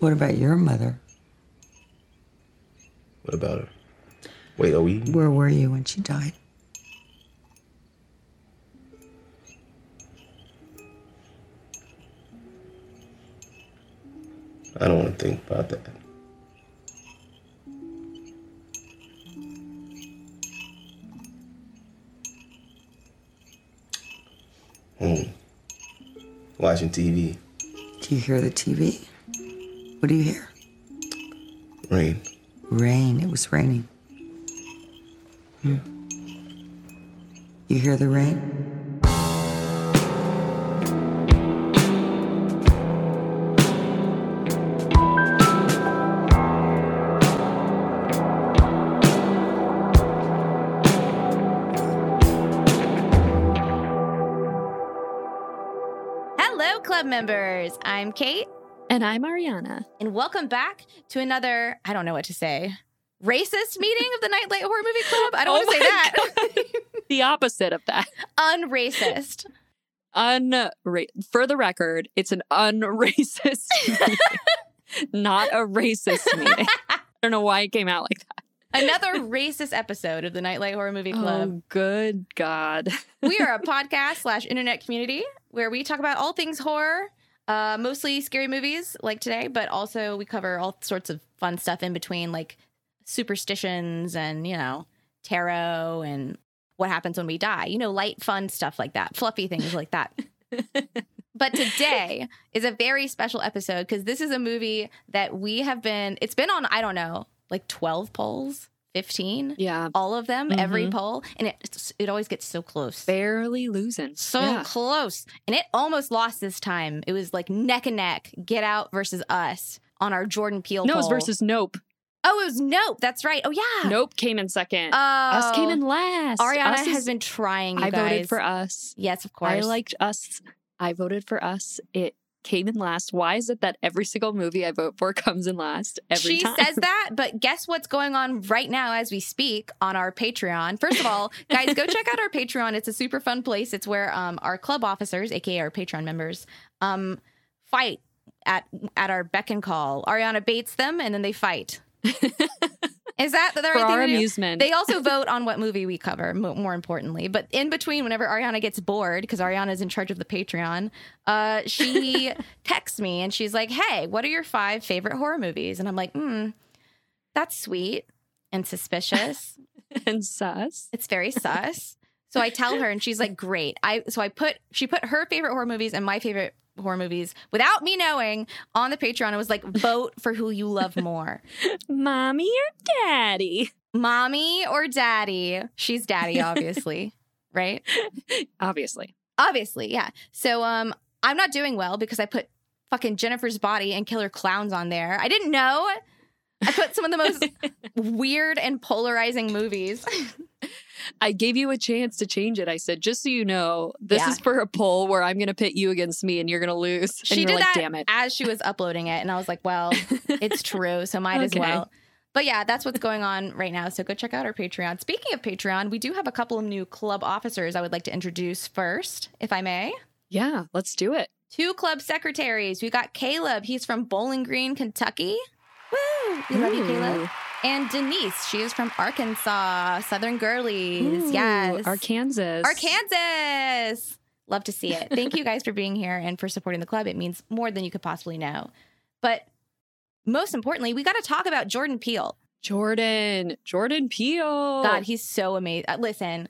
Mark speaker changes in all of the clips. Speaker 1: What about your mother?
Speaker 2: What about her? Wait, are we?
Speaker 1: Where were you when she died?
Speaker 2: I don't want to think about that. Hmm. Watching TV.
Speaker 1: Do you hear the TV? What do you hear?
Speaker 2: Rain.
Speaker 1: Rain. It was raining. Hmm. You hear the rain?
Speaker 3: Hello, club members. I'm Kate,
Speaker 4: And I'm Ariana.
Speaker 3: and welcome back to another, I don't know what to say, racist meeting of the Nightlight Horror Movie Club. I don't
Speaker 4: Oh
Speaker 3: want to say
Speaker 4: my
Speaker 3: that.
Speaker 4: The opposite of that.
Speaker 3: Unracist.
Speaker 4: Unra- for the record, it's an unracist meeting, not a racist meeting. I don't know why it came out like that.
Speaker 3: Another racist episode of the Nightlight Horror Movie Club.
Speaker 4: Oh, good God.
Speaker 3: we are a podcast slash internet community where we talk about all things horror uh, mostly scary movies like today but also we cover all sorts of fun stuff in between like superstitions and you know tarot and what happens when we die you know light fun stuff like that fluffy things like that but today is a very special episode because this is a movie that we have been it's been on i don't know like 12 polls 15
Speaker 4: Yeah.
Speaker 3: all of them every
Speaker 4: Mhm.
Speaker 3: poll and it, it always gets so close
Speaker 4: Barely losing.
Speaker 3: so
Speaker 4: Yeah.
Speaker 3: close. And it almost lost this time. It was like neck and neck, Get Out versus Us on our Jordan Peele.
Speaker 4: No, it's
Speaker 3: poll.
Speaker 4: versus Nope.
Speaker 3: Oh, it was Nope. That's right. Oh, yeah.
Speaker 4: Nope came in second.
Speaker 3: Oh,
Speaker 4: us came in last.
Speaker 3: Ariana
Speaker 4: Us
Speaker 3: has
Speaker 4: is-
Speaker 3: been trying. You
Speaker 4: I
Speaker 3: guys.
Speaker 4: voted for us.
Speaker 3: Yes, of course.
Speaker 4: I liked us. I voted for us. It came in last. Why is it that every single movie I vote for comes in last every
Speaker 3: she
Speaker 4: time?
Speaker 3: says that, but guess what's going on right now as we speak on our Patreon? First of all, guys, go check out our Patreon. It's a super fun place. It's where um, our club officers, aka our Patreon members, um, fight at at our beck and call. Ariana baits them, and then they fight. Is that the right
Speaker 4: for
Speaker 3: thing
Speaker 4: our
Speaker 3: to do?
Speaker 4: amusement.
Speaker 3: They also vote on what movie we cover, mo- more importantly. But in between, whenever Ariana gets bored, because Ariana's in charge of the Patreon, uh, she texts me and she's like, Hey, what are your five favorite horror movies? And I'm like, Hmm, that's sweet and suspicious.
Speaker 4: and sus.
Speaker 3: it's very sus. So I tell her, and she's like, Great. I So I put, she put her favorite horror movies and my favorite horror movies without me knowing on the Patreon. It was like, Vote for who you love more.
Speaker 4: Mommy or daddy?
Speaker 3: mommy or daddy? She's daddy, obviously, right?
Speaker 4: Obviously.
Speaker 3: Obviously, yeah. So um, I'm not doing well because I put fucking Jennifer's body and Killer Clowns on there. I didn't know. I put some of the most weird and polarizing movies.
Speaker 4: I gave you a chance to change it. I said, just so you know, this
Speaker 3: Yeah.
Speaker 4: is for a poll where I'm going to pit you against me and you're going to lose. and
Speaker 3: She
Speaker 4: you're
Speaker 3: did
Speaker 4: like,
Speaker 3: that
Speaker 4: damn it.
Speaker 3: as she was uploading it, and I was like, well, it's true, so might as
Speaker 4: Okay.
Speaker 3: well. But yeah, that's what's going on right now. So go check out our Patreon. Speaking of Patreon, we do have a couple of new club officers I would like to introduce first, if I may.
Speaker 4: yeah, let's do it.
Speaker 3: Two club secretaries. We got Caleb. He's from Bowling Green, Kentucky. Woo! We love you, Caleb. And Denise. She is from Arkansas, Southern Girlies.
Speaker 4: Ooh,
Speaker 3: yes.
Speaker 4: Arkansas.
Speaker 3: Arkansas. Love to see it. Thank you guys for being here and for supporting the club. It means more than you could possibly know. But most importantly, we got to talk about Jordan Peele.
Speaker 4: Jordan. Jordan Peele.
Speaker 3: God, he's so amazing. Listen,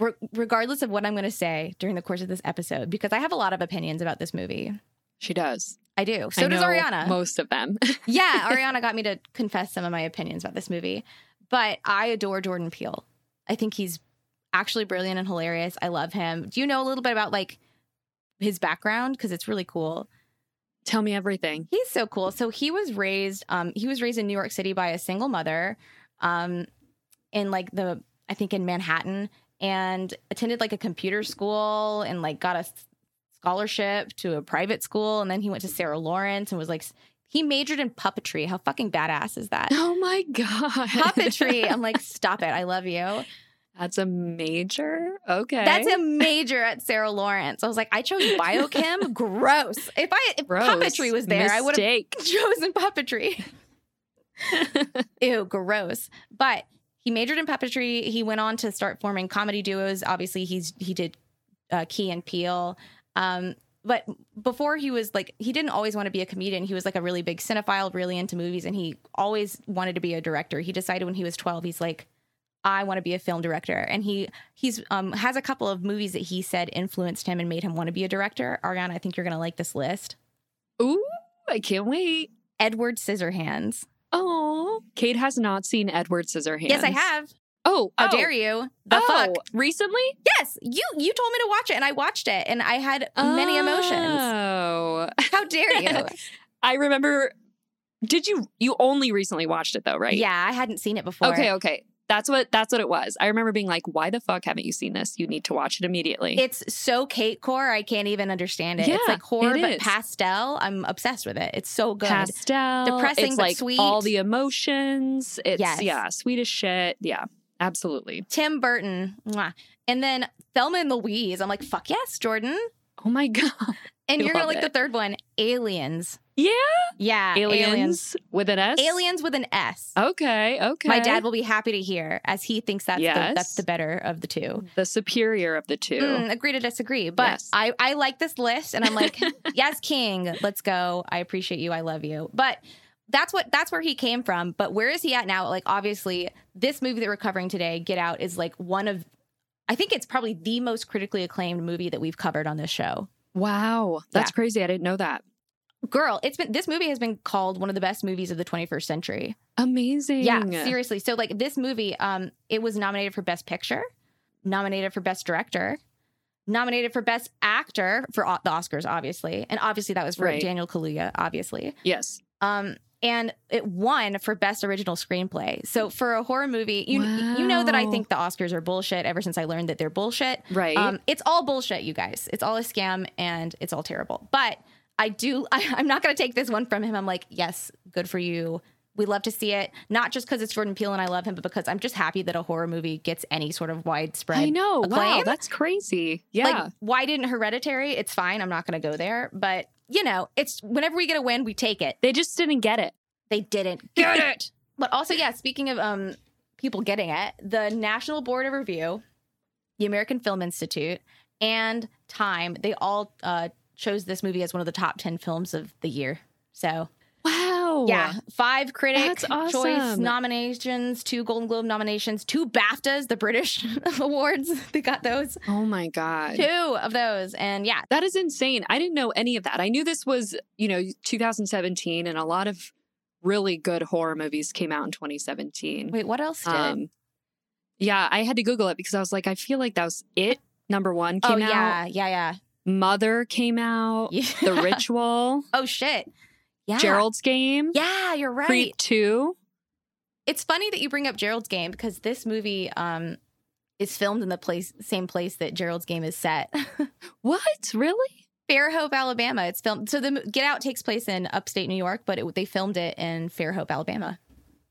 Speaker 3: re- regardless of what I'm going to say during the course of this episode, because I have a lot of opinions about this movie.
Speaker 4: she does.
Speaker 3: I do.
Speaker 4: I
Speaker 3: So does
Speaker 4: know
Speaker 3: Ariana.
Speaker 4: Most of them.
Speaker 3: yeah, Ariana got me to confess some of my opinions about this movie, but I adore Jordan Peele. I think he's actually brilliant and hilarious. I love him. Do you know a little bit about like his background because it's really cool.
Speaker 4: Tell me everything.
Speaker 3: He's so cool. So he was raised um he was raised in New York City by a single mother um in like the I think in Manhattan and attended like a computer school and like got a s- scholarship to a private school and then he went to Sarah Lawrence and was like s- he majored in puppetry. How fucking badass is that?
Speaker 4: Oh my god.
Speaker 3: Puppetry. I'm like, stop it. I love you.
Speaker 4: That's a major. Okay.
Speaker 3: That's a major at Sarah Lawrence. I was like, I chose biochem. Gross. If I if
Speaker 4: Gross.
Speaker 3: puppetry was there, I would have
Speaker 4: Mistake.
Speaker 3: chosen puppetry. Ew, gross. But he majored in puppetry. He went on to start forming comedy duos. Obviously, he's he did uh, Key and Peele. Um, but before he was like, he didn't always want to be a comedian. He was like a really big cinephile, really into movies, and he always wanted to be a director. He decided when he was twelve, he's like, I want to be a film director. And he he's um has a couple of movies that he said influenced him and made him want to be a director. Ariana, I think you're gonna like this list.
Speaker 4: Ooh, I can't wait.
Speaker 3: Edward Scissorhands.
Speaker 4: Oh, Kate has not seen Edward Scissorhands.
Speaker 3: Yes, I have.
Speaker 4: Oh,
Speaker 3: How
Speaker 4: oh,
Speaker 3: dare you? The
Speaker 4: oh,
Speaker 3: fuck?
Speaker 4: Recently?
Speaker 3: Yes, you you told me to watch it and I watched it and I had many emotions.
Speaker 4: Oh,
Speaker 3: How dare you?
Speaker 4: I remember. Did you? You only recently watched it though, right?
Speaker 3: Yeah, I hadn't seen it before.
Speaker 4: Okay. Okay. That's what. That's what it was. I remember being like, "Why the fuck haven't you seen this? You need to watch it immediately."
Speaker 3: It's so Kate core, I can't even understand it. it's
Speaker 4: Yeah,
Speaker 3: like horror
Speaker 4: it
Speaker 3: but
Speaker 4: is.
Speaker 3: pastel. I'm obsessed with it. It's so good.
Speaker 4: Pastel,
Speaker 3: Depressing
Speaker 4: it's
Speaker 3: but
Speaker 4: like
Speaker 3: sweet.
Speaker 4: All the emotions. It's
Speaker 3: Yes.
Speaker 4: yeah, sweet as shit. Yeah, absolutely.
Speaker 3: Tim Burton. Mwah. And then Thelma and Louise. I'm like, fuck yes, Jordan.
Speaker 4: Oh my god.
Speaker 3: And
Speaker 4: I
Speaker 3: you're gonna
Speaker 4: love
Speaker 3: like the third one, Aliens.
Speaker 4: Yeah.
Speaker 3: Yeah.
Speaker 4: Aliens, with an S.
Speaker 3: Aliens with an S.
Speaker 4: Okay. Okay.
Speaker 3: My dad will be happy to hear, as he thinks that's the,
Speaker 4: Yes.
Speaker 3: that's the better of the two.
Speaker 4: the superior of the two.
Speaker 3: Mm, agree to disagree, but
Speaker 4: Yes.
Speaker 3: I I like this list, and I'm like, yes, King, let's go. I appreciate you. I love you. But that's what that's where he came from. But where is he at now? Like, obviously, this movie that we're covering today, Get Out, is like one of, I think it's probably the most critically acclaimed movie that we've covered on this show.
Speaker 4: Wow, that's crazy. I didn't know that.
Speaker 3: Girl, it's been this movie has been called one of the best movies of the 21st century.
Speaker 4: Amazing.
Speaker 3: Yeah, seriously. So like this movie, um, it was nominated for Best Picture, nominated for Best Director, nominated for Best Actor for o- the Oscars, obviously, and obviously that was for
Speaker 4: Right.
Speaker 3: Daniel Kaluuya, obviously.
Speaker 4: Yes.
Speaker 3: Um, and it won for Best Original Screenplay. So for a horror movie, you you know that I
Speaker 4: Wow.
Speaker 3: think the Oscars are bullshit. Ever since I learned that they're bullshit,
Speaker 4: Right.
Speaker 3: um, it's all bullshit, you guys. It's all a scam and it's all terrible. But I do, I, I'm not going to take this one from him. I'm like, yes, good for you. We love to see it, not just because it's Jordan Peele and I love him, but because I'm just happy that a horror movie gets any sort of widespread.
Speaker 4: I know. Wow,
Speaker 3: acclaim.
Speaker 4: that's crazy. Yeah.
Speaker 3: Like, why didn't Hereditary? It's fine. I'm not going to go there. But, you know, it's whenever we get a win, we take it.
Speaker 4: they just didn't get it.
Speaker 3: They didn't get it. But also, yeah, speaking of um people getting it, the National Board of Review, the American Film Institute, and Time, they all uh chose this movie as one of the top 10 films of the year. So,
Speaker 4: Wow.
Speaker 3: yeah, five critic
Speaker 4: That's awesome.
Speaker 3: choice nominations, two Golden Globe nominations, two BAFTAs, the British awards. They got those,
Speaker 4: Oh my god.
Speaker 3: two of those. And yeah,
Speaker 4: That is insane. I didn't know any of that. I knew this was, you know, 2017 and a lot of really good horror movies came out in 2017.
Speaker 3: wait, what else did?
Speaker 4: Um, yeah, I had to Google it because I was like, I feel like that was it. Number one
Speaker 3: oh,
Speaker 4: came out.
Speaker 3: yeah, yeah,
Speaker 4: Mother came out.
Speaker 3: yeah.
Speaker 4: The Ritual.
Speaker 3: oh, shit. Yeah.
Speaker 4: Gerald's Game.
Speaker 3: Yeah, you're right.
Speaker 4: Creep 2.
Speaker 3: it's funny that you bring up Gerald's Game because this movie um, is filmed in the place same place that Gerald's Game is set,
Speaker 4: What? Really?
Speaker 3: Fairhope, Alabama. It's filmed so the Get Out takes place in upstate New York, but it, they filmed it in Fairhope, Alabama.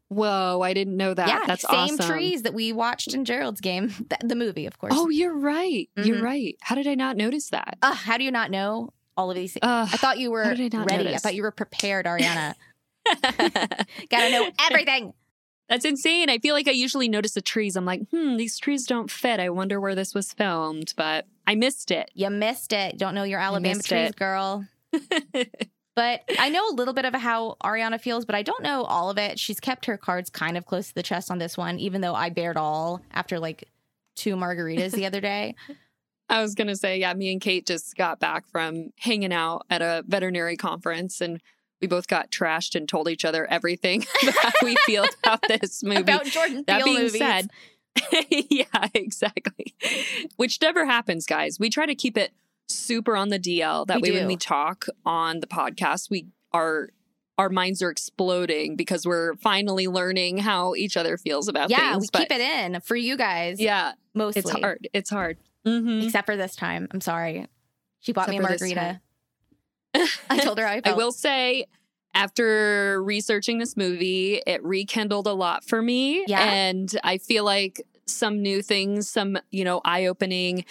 Speaker 4: Whoa, I didn't know that.
Speaker 3: yeah,
Speaker 4: That's
Speaker 3: same
Speaker 4: awesome.
Speaker 3: trees that we watched in Gerald's Game, the, the movie, of course.
Speaker 4: Oh, you're right.
Speaker 3: Mhm.
Speaker 4: You're right. How did I not notice that?
Speaker 3: Ugh, how do you not know all of these? things?
Speaker 4: Uh,
Speaker 3: I thought you were
Speaker 4: how
Speaker 3: ready.
Speaker 4: did I not
Speaker 3: I
Speaker 4: notice?
Speaker 3: thought you were prepared, Ariana. Gotta know everything.
Speaker 4: That's insane. I feel like I usually notice the trees. I'm like, hmm, these trees don't fit. I wonder where this was filmed, but I missed it.
Speaker 3: You missed it. Don't know your Alabama
Speaker 4: missed
Speaker 3: trees,
Speaker 4: it.
Speaker 3: girl. But I know a little bit of how Ariana feels, but I don't know all of it. She's kept her cards kind of close to the chest on this one, even though I bared all after like two margaritas the other day.
Speaker 4: I was going to say, yeah, me and Kate just got back from hanging out at a veterinary conference and we both got trashed and told each other everything that we feel about this movie.
Speaker 3: About Jordan
Speaker 4: that
Speaker 3: Peele
Speaker 4: being
Speaker 3: movies.
Speaker 4: said, yeah, exactly. Which never happens, guys. We try to keep it super on the DL. That
Speaker 3: We
Speaker 4: way,
Speaker 3: do.
Speaker 4: when we talk on the podcast, we are our minds are exploding because we're finally learning how each other feels about
Speaker 3: yeah,
Speaker 4: things.
Speaker 3: we keep it in for you guys.
Speaker 4: Yeah,
Speaker 3: mostly.
Speaker 4: it's hard. It's hard. hmm
Speaker 3: Except for this time. I'm sorry. She bought me a
Speaker 4: Except for this
Speaker 3: margarita.
Speaker 4: time.
Speaker 3: I told her how I
Speaker 4: I
Speaker 3: felt.
Speaker 4: will say, after researching this movie, it rekindled a lot for me.
Speaker 3: Yeah?
Speaker 4: And I feel like some new things, some, you know, eye opening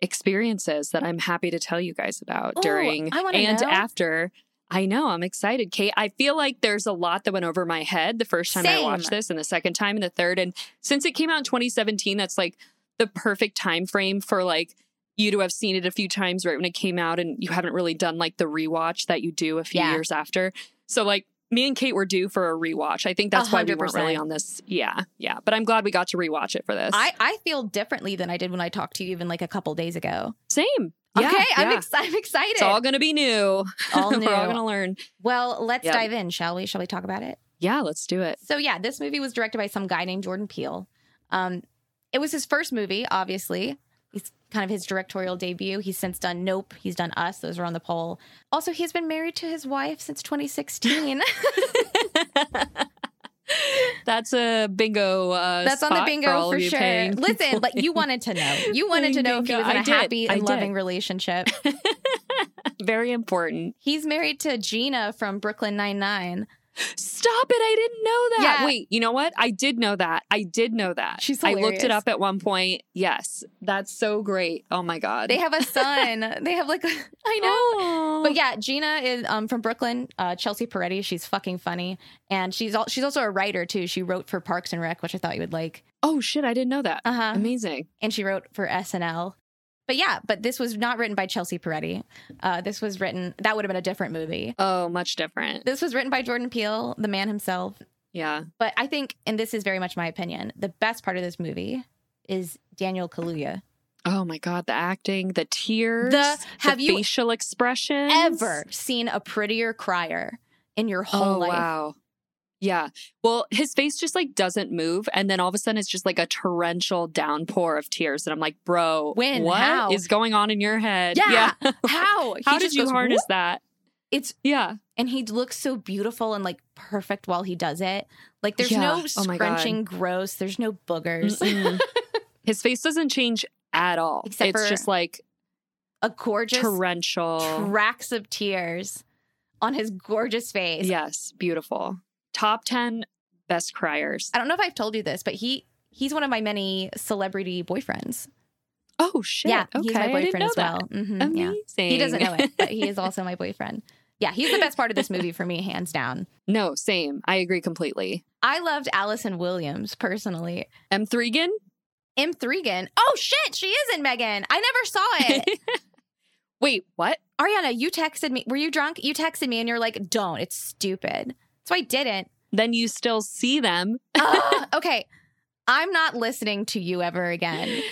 Speaker 4: experiences that I'm happy to tell you guys about
Speaker 3: Ooh,
Speaker 4: during
Speaker 3: I wanna
Speaker 4: and
Speaker 3: know.
Speaker 4: after. I know, I'm excited, Kate. I feel like there's a lot that went over my head the first time I
Speaker 3: Same.
Speaker 4: watched this and the second time and the third. And since it came out in 2017, that's like the perfect time frame for like you to have seen it a few times right when it came out and you haven't really done like the rewatch that you do a few
Speaker 3: Yeah.
Speaker 4: years after. So like me and Kate were due for a rewatch. I think that's why we weren't
Speaker 3: 100%.
Speaker 4: really on this. Yeah, yeah. But I'm glad we got to rewatch it for this.
Speaker 3: I, I feel differently than I did when I talked to you even like a couple days ago.
Speaker 4: Same. Yeah,
Speaker 3: okay, I'm,
Speaker 4: yeah.
Speaker 3: ex- I'm excited.
Speaker 4: It's all gonna be new.
Speaker 3: All new.
Speaker 4: We're all gonna learn.
Speaker 3: well, let's
Speaker 4: Yeah.
Speaker 3: dive in, shall we? Shall we talk about it?
Speaker 4: Yeah, let's do it.
Speaker 3: So yeah, this movie was directed by some guy named Jordan Peele. Um, it was his first movie, obviously. He's kind of his directorial debut. He's since done Nope. He's done Us. Those are on the poll. Also, he's been married to his wife since 2016.
Speaker 4: That's a bingo. Uh,
Speaker 3: That's on the
Speaker 4: spot for, all
Speaker 3: bingo for,
Speaker 4: of you
Speaker 3: sure.
Speaker 4: paying
Speaker 3: Listen, but you wanted to know. You wanted to know if he was in
Speaker 4: Bingo. I
Speaker 3: a
Speaker 4: did.
Speaker 3: happy
Speaker 4: I
Speaker 3: and
Speaker 4: did.
Speaker 3: loving relationship.
Speaker 4: very important.
Speaker 3: He's married to Gina from Brooklyn Nine Nine.
Speaker 4: Stop it! I didn't know that.
Speaker 3: Yeah.
Speaker 4: Wait, you know what? I did know that. I did know that.
Speaker 3: She's
Speaker 4: I looked it
Speaker 3: hilarious.
Speaker 4: up at one point. Yes, that's so great. Oh my god. Oh.
Speaker 3: They have a son. they have like a, I know.
Speaker 4: know.
Speaker 3: But yeah, Gina is um, from Brooklyn. Uh, Chelsea Peretti, she's fucking funny, and she's al- she's also a writer too. She wrote for Parks and Rec, which I thought you would like.
Speaker 4: Oh shit! I didn't know that.
Speaker 3: Uh huh.
Speaker 4: Amazing.
Speaker 3: And she wrote for SNL. But yeah, but this was not written by Chelsea Peretti. Uh, this was written. That would have been a different movie.
Speaker 4: Oh, much different.
Speaker 3: This was written by Jordan Peele, the man himself.
Speaker 4: Yeah.
Speaker 3: But I think, and this is very much my opinion, the best part of this movie is Daniel Kaluuya.
Speaker 4: Oh my god, the acting, the tears,
Speaker 3: have you
Speaker 4: facial expressions
Speaker 3: Ever seen a prettier crier in your whole
Speaker 4: Oh
Speaker 3: life?
Speaker 4: wow. Yeah. Well, his face just like doesn't move, and then all of a sudden it's just like a torrential downpour of tears, and I'm like, bro,
Speaker 3: When?
Speaker 4: what
Speaker 3: How?"
Speaker 4: is going on in your head?
Speaker 3: Yeah.
Speaker 4: Yeah.
Speaker 3: How? He
Speaker 4: How did
Speaker 3: just
Speaker 4: you
Speaker 3: goes,
Speaker 4: harness
Speaker 3: "Whoop."
Speaker 4: that?
Speaker 3: It's
Speaker 4: Yeah.
Speaker 3: and he looks so beautiful and like perfect while he does it. Like there's
Speaker 4: Yeah.
Speaker 3: no
Speaker 4: Oh my God.
Speaker 3: scrunching gross. There's no boogers.
Speaker 4: Mm-mm. his face doesn't change at all.
Speaker 3: Except
Speaker 4: it's
Speaker 3: for
Speaker 4: just like
Speaker 3: A gorgeous
Speaker 4: torrential.
Speaker 3: tracks of tears on his gorgeous face.
Speaker 4: yes, beautiful. Top ten best criers.
Speaker 3: I don't know if I've told you this, but he he's one of my many celebrity boyfriends.
Speaker 4: Oh shit.
Speaker 3: Yeah,
Speaker 4: okay.
Speaker 3: he's my
Speaker 4: I didn't
Speaker 3: boyfriend
Speaker 4: know
Speaker 3: as well.
Speaker 4: that.
Speaker 3: Mhm, yeah.
Speaker 4: Amazing.
Speaker 3: He doesn't know it, but he is also my boyfriend. Yeah, he's the best part of this movie for me, hands down.
Speaker 4: no, same. I agree completely.
Speaker 3: I loved Allison Williams personally.
Speaker 4: M. Thregan.
Speaker 3: M. Thregan. Oh shit, she is in Megan. I never saw it.
Speaker 4: Wait, what?
Speaker 3: Ariana, you texted me. Were you drunk? You texted me and you're like, don't. It's stupid. So I didn't.
Speaker 4: Then you still see them.
Speaker 3: Ugh, okay. I'm not listening to you ever again.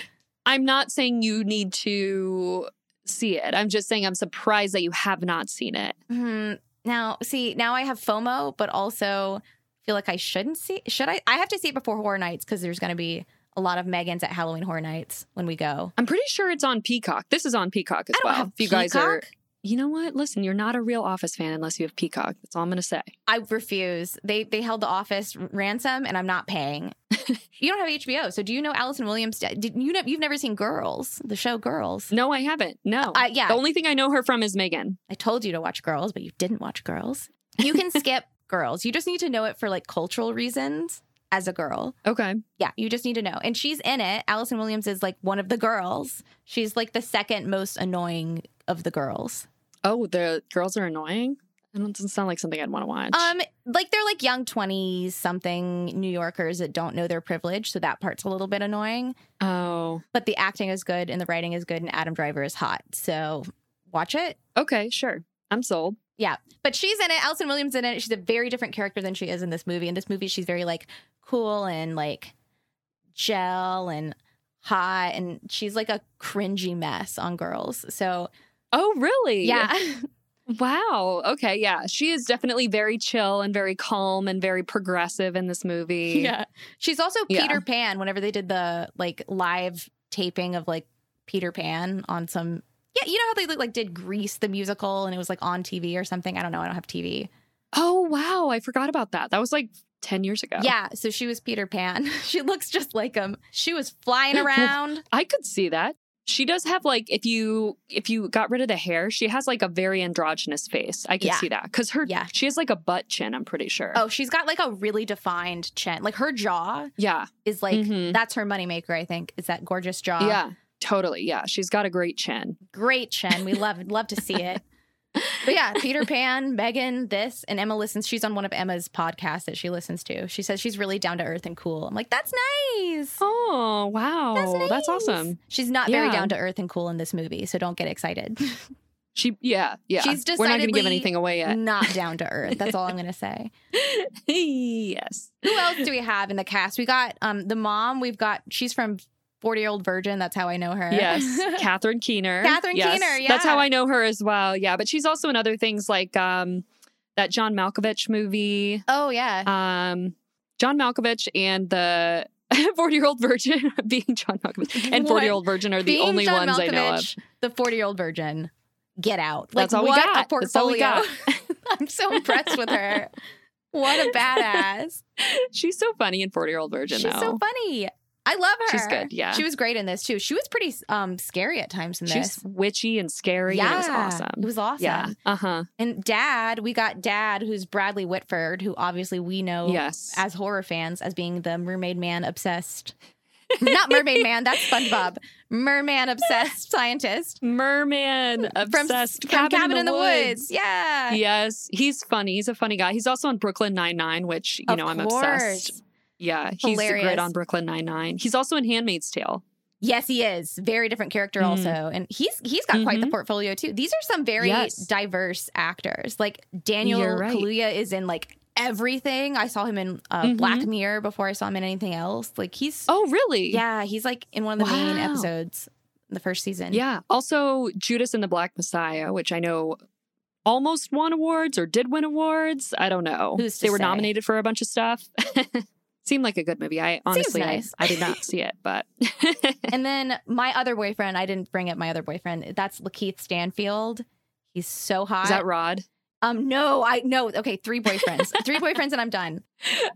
Speaker 4: I'm not saying you need to see it. I'm just saying I'm surprised that you have not seen it.
Speaker 3: Hmm. Now, see, now I have FOMO, but also feel like I shouldn't see. Should I? I have to see it before Horror Nights because there's going to be a lot of Megans at Halloween Horror Nights when we go.
Speaker 4: I'm pretty sure it's on Peacock. This is on Peacock as
Speaker 3: I don't
Speaker 4: well.
Speaker 3: have
Speaker 4: If you guys are
Speaker 3: Peacock.
Speaker 4: You know what? Listen, you're not a real Office fan unless you have Peacock. That's all I'm going to say.
Speaker 3: I refuse. They they held the office ransom, and I'm not paying. you don't have HBO, so do you know Allison Williams? Did you know you've never seen Girls, the show Girls?
Speaker 4: No, I haven't. No.
Speaker 3: Uh, yeah.
Speaker 4: The only thing I know her from is Megan.
Speaker 3: I told you to watch Girls, but you didn't watch Girls. You can skip Girls. You just need to know it for like cultural reasons as a girl.
Speaker 4: Okay.
Speaker 3: Yeah, you just need to know. And she's in it. Allison Williams is like one of the girls. She's like the second most annoying of the girls.
Speaker 4: Oh, the girls are annoying? That doesn't sound like something I'd want to watch.
Speaker 3: Um, like they're like young 20 something New Yorkers that don't know their privilege. So that part's a little bit annoying.
Speaker 4: oh.
Speaker 3: But the acting is good and the writing is good and Adam Driver is hot. So watch it.
Speaker 4: Okay, sure. I'm sold.
Speaker 3: But she's in it. Allison Williams in it. She's a very different character than she is in this movie. In this movie, she's very like cool and like gel and hot, and she's like a cringy mess on girls. So
Speaker 4: Oh, really?
Speaker 3: yeah,
Speaker 4: Wow. Okay. Yeah. She is definitely very chill and very calm and very progressive in this movie.
Speaker 3: She's also
Speaker 4: Yeah.
Speaker 3: Peter Pan. Whenever they did the like live taping of like Peter Pan on some. Yeah, you know how they like, like did Grease the musical and it was like on TV or something. I don't know. I don't have TV.
Speaker 4: Oh, wow. I forgot about that. That was like 10 years ago.
Speaker 3: Yeah, so she was Peter Pan. she looks just like him. She was flying around.
Speaker 4: I could see that. She does have like if you if you got rid of the hair, she has like a very androgynous face. I can
Speaker 3: Yeah.
Speaker 4: see that because her
Speaker 3: Yeah.
Speaker 4: she has like a butt chin. I'm pretty sure.
Speaker 3: Oh, she's got like a really defined chin. Like her jaw
Speaker 4: yeah,
Speaker 3: is like
Speaker 4: Mhm.
Speaker 3: that's her moneymaker, I think. Is that gorgeous jaw.
Speaker 4: yeah, totally. Yeah, she's got a great chin.
Speaker 3: Great chin. We love love to see it. But yeah, Peter Pan, Megan, this, and Emma listens. She's on one of Emma's podcasts that she listens to. She says she's really down to earth and cool. I'm like, that's nice.
Speaker 4: Oh wow,
Speaker 3: That's, nice.
Speaker 4: that's awesome.
Speaker 3: She's not very
Speaker 4: Yeah.
Speaker 3: down to earth and cool in this movie, so don't get excited.
Speaker 4: She yeah yeah.
Speaker 3: She's
Speaker 4: We're not gonna give
Speaker 3: decidedly
Speaker 4: anything away yet.
Speaker 3: Not down to earth. That's all I'm gonna say.
Speaker 4: yes.
Speaker 3: Who else do we have in the cast? We got um the mom. We've got she's from 40 Year Old Virgin. That's how I know her.
Speaker 4: Yes, Catherine Keener.
Speaker 3: Catherine
Speaker 4: yes.
Speaker 3: Keener,
Speaker 4: that's
Speaker 3: yeah.
Speaker 4: how I know her as well. Yeah, but she's also in other things like um, that John Malkovich movie.
Speaker 3: oh yeah.
Speaker 4: Um, John Malkovich and the forty-year-old virgin being John Malkovich and
Speaker 3: What?
Speaker 4: forty-year-old virgin are the
Speaker 3: Being
Speaker 4: only
Speaker 3: John
Speaker 4: ones I know of.
Speaker 3: Malkovich, The 40 year old virgin. Get out.
Speaker 4: That's all we
Speaker 3: what
Speaker 4: got.
Speaker 3: A portfolio.
Speaker 4: That's all we got.
Speaker 3: I'm so impressed with her. What a badass.
Speaker 4: She's so funny in forty-year-old virgin.
Speaker 3: She's
Speaker 4: though.
Speaker 3: so funny. I love her.
Speaker 4: She's good, yeah.
Speaker 3: She was great in this too. She was pretty um scary at times in this.
Speaker 4: She's witchy and scary. and it was awesome.
Speaker 3: It was awesome.
Speaker 4: Yeah. Uh huh.
Speaker 3: And dad, we got dad, who's Bradley Whitford, who obviously we know
Speaker 4: Yes.
Speaker 3: as horror fans as being the mermaid man obsessed. Not mermaid man, that's SpongeBob. Merman obsessed scientist
Speaker 4: Merman
Speaker 3: from,
Speaker 4: obsessed
Speaker 3: from Cabin, in the, Woods. Yeah.
Speaker 4: Yes, he's funny. He's a funny guy. He's also on Brooklyn Nine Nine, which you
Speaker 3: Of
Speaker 4: know I'm
Speaker 3: course.
Speaker 4: obsessed. Yeah, he's
Speaker 3: Hilarious.
Speaker 4: great on Brooklyn Nine Nine. He's also in Handmaid's Tale.
Speaker 3: Yes, he is. Very different character
Speaker 4: Mm.
Speaker 3: also. And he's he's got quite the
Speaker 4: Mhm.
Speaker 3: portfolio too. These are some very
Speaker 4: Yes.
Speaker 3: diverse actors. Like Daniel
Speaker 4: You're right.
Speaker 3: Kaluuya is in like everything. I saw him in uh,
Speaker 4: Mhm.
Speaker 3: Black Mirror before I saw him in anything else. Like he's
Speaker 4: Oh, really?
Speaker 3: Yeah, he's like in one of the main
Speaker 4: Wow.
Speaker 3: episodes, the first season.
Speaker 4: yeah. Also, Judas and the Black Messiah, which I know almost won awards or did win awards. I don't know.
Speaker 3: Who's to
Speaker 4: they were
Speaker 3: say?
Speaker 4: nominated for a bunch of stuff. Seemed like a good movie. I honestly, I-
Speaker 3: nice.
Speaker 4: I, did not see it, but
Speaker 3: And then my other boyfriend, I didn't bring up my other boyfriend. That's Lakeith Stanfield. He's so hot.
Speaker 4: is that Rod?
Speaker 3: Um, no, I no. Okay, three boyfriends, three boyfriends, and I'm done.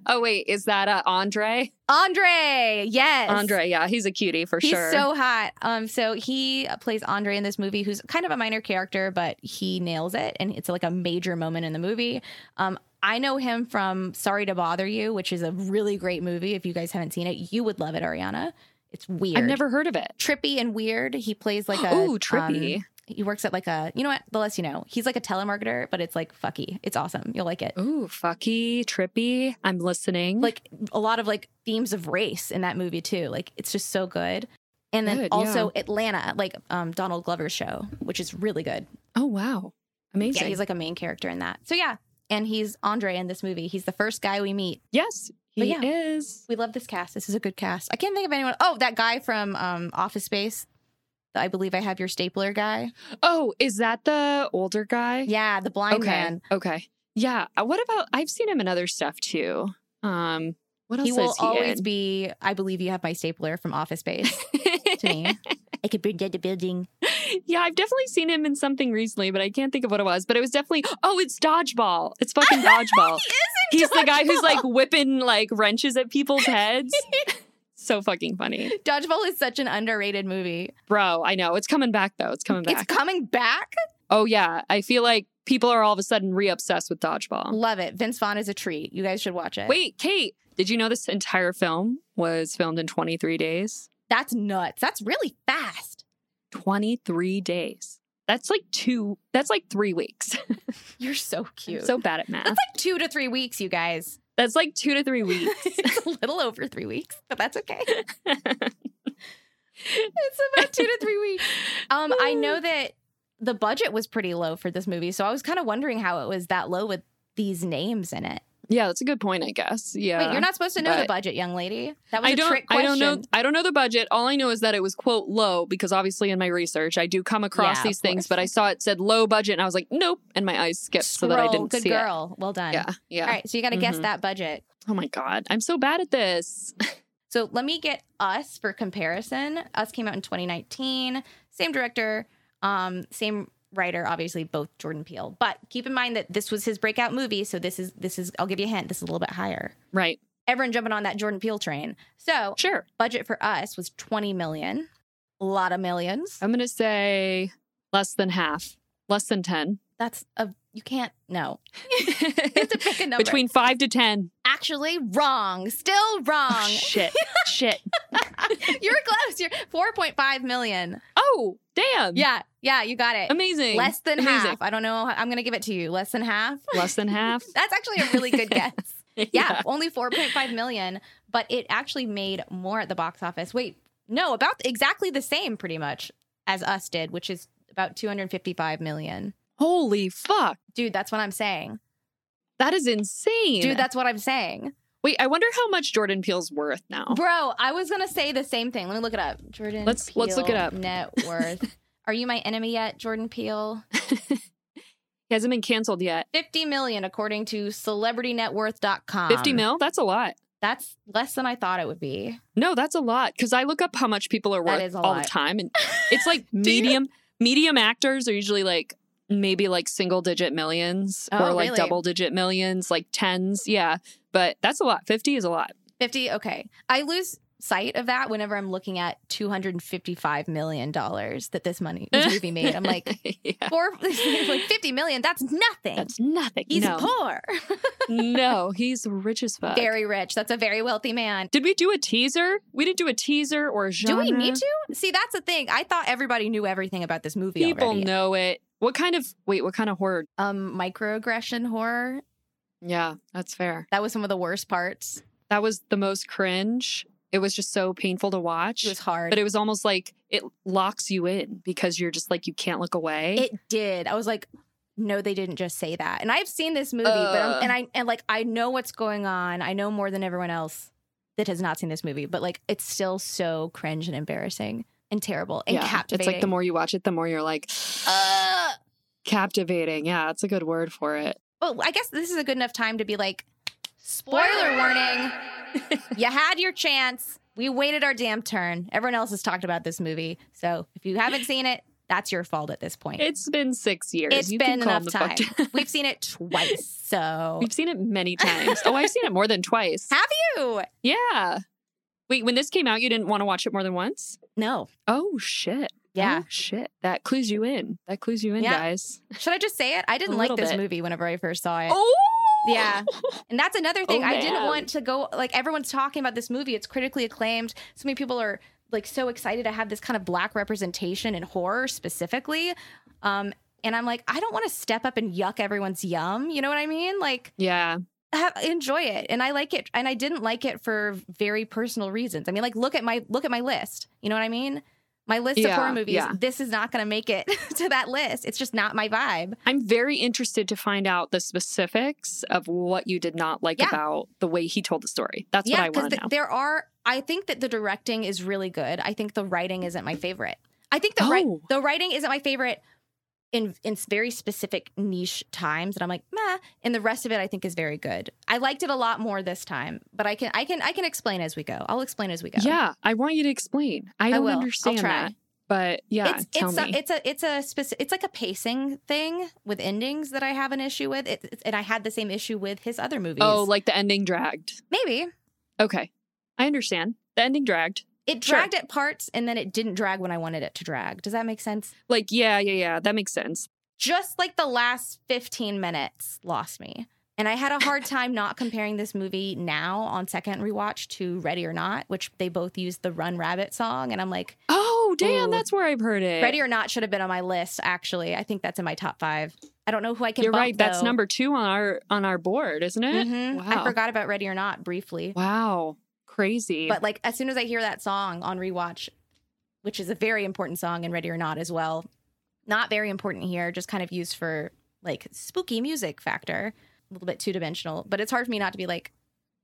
Speaker 4: Oh wait, is that uh, Andre?
Speaker 3: Andre, yes,
Speaker 4: Andre, yeah, he's a cutie for
Speaker 3: He's
Speaker 4: sure.
Speaker 3: so hot. Um, so he plays Andre in this movie, who's kind of a minor character, but he nails it, and it's like a major moment in the movie. Um, I know him from Sorry to Bother You, which is a really great movie. If you guys haven't seen it, you would love it, Ariana. It's weird.
Speaker 4: I've never heard of it.
Speaker 3: trippy and weird. He plays like a
Speaker 4: Ooh, trippy.
Speaker 3: um, he works at like a you know what? The less you know. He's like a telemarketer, but it's like fucky. It's awesome. You'll like it.
Speaker 4: Ooh, fucky, trippy. I'm listening.
Speaker 3: um, Like a lot of like themes of race in that movie too. Like it's just so good. And then
Speaker 4: Good,
Speaker 3: also Atlanta, like um, Donald Glover's show, which is really good.
Speaker 4: oh wow, amazing.
Speaker 3: Yeah, he's like a main character in that. So yeah, and he's Andre in this movie. He's the first guy we meet.
Speaker 4: yes,
Speaker 3: But
Speaker 4: he
Speaker 3: yeah.
Speaker 4: is.
Speaker 3: We love this cast. This is a good cast. I can't think of anyone. Oh, that guy from um, Office Space. the I believe I have your stapler guy.
Speaker 4: Oh, is that the older guy?
Speaker 3: Yeah, the blind
Speaker 4: Okay.
Speaker 3: man.
Speaker 4: Okay. Yeah. uh, What about? I've seen him in other stuff too. Um. What else
Speaker 3: he will
Speaker 4: is he
Speaker 3: always
Speaker 4: in?
Speaker 3: be i believe you have my stapler from office space to me i could bring dead to building
Speaker 4: yeah, I've definitely seen him in something recently, but I can't think of what it was. But it was definitely. Oh, it's dodgeball. It's fucking dodgeball.
Speaker 3: in
Speaker 4: He's the guy who's
Speaker 3: Dodgeball.
Speaker 4: like whipping like wrenches at people's heads. so fucking funny,
Speaker 3: dodgeball is such an underrated movie
Speaker 4: bro. I know it's coming back though. It's coming back.
Speaker 3: it's coming back
Speaker 4: Oh yeah, I feel like people are all of a sudden re-obsessed with dodgeball.
Speaker 3: love it vince vaughn is a treat you guys should watch it
Speaker 4: Oh. Wait, Kate, did you know this entire film was filmed in 23 days?
Speaker 3: that's nuts that's really fast
Speaker 4: 23 days. That's like two. That's like three weeks.
Speaker 3: you're so
Speaker 4: I'm
Speaker 3: cute
Speaker 4: so bad at math.
Speaker 3: that's like two to three weeks you guys
Speaker 4: That's like two to three weeks.
Speaker 3: it's a little over three weeks but that's okay it's about two to three weeks um i know that the budget was pretty low for this movie so i was kind of wondering how it was that low with these names in it
Speaker 4: yeah, that's a good point. I guess. Yeah.
Speaker 3: Wait, you're not supposed to know the
Speaker 4: but-
Speaker 3: budget, young lady. That was
Speaker 4: I
Speaker 3: a
Speaker 4: don't.
Speaker 3: trick
Speaker 4: I
Speaker 3: question.
Speaker 4: don't know. I don't know the budget. All I know is that it was quote low because obviously in my research I do come across
Speaker 3: Yeah, of
Speaker 4: these things,
Speaker 3: course.
Speaker 4: but I saw it said low budget and I was like, nope, and my eyes skipped so that I
Speaker 3: Scroll.
Speaker 4: didn't
Speaker 3: Good
Speaker 4: see it.
Speaker 3: girl. Well done.
Speaker 4: Yeah. Yeah.
Speaker 3: All right, so you got to guess
Speaker 4: Mhm.
Speaker 3: that budget.
Speaker 4: Oh my God. I'm so bad at this.
Speaker 3: So let me get us for comparison. Us came out in 2019. Same director, um, same writer, obviously both Jordan Peele. But keep in mind that this was his breakout movie, so this is this is. I'll give you a hint. This is a little bit higher.
Speaker 4: Right.
Speaker 3: Everyone jumping on that Jordan Peele train. So
Speaker 4: Sure.
Speaker 3: budget for us was 20 million. A lot of millions.
Speaker 4: I'm going to say less than half, less than 10.
Speaker 3: That's a you can't no. you have to pick a number.
Speaker 4: Between five to 10.
Speaker 3: actually wrong, still wrong.
Speaker 4: Oh, shit. shit.
Speaker 3: You're close. You're 4.5 million.
Speaker 4: Oh, damn.
Speaker 3: Yeah, yeah, you got it.
Speaker 4: Amazing.
Speaker 3: Less than
Speaker 4: Amazing.
Speaker 3: half. I don't know. how- I'm gonna give it to you. Less than half.
Speaker 4: Less than half.
Speaker 3: That's actually a really good guess. Yeah, only 4.5 million, but it actually made more at the box office. Wait, no, about exactly the same, pretty much as us did, which is about 255 million.
Speaker 4: Holy fuck.
Speaker 3: Dude, that's what I'm saying.
Speaker 4: That is insane.
Speaker 3: Dude, that's what I'm saying.
Speaker 4: Wait, I wonder how much Jordan Peele's worth now.
Speaker 3: Bro, I was gonna say the same thing. Let me look it up. Jordan.
Speaker 4: Let's- let's look it
Speaker 3: Peele
Speaker 4: up.
Speaker 3: Net worth. Are you my enemy yet, Jordan Peele?
Speaker 4: He hasn't been canceled yet.
Speaker 3: Fifty million, according to CelebrityNetWorth.com.
Speaker 4: 50 mil? That's a lot.
Speaker 3: That's less than I thought it would be.
Speaker 4: No, that's a lot because I look up how much people are
Speaker 3: That
Speaker 4: worth
Speaker 3: is a
Speaker 4: all
Speaker 3: lot.
Speaker 4: the time, and it's like medium. Medium actors are usually like maybe like single digit millions
Speaker 3: Oh,
Speaker 4: or like
Speaker 3: really?
Speaker 4: double digit millions, like tens. Yeah, but that's a lot. Fifty is a lot.
Speaker 3: Fifty. Okay, I lose sight of that whenever I'm looking at two hundred and fifty-five million dollars that this money this movie made. I'm like
Speaker 4: yeah,
Speaker 3: four, like fifty million. That's nothing.
Speaker 4: that's nothing.
Speaker 3: He's
Speaker 4: no,
Speaker 3: poor,
Speaker 4: no, he's rich as fuck.
Speaker 3: very rich. That's a very wealthy man.
Speaker 4: Did we do a teaser? We didn't do a teaser or a
Speaker 3: Do
Speaker 4: genre.
Speaker 3: we need to? See, that's the thing. I thought everybody knew everything about this movie
Speaker 4: People
Speaker 3: already.
Speaker 4: know it. What kind of wait? What kind of horror?
Speaker 3: Um, microaggression horror.
Speaker 4: Yeah, that's fair.
Speaker 3: That was some of the worst parts.
Speaker 4: That was the most cringe. It was just so painful to watch.
Speaker 3: It was hard.
Speaker 4: But it was almost like it locks you in because you're just like you can't look away.
Speaker 3: It did. I was like, no, they didn't just say that. And I've seen this movie, but
Speaker 4: Uh.
Speaker 3: i and I and like I know what's going on. I know more than everyone else that has not seen this movie, but like it's still so cringe and embarrassing and terrible and
Speaker 4: Yeah.
Speaker 3: captivating.
Speaker 4: It's like the more you watch it, the more you're like
Speaker 3: Ugh.
Speaker 4: captivating. Yeah, that's a good word for it.
Speaker 3: But I guess this is a good enough time to be like, spoiler warning. you had your chance. We waited our damn turn. Everyone else has talked about this movie, so if you haven't seen it, that's your fault at this point.
Speaker 4: It's been six years.
Speaker 3: It's
Speaker 4: You can
Speaker 3: been
Speaker 4: calm
Speaker 3: enough
Speaker 4: the fuck
Speaker 3: time.
Speaker 4: down.
Speaker 3: We've seen it twice. So
Speaker 4: We've seen it many times. Oh, I've seen it more than twice.
Speaker 3: have you?
Speaker 4: Yeah. Wait, when this came out, you didn't want to watch it more than once?
Speaker 3: No.
Speaker 4: Oh shit.
Speaker 3: Yeah.
Speaker 4: Oh, shit. That clues you in. That clues you in,
Speaker 3: Yeah.
Speaker 4: guys.
Speaker 3: Should I just say it? I didn't
Speaker 4: A
Speaker 3: like
Speaker 4: little
Speaker 3: this
Speaker 4: bit.
Speaker 3: movie whenever I first saw it.
Speaker 4: Oh
Speaker 3: Yeah. And that's another thing.
Speaker 4: Oh,
Speaker 3: I didn't
Speaker 4: man.
Speaker 3: want to go like everyone's talking about this movie. It's critically acclaimed. So many people are like so excited to have this kind of black representation in horror specifically. Um and I'm like, I don't want to step up and yuck everyone's yum. You know what I mean? Like
Speaker 4: Yeah.
Speaker 3: have, enjoy it and i like it and i didn't like it for very personal reasons i mean like look at my look at my list you know what i mean my list
Speaker 4: Yeah,
Speaker 3: of horror movies
Speaker 4: yeah.
Speaker 3: this is not going to make it to that list it's just not my vibe
Speaker 4: I'm very interested to find out the specifics of what you did not like
Speaker 3: Yeah.
Speaker 4: about the way he told the story. That's what
Speaker 3: yeah
Speaker 4: I want to
Speaker 3: th-
Speaker 4: know.
Speaker 3: there are i think that the directing is really good i think the writing isn't my favorite i think the
Speaker 4: Oh.
Speaker 3: wri- the writing isn't my favorite in in very specific niche times and i'm like meh and the rest of it i think is very good i liked it a lot more this time but i can i can i can explain as we go i'll explain as we go
Speaker 4: Yeah, I want you to explain. I don't
Speaker 3: will. I'll
Speaker 4: understand
Speaker 3: try.
Speaker 4: that, but yeah,
Speaker 3: it's
Speaker 4: tell
Speaker 3: it's
Speaker 4: me.
Speaker 3: a, it's a it's a speci- it's like a pacing thing with endings that I have an issue with, it, it's- and I had the same issue with his other movies.
Speaker 4: oh, like the ending dragged.
Speaker 3: maybe
Speaker 4: Okay, I understand. The ending dragged.
Speaker 3: it
Speaker 4: Sure.
Speaker 3: dragged at parts, and then it didn't drag when I wanted it to drag. Does that make sense?
Speaker 4: Like, yeah, yeah, yeah. That makes sense.
Speaker 3: Just like the last fifteen minutes lost me, and I had a hard time not comparing this movie now on second rewatch to Ready or Not, which they both used the Run Rabbit song, and I'm like,
Speaker 4: Oh, damn,
Speaker 3: Ooh.
Speaker 4: that's where I've heard it.
Speaker 3: Ready or Not should have been on my list. Actually, I think that's in my top five. I don't know who I can.
Speaker 4: You're
Speaker 3: bump,
Speaker 4: right. That's
Speaker 3: though.
Speaker 4: number two on our on our board, isn't it?
Speaker 3: Mhm.
Speaker 4: Wow.
Speaker 3: I forgot about Ready or Not briefly.
Speaker 4: Wow, crazy.
Speaker 3: But like as soon as I hear that song on rewatch, which is a very important song in Ready or Not as well, not very important here, just kind of used for like spooky music factor, a little bit two dimensional. But it's hard for me not to be like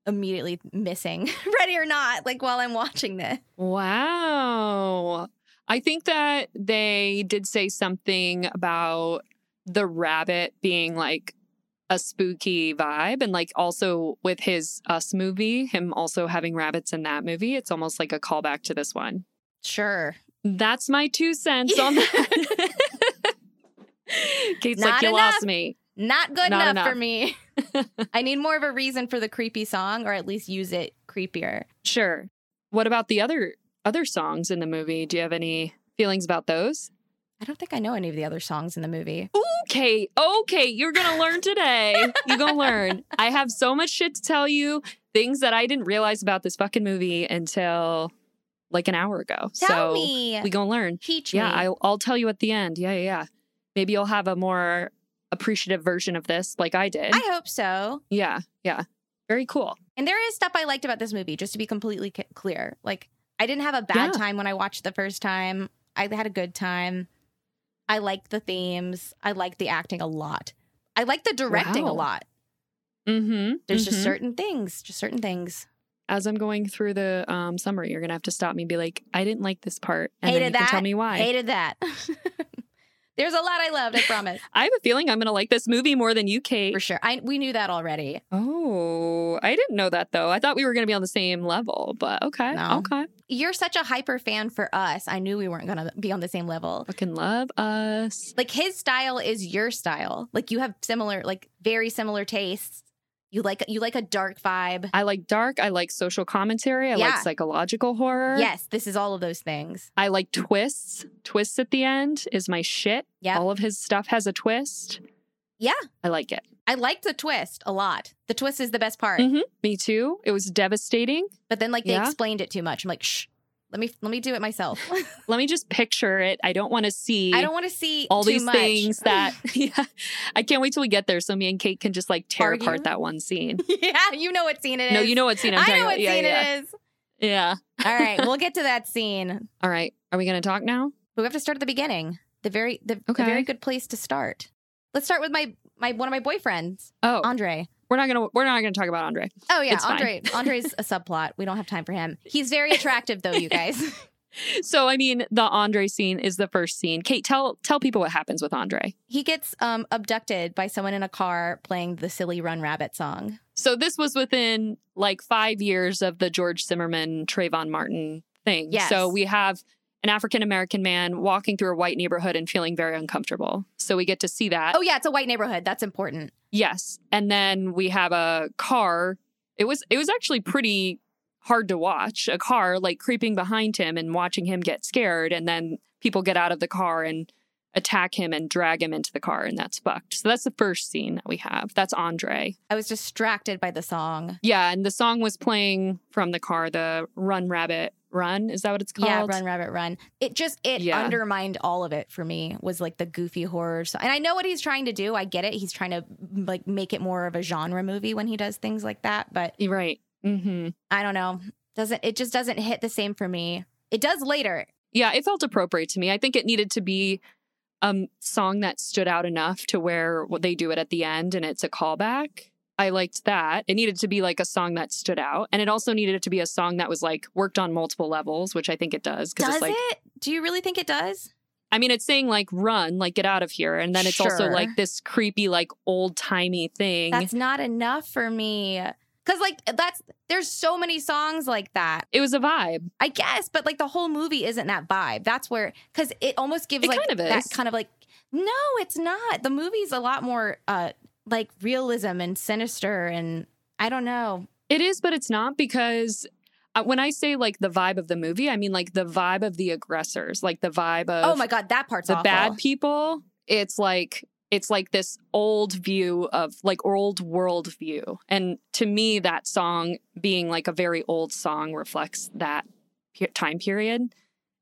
Speaker 3: immediately missing Ready or Not, like while I'm watching this.
Speaker 4: Wow. I think that they did say something about the rabbit being like a spooky vibe. And like also with his Us movie, him also having rabbits in that movie, it's almost like a callback to this one.
Speaker 3: Sure.
Speaker 4: That's my two cents on that. Kate's
Speaker 3: Not
Speaker 4: like, you
Speaker 3: enough.
Speaker 4: lost me.
Speaker 3: Not good
Speaker 4: Not
Speaker 3: enough,
Speaker 4: enough.
Speaker 3: for me. I need more of a reason for the creepy song or at least use it creepier.
Speaker 4: Sure. What about the other other songs in the movie. Do you have any feelings about those?
Speaker 3: I don't think I know any of the other songs in the movie.
Speaker 4: Okay, okay, you're gonna learn today. you're gonna learn. I have so much shit to tell you, things that I didn't realize about this fucking movie until like an hour ago.
Speaker 3: Tell
Speaker 4: so
Speaker 3: me.
Speaker 4: we gonna learn.
Speaker 3: Teach
Speaker 4: Yeah,
Speaker 3: me.
Speaker 4: I'll, I'll tell you at the end. Yeah, yeah, yeah. Maybe you'll have a more appreciative version of this, like I did.
Speaker 3: I hope so.
Speaker 4: yeah, yeah. Very cool.
Speaker 3: And there is stuff I liked about this movie, just to be completely c- clear. Like, I didn't have a bad
Speaker 4: Yeah.
Speaker 3: time when I watched the first time. I had a good time. I liked the themes. I liked the acting a lot. I liked the directing a
Speaker 4: Wow.
Speaker 3: lot.
Speaker 4: Mm-hmm.
Speaker 3: There's just certain things, just certain things.
Speaker 4: as I'm going through the um, summary, you're gonna have to stop me and be like, I didn't like this part, and
Speaker 3: Hated
Speaker 4: then you can
Speaker 3: that.
Speaker 4: tell me why.
Speaker 3: Hated that. There's a lot I loved, I promise.
Speaker 4: I have a feeling I'm gonna like this movie more than you, Kate.
Speaker 3: For sure. I we knew that already.
Speaker 4: Oh, I didn't know that though. I thought we were gonna be on the same level, but okay,
Speaker 3: No.
Speaker 4: okay.
Speaker 3: You're such a hyper fan for us. I knew we weren't going to be on the same level.
Speaker 4: Fucking love us.
Speaker 3: Like his style is your style. Like you have similar like very similar tastes. You like you like a dark vibe.
Speaker 4: I like dark. I like social commentary. I
Speaker 3: Yeah.
Speaker 4: like psychological horror.
Speaker 3: Yes, this is all of those things.
Speaker 4: I like twists. Twists at the end is my shit.
Speaker 3: Yeah.
Speaker 4: All of his stuff has a twist.
Speaker 3: Yeah.
Speaker 4: I like it.
Speaker 3: I liked the twist a lot. The twist is the best part.
Speaker 4: Mhm. Me too. It was devastating.
Speaker 3: But then like they
Speaker 4: Yeah.
Speaker 3: explained it too much. I'm like, "Shh. Let me let me do it myself."
Speaker 4: Let me just picture it. I don't want to see.
Speaker 3: I don't want to see
Speaker 4: all
Speaker 3: too
Speaker 4: these
Speaker 3: much.
Speaker 4: things that yeah i can't wait till we get there so me and kate can just like tear
Speaker 3: Argue?
Speaker 4: apart that one scene
Speaker 3: yeah, you know what scene it is.
Speaker 4: no you know what scene i'm
Speaker 3: I
Speaker 4: talking
Speaker 3: know what
Speaker 4: about yeah,
Speaker 3: scene
Speaker 4: yeah.
Speaker 3: it is.
Speaker 4: yeah
Speaker 3: All right, we'll get to that scene.
Speaker 4: all right are we gonna talk now
Speaker 3: But we have to start at the beginning. The very the, the
Speaker 4: Okay.
Speaker 3: very good place to start. Let's start with my my one of my boyfriends,
Speaker 4: oh
Speaker 3: Andre.
Speaker 4: we're not gonna we're not gonna talk about andre
Speaker 3: Oh yeah,
Speaker 4: It's fine.
Speaker 3: Andre. Andre's a subplot. We don't have time for him. He's very attractive though, you guys.
Speaker 4: so i mean the andre scene is the first scene kate tell tell people what happens with andre
Speaker 3: He gets um abducted by someone in a car playing the silly Run Rabbit song.
Speaker 4: so this was within like five years of the george zimmerman trayvon martin thing
Speaker 3: Yes.
Speaker 4: so we have an African American man walking through a white neighborhood and feeling very uncomfortable. So we get to see that.
Speaker 3: Oh yeah, it's a white neighborhood. That's important.
Speaker 4: Yes. And then we have a car. It was it was actually pretty hard to watch. A car like creeping behind him and watching him get scared and then people get out of the car and attack him and drag him into the car and that's fucked. So that's the first scene that we have. That's Andre.
Speaker 3: I was distracted by the song.
Speaker 4: Yeah, and the song was playing from the car, the Run Rabbit Run. Is that what it's called?
Speaker 3: Yeah, Run Rabbit Run. It just it
Speaker 4: Yeah.
Speaker 3: undermined all of it for me. Was like the goofy horror. So, and I know what he's trying to do. I get it. He's trying to like make it more of a genre movie when he does things like that. But
Speaker 4: You're Right. Mhm.
Speaker 3: I don't know. Doesn't it just doesn't hit the same for me? It does later.
Speaker 4: yeah, it felt appropriate to me. I think it needed to be a song that stood out enough to where they do it at the end and it's a callback. I liked that. It needed to be like a song that stood out. And it also needed it to be a song that was like worked on multiple levels, which I think it does. Cause
Speaker 3: Does
Speaker 4: it's like,
Speaker 3: it? Do you really think it does?
Speaker 4: I mean, it's saying like run, like get out of here. And then it's also
Speaker 3: Sure.
Speaker 4: like this creepy, like old timey thing.
Speaker 3: That's not enough for me. Cause like that's there's so many songs like that.
Speaker 4: it was a vibe.
Speaker 3: I guess, but like the whole movie isn't that vibe. That's where because it almost gives
Speaker 4: It
Speaker 3: like
Speaker 4: kind of
Speaker 3: that
Speaker 4: is.
Speaker 3: kind of like no, it's not. The movie's a lot more uh like realism and sinister and I don't know.
Speaker 4: It is, but it's not because uh, when I say like the vibe of the movie, I mean like the vibe of the aggressors, like the vibe of
Speaker 3: oh my god, that part's
Speaker 4: the
Speaker 3: awful.
Speaker 4: bad people it's like it's like this old view of like old world view and to me that song being like a very old song reflects that pe- time period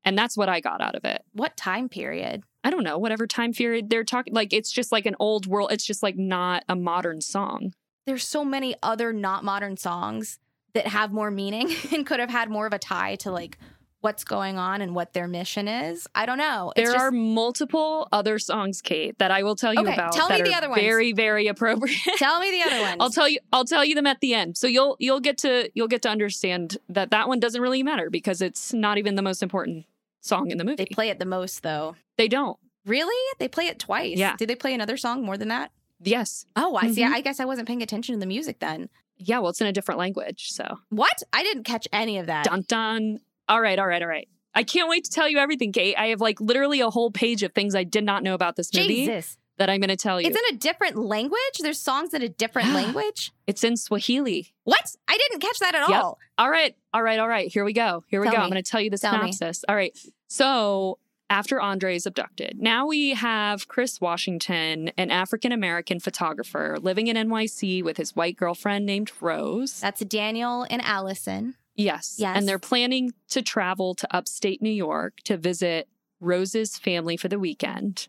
Speaker 4: and that's what i got out of it
Speaker 3: What time period?
Speaker 4: i don't know whatever time period they're talking like it's just like an old world it's just like not a modern song
Speaker 3: There's so many other not modern songs that have more meaning and could have had more of a tie to like what's going on and what their mission is. I don't know. It's
Speaker 4: there
Speaker 3: just-
Speaker 4: are multiple other songs kate that i will tell you
Speaker 3: Okay,
Speaker 4: about
Speaker 3: tell me
Speaker 4: that
Speaker 3: the
Speaker 4: are
Speaker 3: other ones.
Speaker 4: very very appropriate
Speaker 3: tell me the other ones.
Speaker 4: I'll tell you. I'll tell you them at the end, so you'll you'll get to you'll get to understand that that one doesn't really matter because it's not even the most important song in the movie.
Speaker 3: they
Speaker 4: They,
Speaker 3: play it the most though.
Speaker 4: don't.
Speaker 3: Really? They play it twice.
Speaker 4: Yeah.
Speaker 3: Did they play another song more than that?
Speaker 4: Yes.
Speaker 3: Oh, I see.
Speaker 4: Mhm.
Speaker 3: I guess I wasn't paying attention to the music then.
Speaker 4: Yeah. Well, it's in a different language, so
Speaker 3: What? I didn't catch any of that.
Speaker 4: dun dun. All right. All right. All right. I can't wait to tell you everything, Kate. I have like literally a whole page of things I did not know about this movie.
Speaker 3: Jesus.
Speaker 4: that I'm going to tell you.
Speaker 3: It's in a different language. There's songs in a different language.
Speaker 4: It's in Swahili.
Speaker 3: What? I didn't catch that at
Speaker 4: Yep.
Speaker 3: all.
Speaker 4: All right, all right, all right. Here we go. Here we
Speaker 3: Tell
Speaker 4: go.
Speaker 3: me.
Speaker 4: I'm going to tell you the
Speaker 3: Tell me.
Speaker 4: synopsis. All right. So after Andre is abducted, now we have Chris Washington, an African American photographer living in NYC with his white girlfriend named Rose.
Speaker 3: That's Daniel and Allison.
Speaker 4: Yes.
Speaker 3: Yes.
Speaker 4: And they're planning to travel to upstate New York to visit Rose's family for the weekend.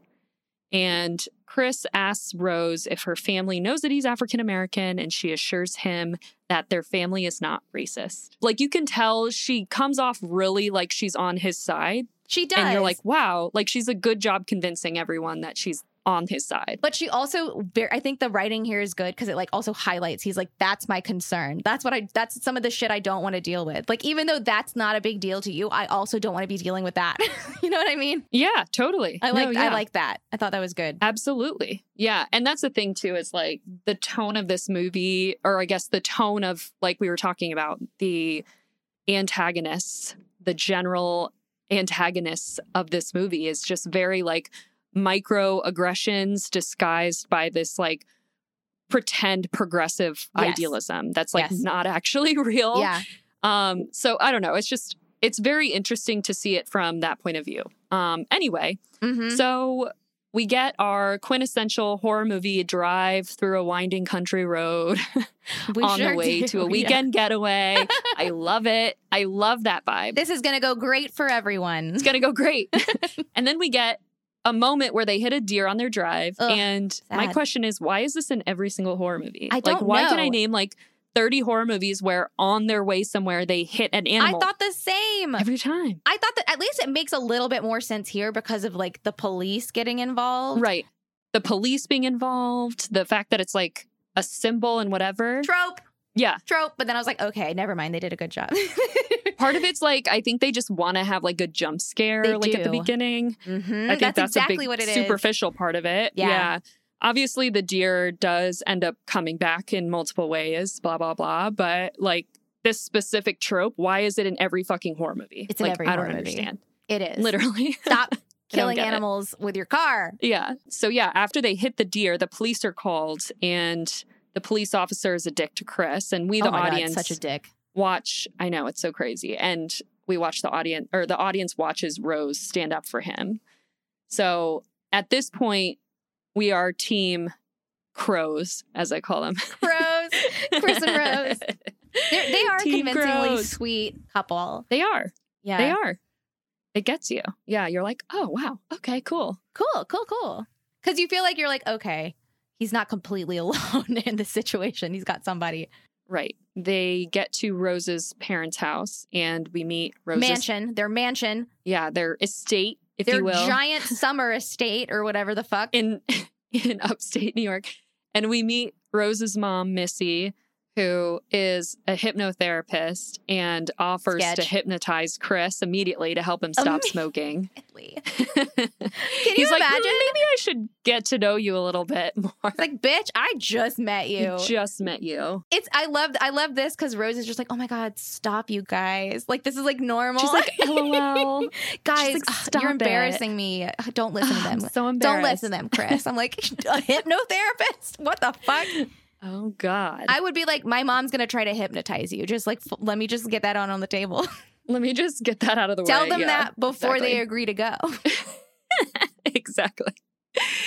Speaker 4: And Chris asks Rose if her family knows that he's African American, and she assures him that their family is not racist. Like you can tell, she comes off really like she's on his side.
Speaker 3: She does.
Speaker 4: And you're like, wow, like she's a good job convincing everyone that she's on his side.
Speaker 3: but she also, ver- I think the writing here is good because it like also highlights. He's like, that's my concern. That's what I. That's some of the shit I don't want to deal with. Like, even though that's not a big deal to you, I also don't want to be dealing with that. you know what I mean?
Speaker 4: Yeah, totally.
Speaker 3: I
Speaker 4: No,
Speaker 3: like. I
Speaker 4: yeah.
Speaker 3: like that. I thought that was good.
Speaker 4: Absolutely. Yeah. And that's the thing too, is like the tone of this movie, or I guess the tone of like we were talking about, the antagonists, the general antagonists of this movie is just very like microaggressions disguised by this like pretend progressive
Speaker 3: Yes.
Speaker 4: idealism that's like
Speaker 3: Yes.
Speaker 4: not actually real.
Speaker 3: Yeah.
Speaker 4: Um, so I don't know. It's just it's very interesting to see it from that point of view. Um, anyway,
Speaker 3: Mm-hmm.
Speaker 4: so we get our quintessential horror movie drive through a winding country road
Speaker 3: We
Speaker 4: on
Speaker 3: sure
Speaker 4: the way
Speaker 3: do,
Speaker 4: to a
Speaker 3: yeah.
Speaker 4: weekend getaway. I love it. I love that vibe.
Speaker 3: This is gonna go great for everyone.
Speaker 4: It's going to go great. and then we get a moment where they hit a deer on their drive.
Speaker 3: Ugh,
Speaker 4: and my
Speaker 3: sad.
Speaker 4: question is why is this in every single horror movie?
Speaker 3: I
Speaker 4: like,
Speaker 3: don't
Speaker 4: why can I
Speaker 3: know.
Speaker 4: name like 30 horror movies where on their way somewhere they hit an
Speaker 3: I
Speaker 4: animal?
Speaker 3: thought the same.
Speaker 4: every time.
Speaker 3: I thought that at least it makes a little bit more sense here because of like the police getting involved.
Speaker 4: Right. The police being involved, the fact that it's like a symbol and whatever.
Speaker 3: Trope,
Speaker 4: Yeah.
Speaker 3: trope. But then I was like, okay, never mind. They did a good job.
Speaker 4: Part of it's like I think they just want to have like a jump scare
Speaker 3: They
Speaker 4: like at the
Speaker 3: do.
Speaker 4: beginning.
Speaker 3: Mhm.
Speaker 4: I think that's,
Speaker 3: exactly
Speaker 4: a big
Speaker 3: what it is.
Speaker 4: superficial part of it.
Speaker 3: Yeah.
Speaker 4: Obviously the deer does end up coming back in multiple ways, blah blah blah, but like this specific trope, why is it in every fucking horror movie?
Speaker 3: It's in
Speaker 4: Like,
Speaker 3: every
Speaker 4: I don't
Speaker 3: horror movie.
Speaker 4: understand.
Speaker 3: It is
Speaker 4: Literally.
Speaker 3: stop killing
Speaker 4: get it.
Speaker 3: animals with your car.
Speaker 4: Yeah. So yeah, after they hit the deer, the police are called and the police officer is a dick to Chris and we the
Speaker 3: oh my
Speaker 4: audience
Speaker 3: God, such a dick.
Speaker 4: watch I know it's so crazy and we watch the audience or the audience watches Rose stand up for him. So at this point we are team crows as I call them.
Speaker 3: Rose, Chris and Rose. They're, they are a
Speaker 4: Team
Speaker 3: convincingly
Speaker 4: Crows.
Speaker 3: sweet couple.
Speaker 4: They are.
Speaker 3: Yeah,
Speaker 4: They are. It gets you. Yeah, you're like, "Oh, wow. Okay, cool."
Speaker 3: Cool, cool, cool. Because you feel like you're like, okay, he's not completely alone in this situation. He's got somebody.
Speaker 4: Right. They get to Rose's parents' house and we meet Rose's
Speaker 3: mansion, their mansion,
Speaker 4: yeah, their estate, if
Speaker 3: their
Speaker 4: you will,
Speaker 3: giant summer estate or whatever the fuck.
Speaker 4: in in upstate New York, and we meet Rose's mom, Missy, who is a hypnotherapist and offers to
Speaker 3: Sketch.
Speaker 4: hypnotize Chris immediately to help him stop
Speaker 3: Imme-
Speaker 4: smoking.
Speaker 3: Can
Speaker 4: He's
Speaker 3: you
Speaker 4: like,
Speaker 3: imagine?
Speaker 4: "Hmm, maybe I should get to know you a little bit more.
Speaker 3: like, bitch, I just met you.
Speaker 4: Just met you.
Speaker 3: It's I love I love this because Rose is just like, oh my god, stop you guys. Like this is like normal.
Speaker 4: She's like, lol.
Speaker 3: guys,
Speaker 4: like,
Speaker 3: ugh,
Speaker 4: "Stop
Speaker 3: you're
Speaker 4: it."
Speaker 3: embarrassing me. Ugh, Don't listen to
Speaker 4: I'm
Speaker 3: them.
Speaker 4: so embarrassed.
Speaker 3: Don't listen to them, Chris. I'm like a hypnotherapist. What the fuck?
Speaker 4: Oh God.
Speaker 3: I would be like, my mom's gonna try to hypnotize you. Just like, f- let me just get that on on the table.
Speaker 4: Let me just get that out of the
Speaker 3: Tell
Speaker 4: way.
Speaker 3: them
Speaker 4: Yeah,
Speaker 3: that before they
Speaker 4: exactly.
Speaker 3: agree to go.
Speaker 4: exactly.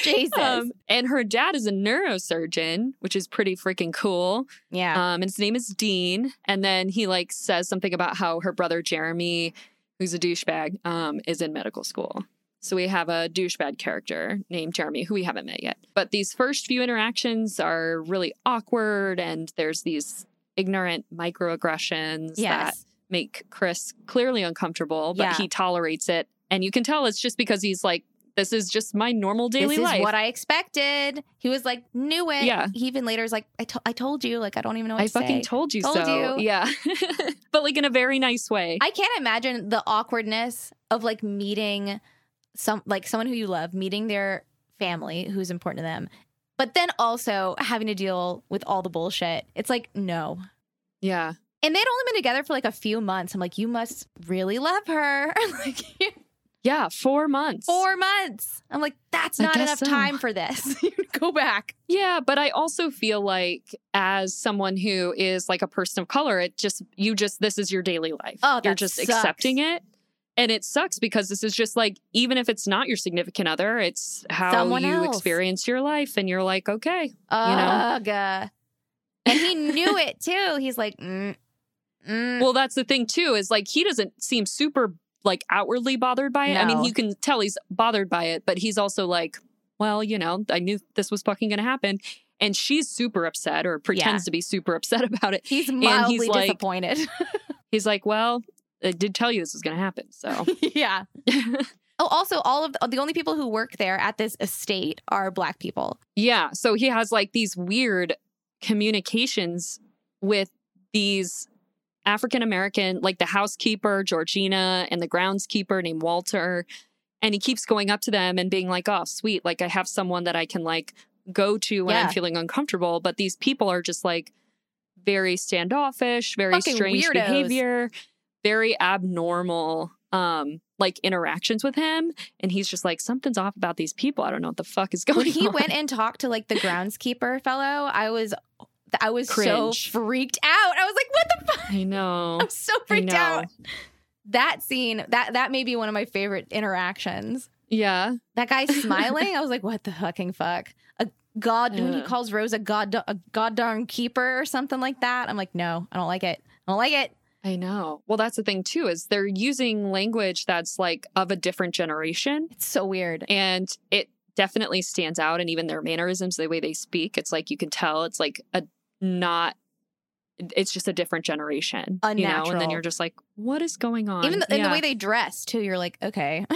Speaker 3: Jesus.
Speaker 4: Um, and her dad is a neurosurgeon, which is pretty freaking cool.
Speaker 3: yeah.
Speaker 4: Um, and his name is Dean. And then he like says something about how her brother Jeremy, who's a douchebag, um, is in medical school. So we have a douchebag character named Jeremy, who we haven't met yet. But these first few interactions are really awkward, and there's these ignorant microaggressions that
Speaker 3: yes.
Speaker 4: make Chris clearly uncomfortable, but
Speaker 3: Yeah.
Speaker 4: he tolerates it. And you can tell it's just because he's like, this is just my normal daily
Speaker 3: this is
Speaker 4: life.
Speaker 3: what I expected. He was like, knew it.
Speaker 4: Yeah.
Speaker 3: He even later is like, I, to- I told you. Like, I don't even know what
Speaker 4: I
Speaker 3: to say.
Speaker 4: fucking told you
Speaker 3: Told
Speaker 4: so.
Speaker 3: you.
Speaker 4: Yeah. but like in a very nice way.
Speaker 3: I can't imagine the awkwardness of like meeting some like someone who you love, meeting their family who's important to them, but then also having to deal with all the bullshit. It's like no.
Speaker 4: yeah.
Speaker 3: And they'd only been together for like a few months. I'm like, you must really love her. like,
Speaker 4: Yeah, four months.
Speaker 3: Four months. I'm like, that's
Speaker 4: I
Speaker 3: not
Speaker 4: guess
Speaker 3: enough
Speaker 4: so.
Speaker 3: time for this. You Go back.
Speaker 4: Yeah, but I also feel like as someone who is like a person of color, it just you just this is your daily life.
Speaker 3: Oh,
Speaker 4: You're
Speaker 3: that
Speaker 4: just
Speaker 3: sucks.
Speaker 4: accepting it. And it sucks because this is just like even if it's not your significant other, it's how
Speaker 3: Someone
Speaker 4: you
Speaker 3: else.
Speaker 4: experience your life and you're like, okay.
Speaker 3: Ugh. And he knew it too. He's like, mm, mm.
Speaker 4: Well, that's the thing too is like he doesn't seem super like outwardly bothered by it. I mean,
Speaker 3: No.
Speaker 4: you can tell he's bothered by it, but he's also like, well, you know, I knew this was fucking going to happen. And she's super upset or pretends to be super upset about it.
Speaker 3: he's
Speaker 4: he's
Speaker 3: mildly
Speaker 4: like-
Speaker 3: disappointed.
Speaker 4: He's like, well, I did tell you this was going to happen. So
Speaker 3: yeah. Oh, also, all of the, the only people who work there at this estate are black people.
Speaker 4: yeah. So he has like these weird communications with these African American, like the housekeeper, Georgina, and the groundskeeper named Walter. And he keeps going up to them and being like, oh, sweet. Like I have someone that I can like go to when
Speaker 3: Yeah.
Speaker 4: I'm feeling uncomfortable. But these people are just like very standoffish, very
Speaker 3: Fucking
Speaker 4: strange
Speaker 3: weirdos.
Speaker 4: behavior, very abnormal um like interactions with him. And he's just like, something's off about these people. I don't know what the fuck is going
Speaker 3: When he
Speaker 4: on.
Speaker 3: went and talked to like the groundskeeper fellow, I was, I was
Speaker 4: Cringe.
Speaker 3: so freaked out. I was like, what the fuck?
Speaker 4: I know.
Speaker 3: I'm so
Speaker 4: I
Speaker 3: freaked
Speaker 4: know.
Speaker 3: out. That scene, that that may be one of my favorite interactions.
Speaker 4: Yeah.
Speaker 3: That guy smiling, I was like, what the fucking fuck? A god when he
Speaker 4: Yeah.
Speaker 3: calls Rose a god a god darn keeper or something like that. I'm like, no, I don't like it. I don't like it.
Speaker 4: I know. Well, that's the thing too, is they're using language that's like of a different generation.
Speaker 3: It's so weird.
Speaker 4: And it definitely stands out. And even their mannerisms, the way they speak, it's like you can tell it's like a not it's just a different generation. You know, and then
Speaker 3: Unnatural.
Speaker 4: you're just like, what is going on?
Speaker 3: Even the, and the
Speaker 4: Yeah.
Speaker 3: way they dress too, you're like, okay.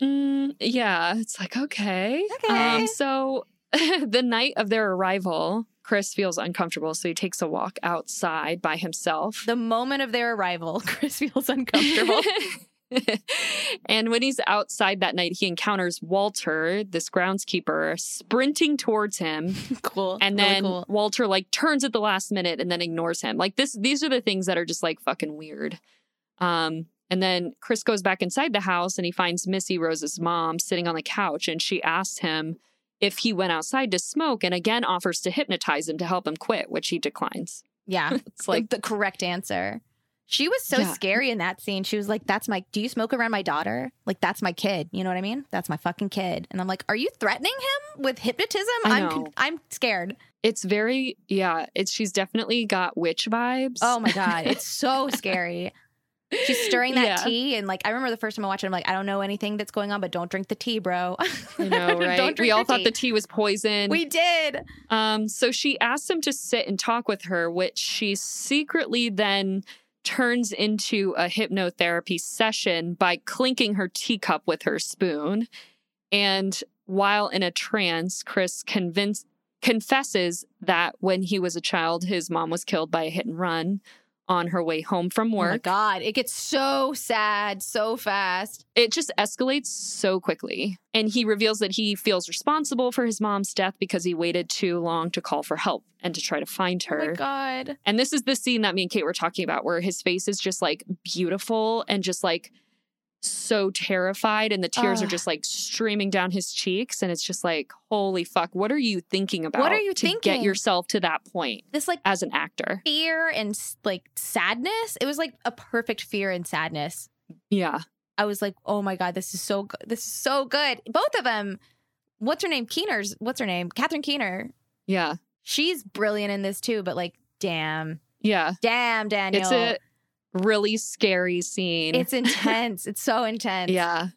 Speaker 4: Mm, yeah, it's like okay.
Speaker 3: Okay.
Speaker 4: Um, so the night of their arrival, Chris feels uncomfortable, so he takes a walk outside by himself.
Speaker 3: the moment of their arrival, Chris feels uncomfortable.
Speaker 4: and when he's outside that night, he encounters Walter, this groundskeeper, sprinting towards him.
Speaker 3: cool.
Speaker 4: And
Speaker 3: Really
Speaker 4: then
Speaker 3: cool.
Speaker 4: Walter like turns at the last minute and then ignores him. Like this, these are the things that are just like fucking weird. Um, and then Chris goes back inside the house and he finds Missy Rose's mom sitting on the couch and she asks him if he went outside to smoke and again offers to hypnotize him to help him quit, which he declines.
Speaker 3: yeah,
Speaker 4: It's
Speaker 3: like
Speaker 4: like,
Speaker 3: the correct answer. She was so
Speaker 4: Yeah.
Speaker 3: scary in that scene. She was like, "That's my. Do you smoke around my daughter? Like that's my kid. You know what I mean? That's my fucking kid." And I'm like, "Are you threatening him with hypnotism?
Speaker 4: I
Speaker 3: am
Speaker 4: know.
Speaker 3: I'm scared.
Speaker 4: it's very, yeah, it's she's definitely got witch vibes.
Speaker 3: Oh my god, it's so scary. She's stirring that
Speaker 4: Yeah.
Speaker 3: tea, and like I remember the first time I watched it, I'm like, I don't know anything that's going on, but don't drink the tea, bro.
Speaker 4: I know,
Speaker 3: Don't
Speaker 4: right?
Speaker 3: drink
Speaker 4: We
Speaker 3: your
Speaker 4: all thought
Speaker 3: tea.
Speaker 4: the tea was poison.
Speaker 3: we did.
Speaker 4: Um, so she asks him to sit and talk with her, which she secretly then turns into a hypnotherapy session by clinking her teacup with her spoon. And while in a trance, Chris convince, confesses that when he was a child, his mom was killed by a hit and run on her way home from
Speaker 3: Oh my
Speaker 4: work.
Speaker 3: god, it gets so sad so fast.
Speaker 4: it just escalates so quickly. And he reveals that he feels responsible for his mom's death because he waited too long to call for help and to try to find her.
Speaker 3: Oh my god.
Speaker 4: And this is the scene that me and Kate were talking about where his face is just like beautiful and just like so terrified and the tears are
Speaker 3: Ugh.
Speaker 4: just like streaming down his cheeks and it's just like holy fuck what are you thinking about
Speaker 3: are you
Speaker 4: to get
Speaker 3: thinking?
Speaker 4: yourself to that point
Speaker 3: This like
Speaker 4: as an actor
Speaker 3: fear and s- like sadness. It was like a perfect fear and sadness.
Speaker 4: yeah
Speaker 3: I was like, "Oh my god, this is so good. This is so good." Both of them. What's her name? Keener's. What's her name? Catherine Keener.
Speaker 4: yeah
Speaker 3: She's brilliant in this too, but like, damn.
Speaker 4: yeah
Speaker 3: Damn, Daniel.
Speaker 4: it's a really scary scene
Speaker 3: It's intense. it's so intense.
Speaker 4: Yeah.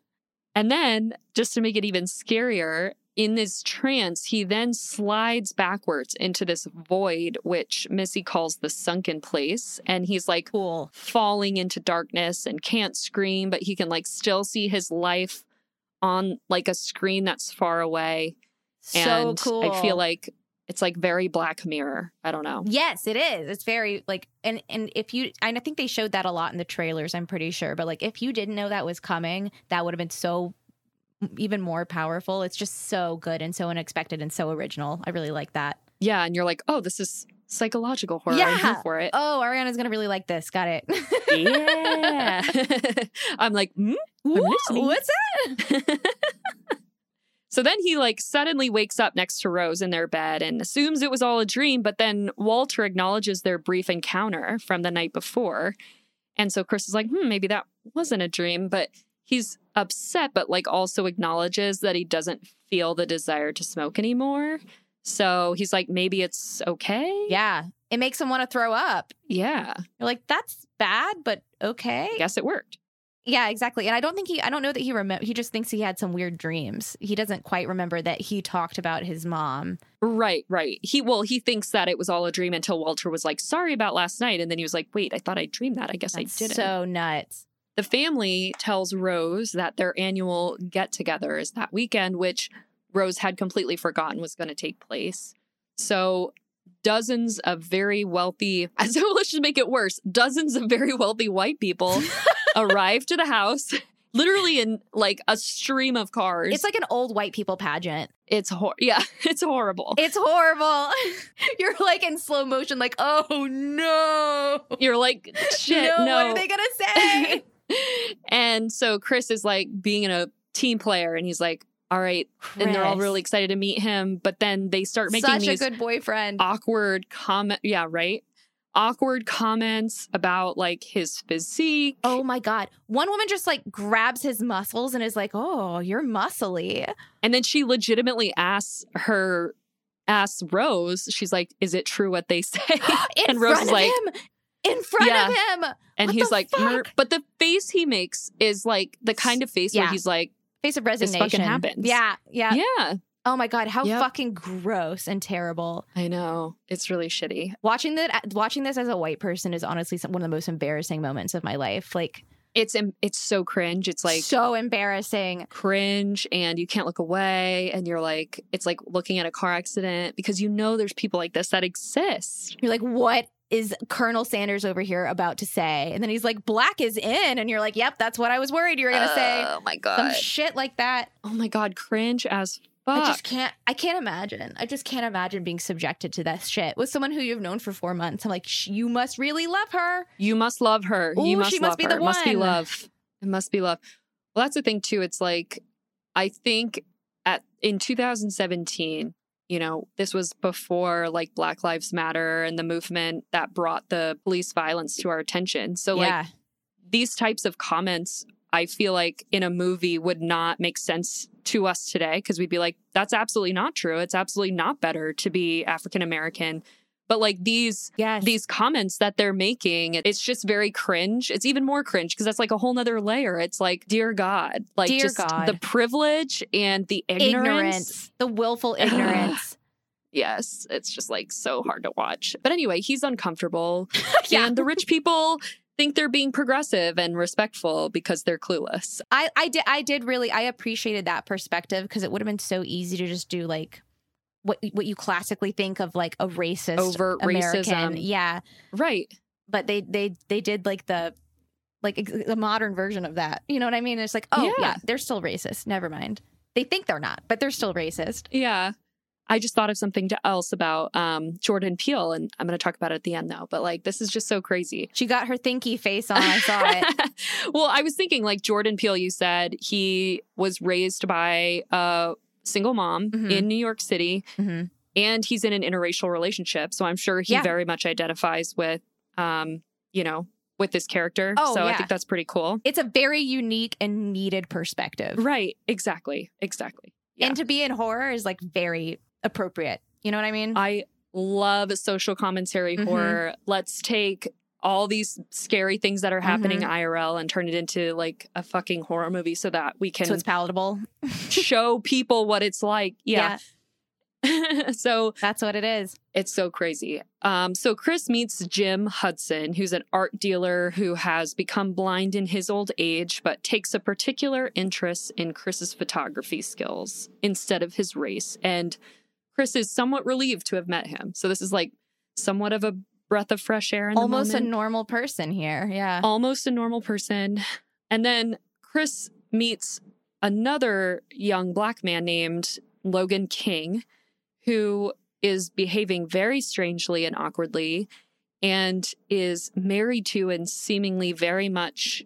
Speaker 4: And then, just to make it even scarier, in this trance, he then slides backwards into this void, which Missy calls the sunken place. And he's like
Speaker 3: Cool.
Speaker 4: falling into darkness and can't scream, but he can like still see his life on like a screen that's far away.
Speaker 3: So
Speaker 4: and
Speaker 3: cool.
Speaker 4: I feel like it's like very Black Mirror. I don't know.
Speaker 3: Yes, it is. It's very like and and if you and I think they showed that a lot in the trailers, I'm pretty sure. But like if you didn't know that was coming, that would have been so even more powerful. It's just so good and so unexpected and so original. I really like that.
Speaker 4: Yeah. And you're like, oh, this is psychological horror. I'm here
Speaker 3: Yeah.
Speaker 4: for it.
Speaker 3: Oh, Ariana's gonna really like this. Got it.
Speaker 4: yeah. I'm like, hmm?
Speaker 3: Whoa,
Speaker 4: listening.
Speaker 3: what's that?
Speaker 4: So then he like suddenly wakes up next to Rose in their bed and assumes it was all a dream, but then Walter acknowledges their brief encounter from the night before. And so Chris is like, hmm, maybe that wasn't a dream, but he's upset, but like also acknowledges that he doesn't feel the desire to smoke anymore. So he's like, maybe it's okay.
Speaker 3: Yeah, it makes him want to throw up.
Speaker 4: Yeah.
Speaker 3: You're like, that's bad, but okay.
Speaker 4: I guess it worked.
Speaker 3: Yeah, exactly. And I don't think he, I don't know that he remember. He just thinks he had some weird dreams. He doesn't quite remember that he talked about his mom.
Speaker 4: Right, right. He well, he thinks that it was all a dream until Walter was like, sorry about last night. And then he was like, wait, I thought I dreamed that. I guess
Speaker 3: That's
Speaker 4: I didn't.
Speaker 3: so nuts.
Speaker 4: The family tells Rose that their annual get together is that weekend, which Rose had completely forgotten was going to take place. So, dozens of very wealthy, so let's just make it worse, dozens of very wealthy white people arrive to the house, literally in like a stream of cars.
Speaker 3: It's like an old white people pageant.
Speaker 4: it's hor- yeah, it's horrible.
Speaker 3: It's horrible. You're like in slow motion, like, oh no.
Speaker 4: You're like, shit,
Speaker 3: no,
Speaker 4: no.
Speaker 3: what are they gonna say?
Speaker 4: and so Chris is like being a team player and he's like, all right, and they're all
Speaker 3: Chris.
Speaker 4: really excited to meet him. But then they start making
Speaker 3: Such
Speaker 4: these
Speaker 3: a good boyfriend.
Speaker 4: awkward comment. Yeah, right. Awkward comments about like his physique.
Speaker 3: Oh my god. One woman just like grabs his muscles and is like, "Oh, you're muscly."
Speaker 4: And then she legitimately asks her, asks Rose, she's like, is it true what they say?
Speaker 3: In
Speaker 4: And Rose
Speaker 3: front
Speaker 4: is
Speaker 3: of
Speaker 4: like-
Speaker 3: him. In front of him.
Speaker 4: And
Speaker 3: What
Speaker 4: he's
Speaker 3: the
Speaker 4: like, "Mer-"
Speaker 3: fuck?
Speaker 4: but the face he makes is like the kind of face where
Speaker 3: Yeah.
Speaker 4: he's like,
Speaker 3: Face of
Speaker 4: fucking
Speaker 3: resignation.
Speaker 4: happens.
Speaker 3: Yeah, yeah.
Speaker 4: yeah,
Speaker 3: Oh my god, how
Speaker 4: Yep.
Speaker 3: fucking gross and terrible.
Speaker 4: I know. It's really shitty.
Speaker 3: Watching that watching this as a white person is honestly some, one of the most embarrassing moments of my life. Like,
Speaker 4: It's, em- it's so cringe. It's like,
Speaker 3: so embarrassing.
Speaker 4: cringe and you can't look away and you're like it's like looking at a car accident because you know there's people like this that exist
Speaker 3: You're like, "What is Colonel Sanders over here about to say?" And then he's like, "Black is in." And you're like, "Yep, that's what I was worried you were going to say."
Speaker 4: oh my
Speaker 3: Some
Speaker 4: god
Speaker 3: shit like that.
Speaker 4: oh my god cringe as fuck
Speaker 3: I just can't. I can't imagine. I just can't imagine being subjected to that shit with someone who you've known for four months. I'm like, "Sh- you must really love her.
Speaker 4: you must love her you
Speaker 3: Ooh,
Speaker 4: must
Speaker 3: she
Speaker 4: love
Speaker 3: must be
Speaker 4: her
Speaker 3: the
Speaker 4: it must be
Speaker 3: one.
Speaker 4: love it must be love well that's the thing too it's like i think at in 2017 you know this was before like black lives matter and the movement that brought the police violence to our attention so like
Speaker 3: yeah,
Speaker 4: these types of comments i feel like in a movie would not make sense to us today because we'd be like that's absolutely not true it's absolutely not better to be african american but like these
Speaker 3: yes.
Speaker 4: these comments that they're making it's just very cringe it's even more cringe because that's like a whole nother layer it's like dear god like
Speaker 3: Dear
Speaker 4: just
Speaker 3: God.
Speaker 4: the privilege and the ignorance
Speaker 3: ignorance, the willful ignorance.
Speaker 4: yes it's just like so hard to watch but anyway he's uncomfortable
Speaker 3: yeah,
Speaker 4: and the rich people think they're being progressive and respectful because they're clueless.
Speaker 3: I, I did. I did really. I appreciated that perspective because it would have been so easy to just do like what what you classically think of like a racist
Speaker 4: Overt
Speaker 3: American.
Speaker 4: racism.
Speaker 3: Yeah,
Speaker 4: Right.
Speaker 3: but they they they did like the like ex- the modern version of that. You know what I mean? It's like, oh
Speaker 4: Yeah.
Speaker 3: yeah, they're still racist. Never mind. They think they're not, but they're still racist.
Speaker 4: Yeah. I just thought of something to- else about um, Jordan Peele, and I'm going to talk about it at the end, though. But like, this is just so crazy.
Speaker 3: She got her thinky face on. Oh, I saw it.
Speaker 4: well, I was thinking, like, Jordan Peele, you said he was raised by a single mom
Speaker 3: Mhm.
Speaker 4: in New York City,
Speaker 3: hmm
Speaker 4: and he's in an interracial relationship. So I'm sure he
Speaker 3: Yeah.
Speaker 4: very much identifies with, um, you know, with this character.
Speaker 3: Oh,
Speaker 4: so I
Speaker 3: yeah.
Speaker 4: think that's pretty cool.
Speaker 3: It's a very unique and needed perspective.
Speaker 4: Right. Exactly. Exactly. Yeah.
Speaker 3: And to be in horror is like very appropriate. You know what I mean?
Speaker 4: I love social commentary
Speaker 3: Mhm.
Speaker 4: horror. Let's take all these scary things that are happening
Speaker 3: Mm-hmm.
Speaker 4: IRL and turn it into like a fucking horror movie so that we
Speaker 3: so
Speaker 4: can
Speaker 3: it's palatable.
Speaker 4: show people what it's like. Yeah. so
Speaker 3: that's what it is.
Speaker 4: it's so crazy. Um, so Chris meets Jim Hudson, who's an art dealer who has become blind in his old age, but takes a particular interest in Chris's photography skills instead of his race. And Chris is somewhat relieved to have met him. So this is like somewhat of a breath of fresh air. In the
Speaker 3: Almost a
Speaker 4: moment.
Speaker 3: normal person here. Yeah.
Speaker 4: almost a normal person, and then Chris meets another young black man named Logan King, who is behaving very strangely and awkwardly and is married to and seemingly very much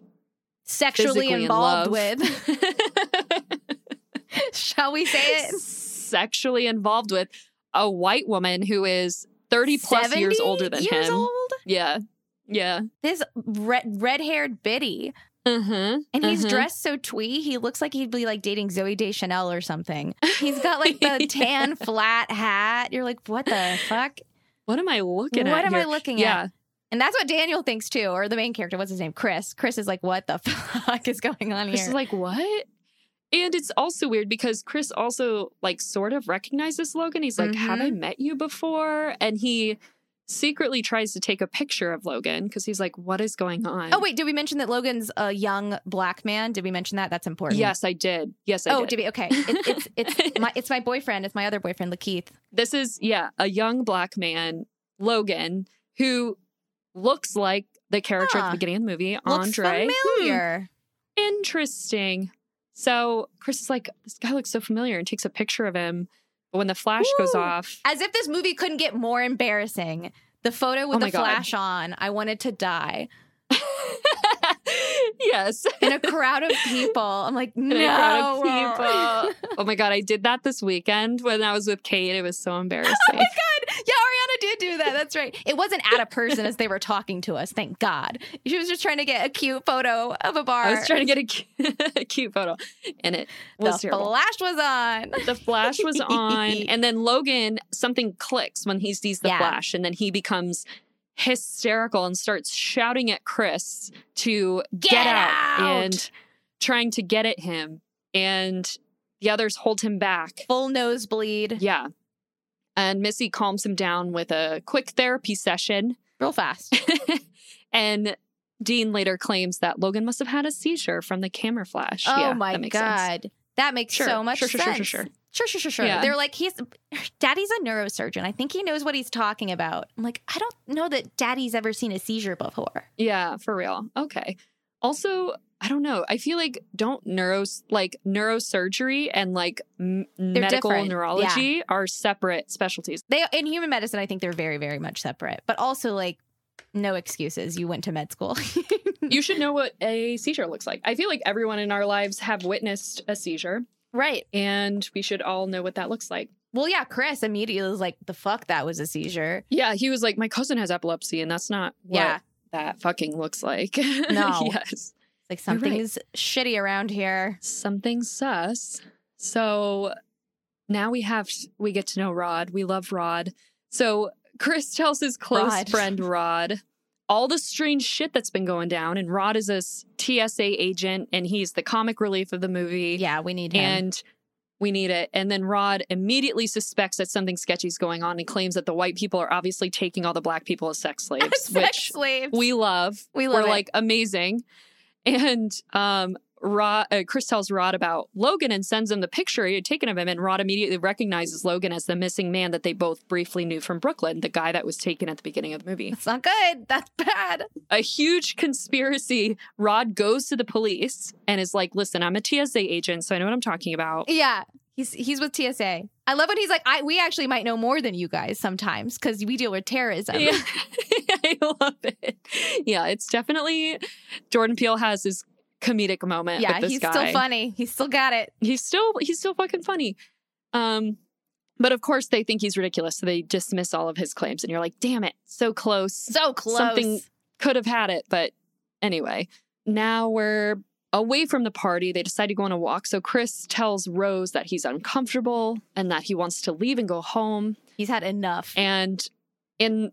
Speaker 3: Sexually
Speaker 4: physically in
Speaker 3: involved
Speaker 4: love.
Speaker 3: with. Shall we say it?
Speaker 4: sexually involved with a white woman who is 30 plus years
Speaker 3: 70
Speaker 4: older than
Speaker 3: years
Speaker 4: him.
Speaker 3: old?
Speaker 4: Yeah. Yeah.
Speaker 3: This red red-haired biddy,
Speaker 4: Uh-huh.
Speaker 3: and he's
Speaker 4: Mhm.
Speaker 3: dressed so twee. He looks like he'd be like dating Zoe Deschanel or something. He's got like the tan flat hat. You're like, what the fuck?
Speaker 4: What am I looking at?
Speaker 3: What am I
Speaker 4: here?
Speaker 3: looking at?
Speaker 4: yeah.
Speaker 3: And that's what Daniel thinks too, or the main character. What's his name? Chris. Chris is like, what the fuck is going on
Speaker 4: Chris
Speaker 3: here?
Speaker 4: is like, what? And it's also weird because Chris also like sort of recognizes Logan. He's like, have
Speaker 3: Mm-hmm.
Speaker 4: I met you before? And he secretly tries to take a picture of Logan because he's like, what is going on?
Speaker 3: oh wait, did we mention that Logan's a young black man? Did we mention that? That's important.
Speaker 4: Yes, I did. Yes, I
Speaker 3: Oh,
Speaker 4: did.
Speaker 3: did we? Okay. It, it's it's my it's my boyfriend. It's my other boyfriend, Lakeith.
Speaker 4: this is yeah a young black man logan who looks like the character at
Speaker 3: Huh.
Speaker 4: the beginning of the movie
Speaker 3: Looks
Speaker 4: andre Hmm,
Speaker 3: familiar.
Speaker 4: interesting so chris is like this guy looks so familiar and takes a picture of him but when the flash goes
Speaker 3: Woo!
Speaker 4: off
Speaker 3: As if this movie couldn't get more embarrassing. The photo with
Speaker 4: Oh my
Speaker 3: the
Speaker 4: God.
Speaker 3: flash on. I wanted to die
Speaker 4: yes
Speaker 3: in a crowd of people. I'm like, no.
Speaker 4: In a crowd of people. oh my god i did that this weekend when i was with kate it was so embarrassing
Speaker 3: Oh Yeah, Ariana did do that. That's right. It wasn't at a person as they were talking to us. Thank God. She was just trying to get a cute photo of a bar.
Speaker 4: i was trying to get a cute, a cute photo and it was
Speaker 3: the
Speaker 4: terrible.
Speaker 3: flash was on.
Speaker 4: the flash was on and then logan something clicks when he sees the
Speaker 3: Yeah.
Speaker 4: flash and then he becomes hysterical and starts shouting at chris to
Speaker 3: Get out!
Speaker 4: and trying to get at him and the others hold him back
Speaker 3: Full nosebleed.
Speaker 4: yeah and missy calms him down with a quick therapy session
Speaker 3: Real fast.
Speaker 4: and dean later claims that logan must have had a seizure from the camera flash
Speaker 3: oh
Speaker 4: yeah
Speaker 3: my
Speaker 4: that makes sense.
Speaker 3: God. That makes
Speaker 4: Sure,
Speaker 3: so much
Speaker 4: sure, sure,
Speaker 3: sense.
Speaker 4: sure, sure, sure.
Speaker 3: Sure, sure, sure, sure.
Speaker 4: Yeah.
Speaker 3: They're like, he's daddy's a neurosurgeon. I think he knows what he's talking about. I'm like, I don't know that daddy's ever seen a seizure before.
Speaker 4: Yeah, for real. Okay. Also, I don't know. I feel like don't neuros like neurosurgery and like m- medical
Speaker 3: different.
Speaker 4: neurology are separate specialties.
Speaker 3: They in human medicine, I think they're very, very much separate. But also like no excuses. You went to med school.
Speaker 4: You should know what a seizure looks like. I feel like everyone in our lives have witnessed a seizure,
Speaker 3: right.
Speaker 4: and we should all know what that looks like.
Speaker 3: Well, yeah, Chris immediately was like, the fuck, that was a seizure.
Speaker 4: Yeah, he was like, my cousin has epilepsy, and that's not what
Speaker 3: Yeah.
Speaker 4: that fucking looks like.
Speaker 3: No.
Speaker 4: yes.
Speaker 3: Like
Speaker 4: You're right.
Speaker 3: something's shitty around here.
Speaker 4: something sus. So now we have we get to know Rod. We love Rod. So Chris tells his close
Speaker 3: Rod.
Speaker 4: friend Rod all the strange shit that's been going down, and Rod is a s- TSA agent, and he's the comic relief of the movie,
Speaker 3: Yeah, we need him.
Speaker 4: and we need it. And then Rod immediately suspects that something sketchy is going on, and claims that the white people are obviously taking all the black people as sex slaves,
Speaker 3: sex
Speaker 4: which
Speaker 3: slaves.
Speaker 4: we love.
Speaker 3: We love
Speaker 4: We're
Speaker 3: it.
Speaker 4: like amazing. And um, Rod, uh, Chris tells Rod about Logan and sends him the picture he had taken of him. And Rod immediately recognizes Logan as the missing man that they both briefly knew from Brooklyn, the guy that was taken at the beginning of the movie.
Speaker 3: That's not good. That's bad.
Speaker 4: A huge conspiracy. Rod goes to the police and is like, "Listen, I'm a TSA agent, so I know what I'm talking about."
Speaker 3: Yeah. He's he's with TSA. I love what he's like. I we actually might know more than you guys sometimes because we deal with terrorism.
Speaker 4: Yeah. I love it. Yeah, it's definitely Jordan Peele has his comedic moment.
Speaker 3: Yeah,
Speaker 4: with this
Speaker 3: he's
Speaker 4: guy.
Speaker 3: still funny. He's still got it.
Speaker 4: he's still he's still fucking funny. Um but of course they think he's ridiculous, so they dismiss all of his claims and you're like, "Damn it, so close.
Speaker 3: So close.
Speaker 4: Something- Could have had it, but anyway. Now we're away from the party. They decide to go on a walk. So Chris tells Rose that he's uncomfortable and that he wants to leave and go home.
Speaker 3: He's had enough.
Speaker 4: And in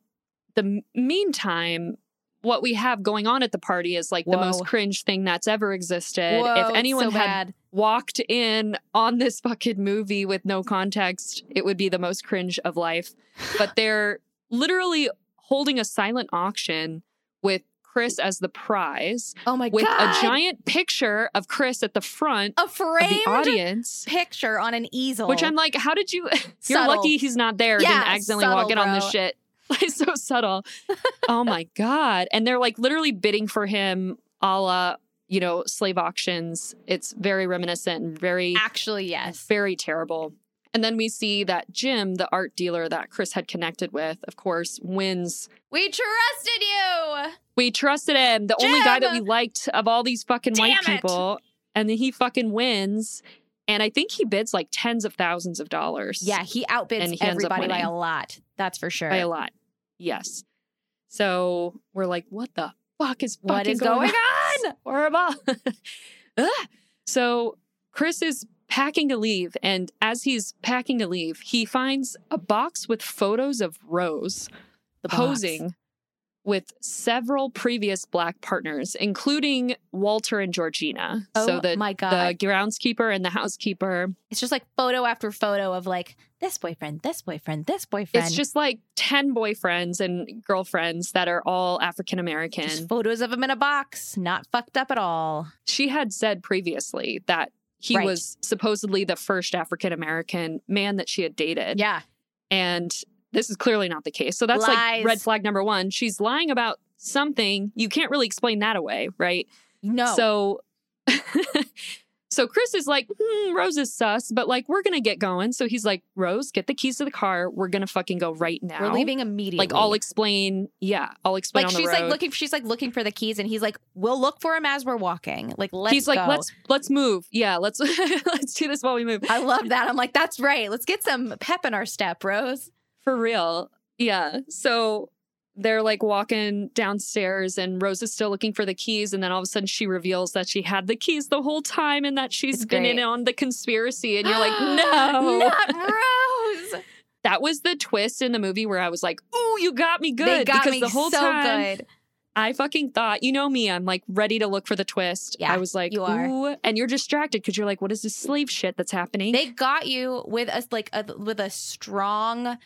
Speaker 4: the m- meantime, what we have going on at the party is like the
Speaker 3: Whoa.
Speaker 4: most cringe thing that's ever existed.
Speaker 3: Whoa,
Speaker 4: if
Speaker 3: it's
Speaker 4: anyone
Speaker 3: so
Speaker 4: had
Speaker 3: bad.
Speaker 4: walked in on this fucking movie with no context, it would be the most cringe of life. But they're literally holding a silent auction with Chris as the prize,
Speaker 3: Oh my
Speaker 4: with
Speaker 3: god.
Speaker 4: a giant picture of Chris at the front
Speaker 3: a
Speaker 4: of the
Speaker 3: framed
Speaker 4: audience.
Speaker 3: picture on an easel.
Speaker 4: Which I'm like, how did you? You're
Speaker 3: Subtle.
Speaker 4: lucky he's not there.
Speaker 3: Yeah,
Speaker 4: didn't accidentally
Speaker 3: subtle,
Speaker 4: walk in on this
Speaker 3: bro.
Speaker 4: shit. It's so subtle. oh my god! And they're like literally bidding for him, a la you know slave auctions. It's very reminiscent and very
Speaker 3: actually yes.
Speaker 4: very terrible. And then we see that Jim, the art dealer that Chris had connected with, of course, wins.
Speaker 3: We trusted you.
Speaker 4: We trusted him, the only guy that we
Speaker 3: Jim!
Speaker 4: liked of all these fucking white
Speaker 3: Damn it.
Speaker 4: people. And then he fucking wins. And I think he bids like tens of thousands of dollars.
Speaker 3: Yeah, he
Speaker 4: And
Speaker 3: outbids
Speaker 4: he ends up
Speaker 3: everybody by
Speaker 4: winning.
Speaker 3: a lot. That's for sure.
Speaker 4: By a lot. Yes. So we're like, what the fuck is
Speaker 3: What
Speaker 4: fucking
Speaker 3: is going
Speaker 4: going
Speaker 3: on?
Speaker 4: horrible. Ah. so Chris is packing to leave, and as he's packing to leave, he finds a box with photos of Rose
Speaker 3: The box.
Speaker 4: posing with several previous black partners, including Walter and Georgina.
Speaker 3: Oh
Speaker 4: so the
Speaker 3: my god!
Speaker 4: the groundskeeper and the housekeeper.
Speaker 3: it's just like photo after photo of like this boyfriend, this boyfriend, this boyfriend.
Speaker 4: It's just like ten boyfriends and girlfriends that are all African American.
Speaker 3: Just photos of him in a box, not fucked up at all.
Speaker 4: she had said previously that he
Speaker 3: Right.
Speaker 4: was supposedly the first African American man that she had dated.
Speaker 3: Yeah,
Speaker 4: And this is clearly not the case. So that's
Speaker 3: Lies.
Speaker 4: like red flag number one. She's lying about something. You can't really explain that away, right?
Speaker 3: no.
Speaker 4: So So Chris is like, hmm, Rose is sus, but like we're gonna get going. So he's like, Rose, get the keys to the car. We're gonna fucking go right now.
Speaker 3: we're leaving immediately.
Speaker 4: Like I'll explain. Yeah, I'll explain.
Speaker 3: like
Speaker 4: on the
Speaker 3: she's like
Speaker 4: road.
Speaker 3: looking. She's like looking for the keys, and he's like, "We'll look for him as we're walking." Like let's.
Speaker 4: he's like,
Speaker 3: go.
Speaker 4: let's let's move. Yeah, let's let's do this while we move.
Speaker 3: I love that. I'm like, that's right. Let's get some pep in our step, Rose.
Speaker 4: For real. Yeah. So they're like walking downstairs and Rose is still looking for the keys and then all of a sudden she reveals that she had the keys the whole time and that she's
Speaker 3: It's
Speaker 4: been in
Speaker 3: great.
Speaker 4: on the conspiracy and you're like, "No."
Speaker 3: not Rose.
Speaker 4: That was the twist in the movie where I was like, "Ooh, you got me good."
Speaker 3: they got
Speaker 4: because
Speaker 3: me
Speaker 4: the whole
Speaker 3: so
Speaker 4: time
Speaker 3: good.
Speaker 4: I fucking thought, you know me, I'm like ready to look for the twist.
Speaker 3: Yeah,
Speaker 4: I was like,
Speaker 3: you are.
Speaker 4: "Ooh," and you're distracted cuz you're like, "What is this slave shit that's happening?"
Speaker 3: They got you with a like a, with a strong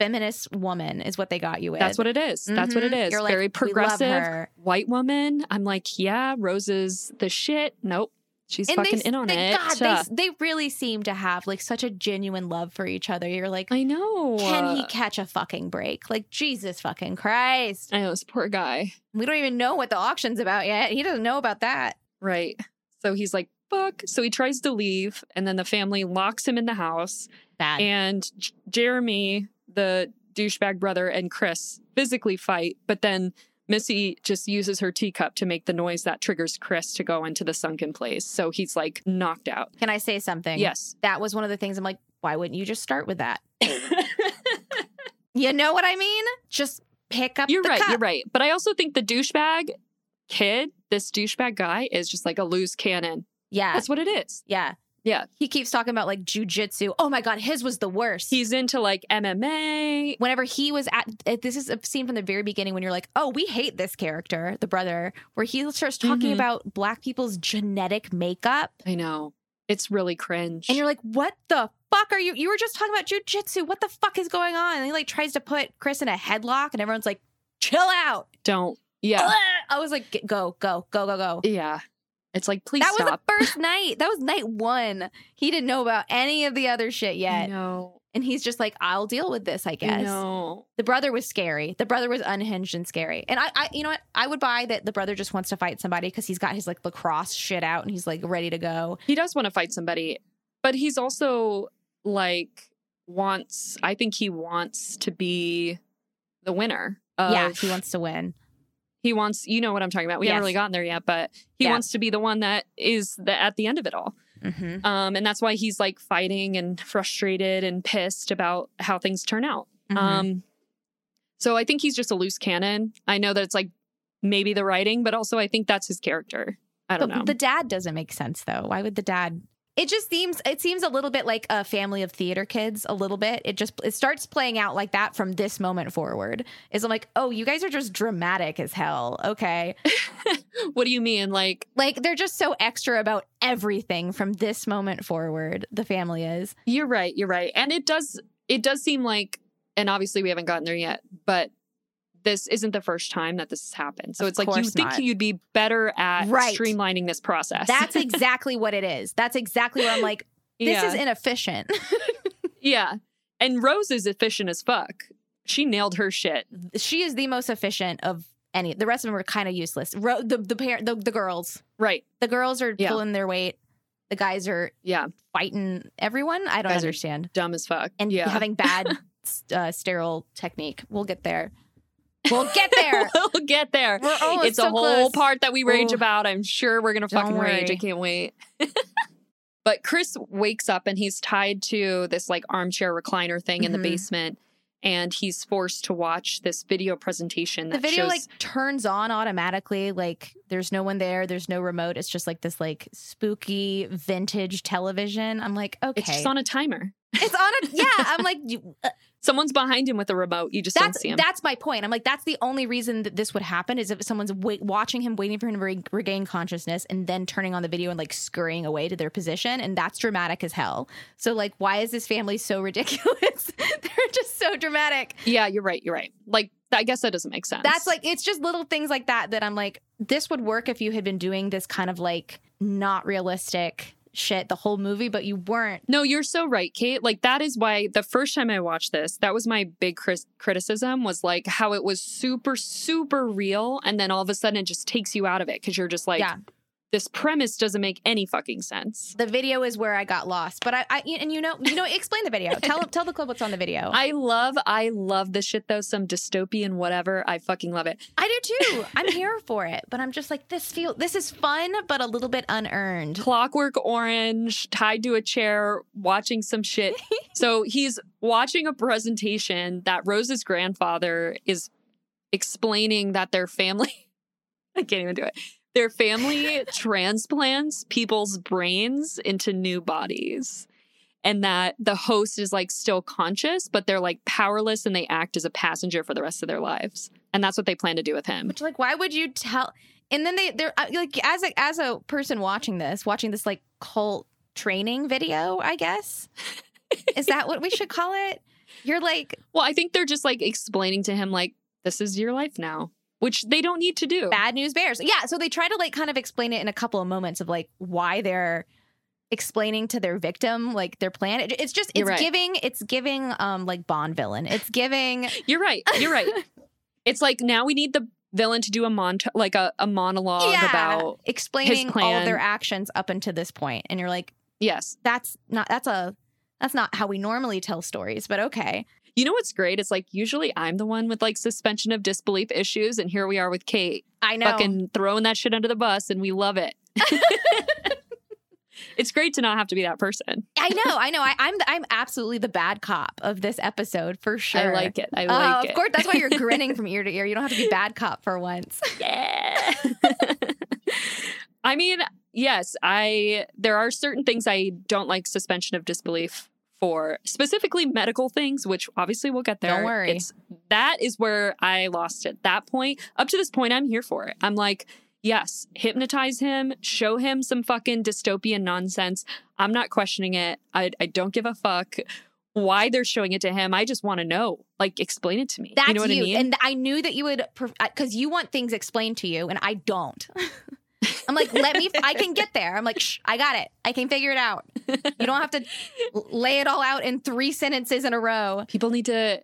Speaker 3: feminist woman is what they got you with.
Speaker 4: That's what it is. That's what it
Speaker 3: Mhm.
Speaker 4: is.
Speaker 3: You're like,
Speaker 4: Very
Speaker 3: "We love
Speaker 4: progressive
Speaker 3: her."
Speaker 4: white woman. I'm like, yeah, Rose is the shit. Nope. She's
Speaker 3: and
Speaker 4: fucking
Speaker 3: they,
Speaker 4: in on
Speaker 3: they,
Speaker 4: it.
Speaker 3: God,
Speaker 4: Uh,
Speaker 3: they, they really seem to have like such a genuine love for each other. You're like,
Speaker 4: I know.
Speaker 3: can he
Speaker 4: Uh,
Speaker 3: catch a fucking break? Like Jesus fucking Christ!
Speaker 4: I know this poor guy.
Speaker 3: We don't even know what the auction's about yet. He doesn't know about that.
Speaker 4: Right. So he's like, fuck. So he tries to leave, and then the family locks him in the house.
Speaker 3: Bad.
Speaker 4: And J- Jeremy, the douchebag brother, and Chris physically fight, but then Missy just uses her teacup to make the noise that triggers Chris to go into the sunken place. So he's like knocked out.
Speaker 3: Can I say something?
Speaker 4: Yes.
Speaker 3: that was one of the things I'm like, why wouldn't you just start with that? You know what I mean? Just pick up.
Speaker 4: You're
Speaker 3: the
Speaker 4: right.
Speaker 3: cup.
Speaker 4: You're right. But I also think the douchebag kid, this douchebag guy, is just like a loose cannon.
Speaker 3: Yeah,
Speaker 4: That's what it is.
Speaker 3: yeah,
Speaker 4: Yeah.
Speaker 3: He keeps talking about like jujitsu. Oh my god, his was the worst.
Speaker 4: He's into like MMA.
Speaker 3: whenever he was at uh, this is a scene from the very beginning when you're like oh we hate this character the brother where he starts talking
Speaker 4: Mhm.
Speaker 3: about black people's genetic makeup
Speaker 4: I know. It's really cringe.
Speaker 3: and you're like what the fuck are you you were just talking about jujitsu what the fuck is going on and he like tries to put chris in a headlock and everyone's like chill out
Speaker 4: don't. Yeah.
Speaker 3: i was like "G- go go go go go
Speaker 4: Yeah. It's like, please
Speaker 3: that was
Speaker 4: stop.
Speaker 3: the first night that was night one he didn't know about any of the other shit yet
Speaker 4: No.
Speaker 3: and he's just like i'll deal with this i guess
Speaker 4: No.
Speaker 3: The brother was scary. The brother was unhinged and scary. And I, I you know what? I would buy that the brother just wants to fight somebody because he's got his like lacrosse shit out and he's like ready to go.
Speaker 4: He does want to fight somebody, but he's also like wants, I think he wants to be the winner. Of
Speaker 3: yeah, he wants to win.
Speaker 4: He wants, you know what I'm talking about. We
Speaker 3: Yes.
Speaker 4: haven't really gotten there yet, but he
Speaker 3: Yeah.
Speaker 4: wants to be the one that is the, at the end of it all.
Speaker 3: hmm
Speaker 4: Um, and that's why he's like fighting and frustrated and pissed about how things turn out.
Speaker 3: Mm-hmm.
Speaker 4: Um, so I think he's just a loose cannon. I know that it's like maybe the writing, but also I think that's his character. I don't
Speaker 3: but
Speaker 4: know.
Speaker 3: the dad doesn't make sense though. Why would the dad? It just seems it seems a little bit like a family of theater kids. A little bit. It just it starts playing out like that from this moment forward. Is I'm like, oh, you guys are just dramatic as hell. Okay,
Speaker 4: what do you mean? Like,
Speaker 3: like they're just so extra about everything from this moment forward. The family is.
Speaker 4: you're right. You're right. And it does. It does seem like, and obviously we haven't gotten there yet, but this isn't the first time that this has happened. So
Speaker 3: Of
Speaker 4: it's like you
Speaker 3: course
Speaker 4: think
Speaker 3: not.
Speaker 4: you'd be better at
Speaker 3: Right.
Speaker 4: streamlining this process.
Speaker 3: That's exactly what it is. That's exactly where I'm like, this
Speaker 4: Yeah.
Speaker 3: is inefficient.
Speaker 4: yeah. And Rose is efficient as fuck. She nailed her shit.
Speaker 3: she is the most efficient of any. The rest of them are kind of useless. Ro- the the parent, the, the girls,
Speaker 4: Right.
Speaker 3: the girls are
Speaker 4: Yeah.
Speaker 3: pulling their weight. the guys are
Speaker 4: Yeah.
Speaker 3: fighting everyone. I don't
Speaker 4: Guys are-
Speaker 3: understand.
Speaker 4: Dumb as fuck.
Speaker 3: And
Speaker 4: yeah.
Speaker 3: having bad s- uh, sterile technique. We'll get there. We'll get there.
Speaker 4: we'll get there.
Speaker 3: We're always
Speaker 4: it's a
Speaker 3: Oh, so close.
Speaker 4: whole part that we rage
Speaker 3: Ooh.
Speaker 4: about. I'm sure we're gonna
Speaker 3: Don't
Speaker 4: fucking rage. I
Speaker 3: worry.
Speaker 4: can't wait. but Chris wakes up and he's tied to this like armchair recliner thing in the
Speaker 3: Mhm.
Speaker 4: basement, and he's forced to watch this video presentation. That
Speaker 3: the video
Speaker 4: shows,
Speaker 3: like turns on automatically like there's no one there there's no remote it's just like this like spooky vintage television i'm like okay
Speaker 4: it's just on a timer.
Speaker 3: It's on a yeah i'm like you, uh,
Speaker 4: Someone's behind him with a remote. You just don't
Speaker 3: that's
Speaker 4: see him.
Speaker 3: that's my point i'm like that's the only reason that this would happen is if someone's wait, watching him waiting for him to re- regain consciousness and then turning on the video and like scurrying away to their position and that's dramatic as hell so like why is this family so ridiculous they're just so dramatic
Speaker 4: yeah, you're right. You're right. Like I guess that doesn't make sense.
Speaker 3: That's like it's just little things like that that I'm like, this would work if you had been doing this kind of like not realistic shit the whole movie, but you weren't.
Speaker 4: No, you're so right, Kate. Like that is why the first time I watched this, that was my big cris- criticism was like how it was super super real and then all of a sudden it just takes you out of it cuz you're just like
Speaker 3: Yeah.
Speaker 4: this premise doesn't make any fucking sense.
Speaker 3: The video is where I got lost, but I, I and you know, you know, explain the video. tell tell the club what's on the video. I,
Speaker 4: I love I love this shit though, some dystopian whatever. I fucking love it.
Speaker 3: do too. I'm here for it, but I'm just like this feel this is fun, but a little bit unearned.
Speaker 4: Clockwork orange tied to a chair watching some shit. so he's watching a presentation that Rose's grandfather is explaining that their family I can't even do it. Their family transplants people's brains into new bodies. And that the host is like still conscious, but they're like powerless and they act as a passenger for the rest of their lives. And that's what they plan to do with him.
Speaker 3: Which like, why would you tell? And then they they're I- like as a as a person watching this, watching this like cult training video, I guess. Is that what we should call it? You're like
Speaker 4: Well, I think they're just like explaining to him, like, this is your life now, which they don't need to do.
Speaker 3: bad news bears. Yeah, so they try to like kind of explain it in a couple of moments of like why they're explaining to their victim like their plan. It- It's just it's
Speaker 4: You're right.
Speaker 3: giving it's giving um like Bond villain. It's giving
Speaker 4: You're right. You're right. it's like now we need the villain to do a mont like a, a monologue
Speaker 3: yeah,
Speaker 4: about
Speaker 3: explaining all
Speaker 4: plan.
Speaker 3: of their actions up until this point and you're like
Speaker 4: yes.
Speaker 3: that's not that's a that's not how we normally tell stories, but okay.
Speaker 4: You know what's great? It's like usually I'm the one with like suspension of disbelief issues, and here we are with Kate
Speaker 3: I know.
Speaker 4: fucking throwing that shit under the bus, and we love it. it's great to not have to be that person.
Speaker 3: I know. I know. I, I'm the, I'm absolutely the bad cop of this episode for sure.
Speaker 4: I like it. I
Speaker 3: Oh,
Speaker 4: like it.
Speaker 3: of course. That's why you're grinning from ear to ear. You don't have to be bad cop for once.
Speaker 4: yeah. I mean, yes, I there are certain things I don't like suspension of disbelief for, specifically medical things, which obviously we'll get there.
Speaker 3: Don't worry.
Speaker 4: It's that is where I lost it. That point, up to this point, I'm here for it. I'm like, yes, hypnotize him, show him some fucking dystopian nonsense. I'm not questioning it. I, I don't give a fuck why they're showing it to him. I just want to know. Like, explain it to me.
Speaker 3: That's
Speaker 4: you know what I mean?
Speaker 3: And I knew that you would, because you want things explained to you, and I don't. I'm like, let me, I can get there. I'm like, Shh, I got it. I can figure it out. You don't have to l- lay it all out in three sentences in a row.
Speaker 4: People need to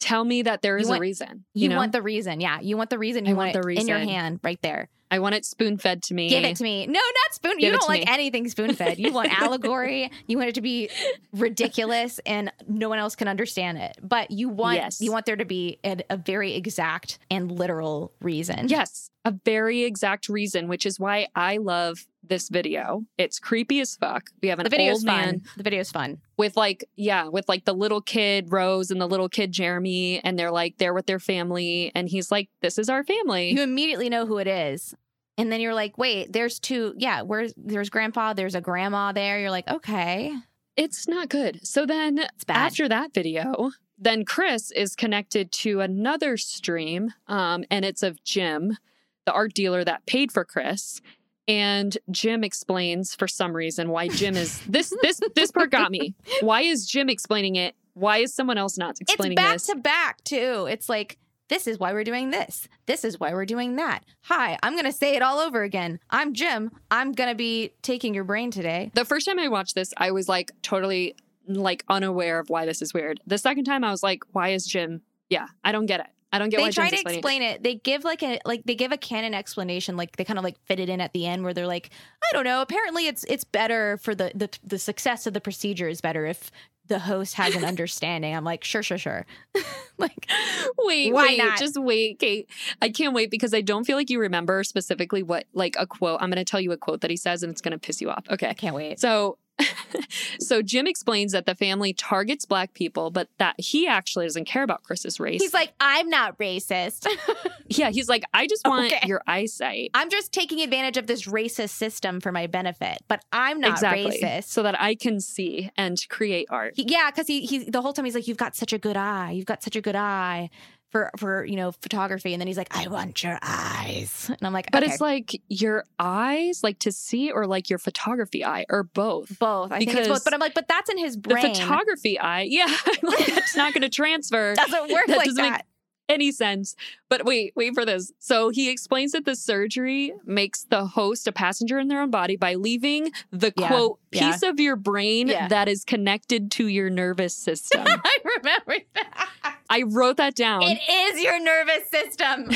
Speaker 4: tell me that there
Speaker 3: You
Speaker 4: is a
Speaker 3: want-
Speaker 4: reason.
Speaker 3: You,
Speaker 4: You, know,
Speaker 3: want the reason. Yeah. You want the reason.
Speaker 4: I
Speaker 3: You
Speaker 4: want
Speaker 3: want,
Speaker 4: the
Speaker 3: it in your
Speaker 4: reason.
Speaker 3: hand right there.
Speaker 4: I want it spoon fed to me.
Speaker 3: Give it to me. No, not spoon. you
Speaker 4: Give it
Speaker 3: don't
Speaker 4: to
Speaker 3: like
Speaker 4: me.
Speaker 3: anything spoon fed. You want allegory. You want it to be ridiculous and no one else can understand it. But you want
Speaker 4: Yes.
Speaker 3: you want there to be a, a very exact and literal reason.
Speaker 4: Yes, a very exact reason, which is why I love this video. It's creepy as fuck. We have an
Speaker 3: The video's
Speaker 4: old
Speaker 3: fun.
Speaker 4: man
Speaker 3: The video's fun.
Speaker 4: with like, yeah, with like the little kid Rose and the little kid Jeremy, and they're like there with their family, and he's like, "This is our family."
Speaker 3: You immediately know who it is. And then you're like, wait, there's two. Yeah, where's there's grandpa, there's a grandma there. You're like, okay,
Speaker 4: it's not good. So then
Speaker 3: it's bad.
Speaker 4: After that video, then Chris is connected to another stream, um, and it's of Jim, the art dealer that paid for Chris. And Jim explains for some reason why Jim is this this this part got me. Why is Jim explaining it? Why is someone else not
Speaker 3: it's
Speaker 4: explaining
Speaker 3: back
Speaker 4: this?
Speaker 3: to back too. It's like this is why we're doing this. This is why we're doing that. Hi, I'm gonna say it all over again. I'm Jim. I'm gonna be taking your brain today.
Speaker 4: the first time I watched this, I was like totally like unaware of why this is weird. The second time I was like, why is Jim? Yeah, I don't get it. I don't get
Speaker 3: they
Speaker 4: why
Speaker 3: try
Speaker 4: Jen's
Speaker 3: to
Speaker 4: explaining
Speaker 3: explain
Speaker 4: it.
Speaker 3: it. They give like a like they give a canon explanation. Like they kind of like fit it in at the end where they're like, I don't know. Apparently, it's it's better for the the the success of the procedure is better if the host has an understanding. I'm like, sure, sure, sure. like
Speaker 4: wait,
Speaker 3: Why
Speaker 4: wait,
Speaker 3: not?
Speaker 4: just wait, Kate. I can't wait because I don't feel like you remember specifically what like a quote. I'm going to tell you a quote that he says, and it's going to piss you off. Okay,
Speaker 3: I can't wait.
Speaker 4: so. so Jim explains that the family targets black people, but that he actually doesn't care about Chris's race.
Speaker 3: He's like, I'm not racist.
Speaker 4: yeah, he's like, I just want
Speaker 3: Okay.
Speaker 4: your eyesight.
Speaker 3: I'm just taking advantage of this racist system for my benefit, but I'm not
Speaker 4: exactly.
Speaker 3: racist.
Speaker 4: So that I can see and create art.
Speaker 3: He- yeah, because he he the whole time he's like, "You've got such a good eye. You've got such a good eye for for you know photography." And then he's like, "I want your eyes," and I'm like,
Speaker 4: But
Speaker 3: okay,
Speaker 4: it's like your eyes, like to see, or like your photography eye, or both.
Speaker 3: both. I think it's
Speaker 4: because
Speaker 3: both." But I'm like, "But that's in his
Speaker 4: The
Speaker 3: brain.
Speaker 4: photography eye, yeah, like, that's not going to transfer.
Speaker 3: doesn't work
Speaker 4: that
Speaker 3: like
Speaker 4: doesn't make
Speaker 3: that."
Speaker 4: any sense. But wait, wait for this. So he explains that the surgery makes the host a passenger in their own body by leaving the
Speaker 3: Yeah,
Speaker 4: quote
Speaker 3: yeah.
Speaker 4: piece of your brain
Speaker 3: Yeah.
Speaker 4: that is connected to your nervous system.
Speaker 3: I remember that.
Speaker 4: I wrote that down.
Speaker 3: It is your nervous system.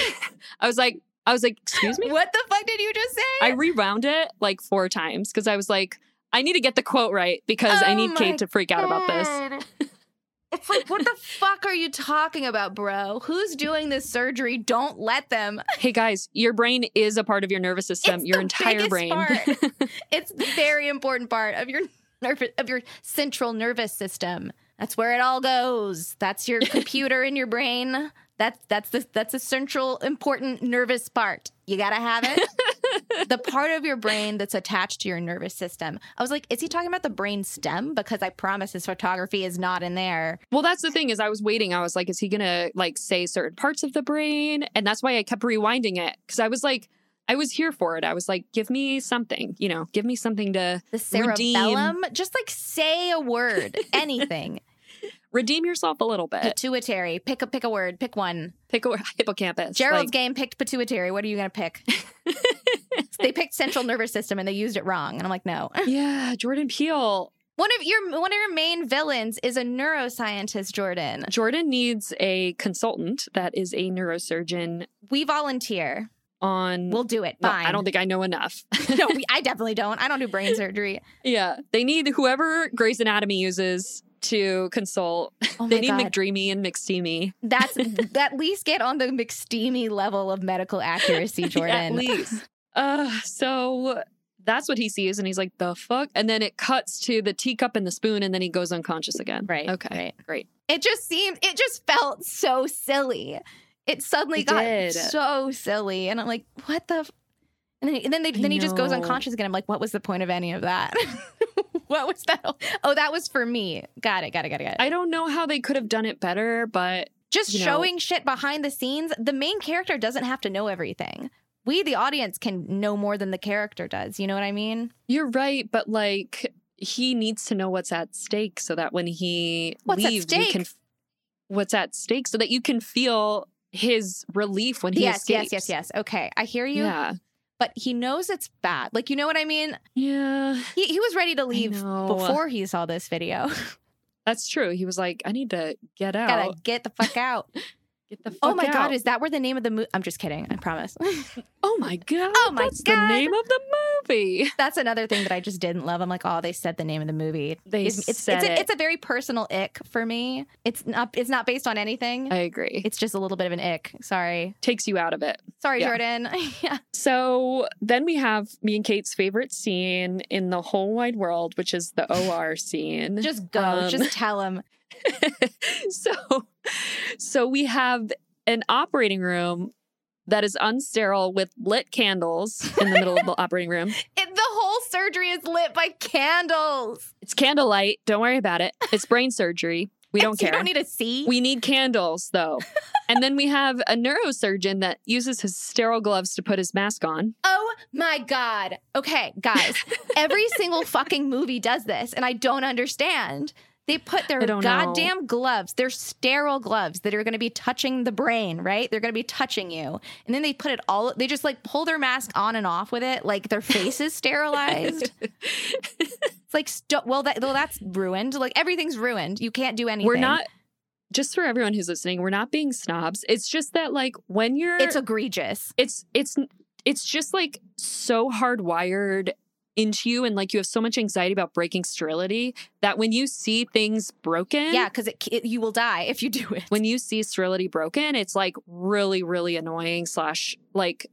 Speaker 4: I was like, I was like, excuse me.
Speaker 3: what the fuck did you just say?
Speaker 4: I rewound it like four times because I was like, I need to get the quote right because I
Speaker 3: Oh
Speaker 4: need
Speaker 3: my
Speaker 4: Kate to freak out about this.
Speaker 3: this. It's like, what the fuck are you talking about, bro? Who's doing this surgery? Don't let them.
Speaker 4: Hey guys, your brain is a part of your nervous system,
Speaker 3: It's
Speaker 4: your
Speaker 3: the
Speaker 4: entire
Speaker 3: biggest
Speaker 4: brain.
Speaker 3: part. it's the very important part of your nervous of your central nervous system. That's where it all goes. That's your computer in your brain. That's that's the that's a central important nervous part. You gotta have it. the part of your brain that's attached to your nervous system. I was like, is he talking about the brain stem? Because I promise his photography is not in there.
Speaker 4: well, that's the thing is I was waiting. I was like, is he gonna like say certain parts of the brain? And that's why I kept rewinding it. Cause I was like, I was here for it. I was like, give me something, you know, give me something to
Speaker 3: The
Speaker 4: Redeem.
Speaker 3: cerebellum. Just like say a word, anything.
Speaker 4: redeem yourself a little bit.
Speaker 3: Pituitary. Pick a pick a word. Pick one.
Speaker 4: Pick a hippocampus.
Speaker 3: Gerald's
Speaker 4: like-
Speaker 3: game picked pituitary. What are you going to pick? they picked central nervous system and they used it wrong. And I'm like, no.
Speaker 4: yeah, Jordan Peele.
Speaker 3: One of your one of your main villains is a neuroscientist, Jordan.
Speaker 4: Jordan needs a consultant that is a neurosurgeon
Speaker 3: We volunteer.
Speaker 4: on.
Speaker 3: We'll do it.
Speaker 4: No,
Speaker 3: Fine.
Speaker 4: I don't think I know enough.
Speaker 3: no, we, I definitely don't. I don't do brain surgery.
Speaker 4: yeah, they need whoever Grey's Anatomy uses to consult.
Speaker 3: Oh
Speaker 4: they
Speaker 3: my
Speaker 4: need
Speaker 3: god,
Speaker 4: McDreamy and McSteamy.
Speaker 3: that's at least get on the McSteamy level of medical accuracy,
Speaker 4: At
Speaker 3: Jordan.
Speaker 4: least. Uh, so that's what he sees, and he's like, "The fuck!" And then it cuts to the teacup and the spoon, and then he goes unconscious again.
Speaker 3: Right,
Speaker 4: Okay.
Speaker 3: right.
Speaker 4: Great.
Speaker 3: it just seemed. It just felt so silly. It suddenly
Speaker 4: It
Speaker 3: got
Speaker 4: did.
Speaker 3: so silly, and I'm like, what the. F-? And then, and then, they,
Speaker 4: I
Speaker 3: then he just goes
Speaker 4: know.
Speaker 3: unconscious again. I'm like, what was the point of any of that? what was that? whole- Oh, that was for me. Got it. Got it. Got it. Got it.
Speaker 4: I don't know how they could have done it better, but
Speaker 3: just
Speaker 4: you know-
Speaker 3: showing shit behind the scenes. The main character doesn't have to know everything. We, the audience, can know more than the character does. You know what I mean?
Speaker 4: you're right. But like, he needs to know what's at stake so that when he
Speaker 3: What's at
Speaker 4: leaves, you
Speaker 3: stake?
Speaker 4: can. What's at stake so that you can feel his relief when he
Speaker 3: yes.
Speaker 4: escapes.
Speaker 3: Yes. Yes. Yes. Okay. I hear you.
Speaker 4: Yeah.
Speaker 3: But he knows it's bad. Like, you know what I mean?
Speaker 4: Yeah.
Speaker 3: He, he was ready to leave
Speaker 4: know.
Speaker 3: before he saw this video.
Speaker 4: That's true. He was like, I need to get out.
Speaker 3: Gotta get the fuck out.
Speaker 4: get the fuck
Speaker 3: oh my
Speaker 4: out.
Speaker 3: God. Is that where the name of the movie? I'm just kidding. I promise.
Speaker 4: oh my God.
Speaker 3: Oh my
Speaker 4: That's
Speaker 3: God.
Speaker 4: the name of the movie.
Speaker 3: That's another thing that I just didn't love. I'm like, oh, they said the name of the movie.
Speaker 4: They
Speaker 3: It's it's,
Speaker 4: said
Speaker 3: it's, a,
Speaker 4: it.
Speaker 3: it's a very personal ick for me. It's not it's not based on anything.
Speaker 4: I agree. It
Speaker 3: It's just a little bit of an ick. Sorry,
Speaker 4: takes you out of it.
Speaker 3: sorry,
Speaker 4: Yeah.
Speaker 3: Jordan. yeah,
Speaker 4: So then we have me and Kate's favorite scene in the whole wide world, which is the OR scene.
Speaker 3: just go.
Speaker 4: Um,
Speaker 3: just tell him.
Speaker 4: so so we have an operating room that is unsterile with lit candles in the middle of the operating room.
Speaker 3: It, the whole surgery is lit by candles.
Speaker 4: It's candlelight. Don't worry about it. It's brain surgery. We don't
Speaker 3: You
Speaker 4: care.
Speaker 3: don't need to see.
Speaker 4: We need candles, though. and then we have a neurosurgeon that uses his sterile gloves to put his mask on.
Speaker 3: oh my god. Okay, guys. Every single fucking movie does this, and I don't understand. They put their
Speaker 4: I don't know.
Speaker 3: goddamn gloves, their sterile gloves that are going to be touching the brain, right? They're going to be touching you. And then they put it all, they just like pull their mask on and off with it. Like their face is sterilized. it's like, st- well, that, well, that's ruined. Like everything's ruined. You can't do anything.
Speaker 4: We're not just for everyone who's listening, we're not being snobs. It's just that like when you're
Speaker 3: It's egregious.
Speaker 4: it's it's it's just like so hardwired into you and like you have so much anxiety about breaking sterility that when you see things broken
Speaker 3: Yeah, because it, it you will die if you do it.
Speaker 4: when you see sterility broken it's like really really annoying slash like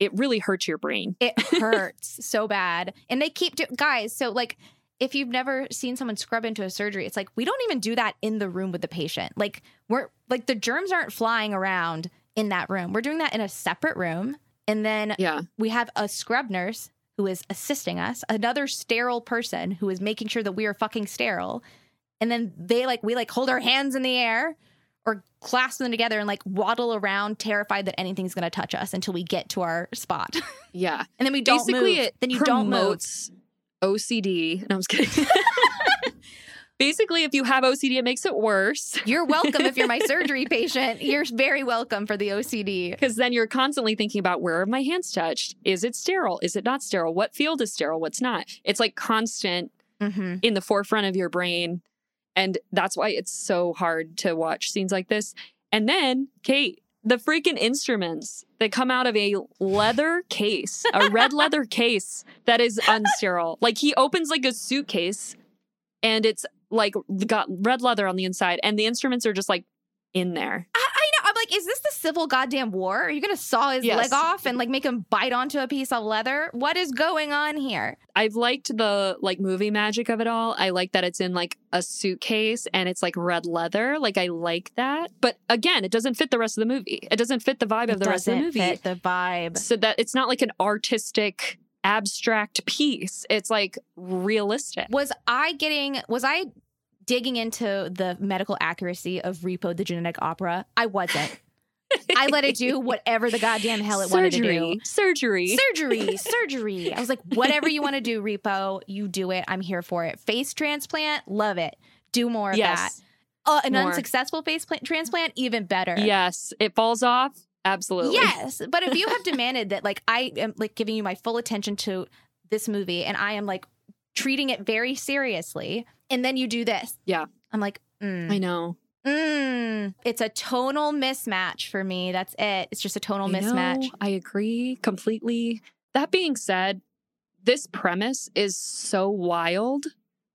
Speaker 4: it really hurts your brain
Speaker 3: It hurts so bad. And they keep do- guys, so like if you've never seen someone scrub into a surgery, it's like we don't even do that in the room with the patient. Like we're like the germs aren't flying around in that room. We're doing that in a separate room. And then
Speaker 4: yeah
Speaker 3: we have a scrub nurse who is assisting us, another sterile person who is making sure that we are fucking sterile. And then they like we like hold our hands in the air or clasp them together and like waddle around terrified that anything's going to touch us until we get to our spot.
Speaker 4: yeah
Speaker 3: And then we don't
Speaker 4: basically
Speaker 3: move.
Speaker 4: it
Speaker 3: then you don't move.
Speaker 4: promotes ocd no i'm just kidding basically if you have ocd it makes it worse
Speaker 3: You're welcome if you're my surgery patient. You're very welcome for the OCD.
Speaker 4: Because then you're constantly thinking about where have my hands touched? Is it sterile? Is it not sterile? What field is sterile? What's not? It's like constant
Speaker 3: Mm-hmm.
Speaker 4: in the forefront of your brain. And that's why it's so hard to watch scenes like this. And then, Kate, the freaking instruments that come out of a leather case, a red leather case that is unsterile. Like he opens like a suitcase and it's like got red leather on the inside, and the instruments are just like in there.
Speaker 3: I, I know. I'm like, is this the civil goddamn war? Are you going to saw his
Speaker 4: Yes.
Speaker 3: leg off and like make him bite onto a piece of leather? What is going on here?
Speaker 4: I've liked the like movie magic of it all. I like that it's in like a suitcase and it's like red leather. Like I like that. But again, it doesn't fit the rest of the movie. It doesn't fit the vibe of the rest of the
Speaker 3: Doesn't
Speaker 4: movie.
Speaker 3: fit the vibe.
Speaker 4: So that it's not like an artistic abstract piece. It's like realistic.
Speaker 3: Was I getting? Was I digging into the medical accuracy of Repo the Genetic Opera? I wasn't. I let it do whatever the goddamn hell it
Speaker 4: surgery,
Speaker 3: wanted to do.
Speaker 4: Surgery.
Speaker 3: Surgery, surgery. I was like, whatever you want to do, Repo, you do it. I'm here for it. Face transplant, love it. Do more of that.
Speaker 4: yes.
Speaker 3: Uh, an
Speaker 4: more.
Speaker 3: unsuccessful face pla- transplant, even better.
Speaker 4: Yes. It falls off. Absolutely.
Speaker 3: Yes, but if you have demanded that, like I am, like giving you my full attention to this movie, and I am like treating it very seriously, and then you do this,
Speaker 4: Yeah.
Speaker 3: I'm like, mm,
Speaker 4: I know.
Speaker 3: mm. it's a tonal mismatch for me. That's it. It's just a tonal
Speaker 4: I know,
Speaker 3: mismatch.
Speaker 4: I agree completely. That being said, this premise is so wild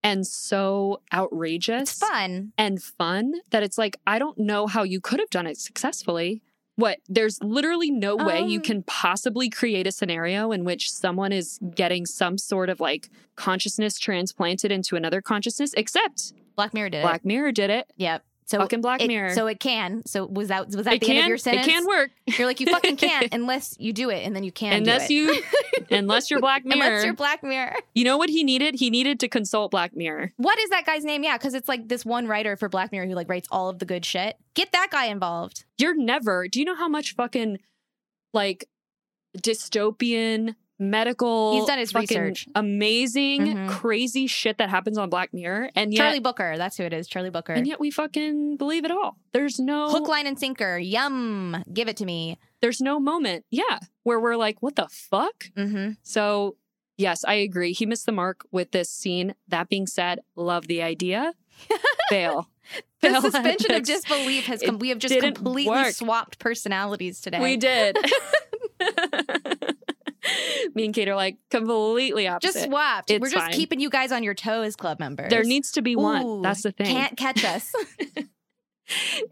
Speaker 4: and so outrageous
Speaker 3: It's fun.
Speaker 4: and fun that it's like, I don't know how you could have done it successfully. What? There's literally no way you
Speaker 3: Um,
Speaker 4: can possibly create a scenario in which someone is getting some sort of like consciousness transplanted into another consciousness, except
Speaker 3: Black Mirror did it.
Speaker 4: Black Mirror did it.
Speaker 3: Yep. So
Speaker 4: Fucking Black
Speaker 3: it-
Speaker 4: Mirror.
Speaker 3: So it can. So was that was that
Speaker 4: it
Speaker 3: the
Speaker 4: can,
Speaker 3: end of your sentence?
Speaker 4: It can work
Speaker 3: You're like you fucking can't unless you do it, and then you can. do
Speaker 4: unless
Speaker 3: it.
Speaker 4: you, unless you're Black Mirror.
Speaker 3: unless you're Black Mirror.
Speaker 4: You know what he needed? He needed to consult Black Mirror.
Speaker 3: What is that guy's name? Yeah, because it's like this one writer for Black Mirror who like writes all of the good shit. Get that guy involved.
Speaker 4: You're never, do you know how much fucking like dystopian medical
Speaker 3: He's done his
Speaker 4: fucking
Speaker 3: research.
Speaker 4: amazing
Speaker 3: Mhm.
Speaker 4: crazy shit that happens on Black Mirror and yet
Speaker 3: Charlie Booker, that's who it is. Charlie Booker.
Speaker 4: and yet we fucking believe it all. There's no
Speaker 3: Hook, line, and sinker. Yum. Give it to me.
Speaker 4: there's no moment, yeah, where we're like what the fuck?
Speaker 3: Mm-hmm.
Speaker 4: So, yes, I agree. He missed the mark with this scene. That being said, love the idea. Fail.
Speaker 3: The
Speaker 4: Fail at
Speaker 3: suspension of
Speaker 4: this.
Speaker 3: disbelief has come.
Speaker 4: It
Speaker 3: We have just
Speaker 4: didn't
Speaker 3: completely
Speaker 4: work.
Speaker 3: swapped personalities today.
Speaker 4: We did. Me and Kate are like completely opposite.
Speaker 3: just swapped.
Speaker 4: It's
Speaker 3: We're just
Speaker 4: fine.
Speaker 3: keeping you guys on your toes, club members.
Speaker 4: there needs to be
Speaker 3: Ooh,
Speaker 4: one. That's the thing.
Speaker 3: Can't catch us.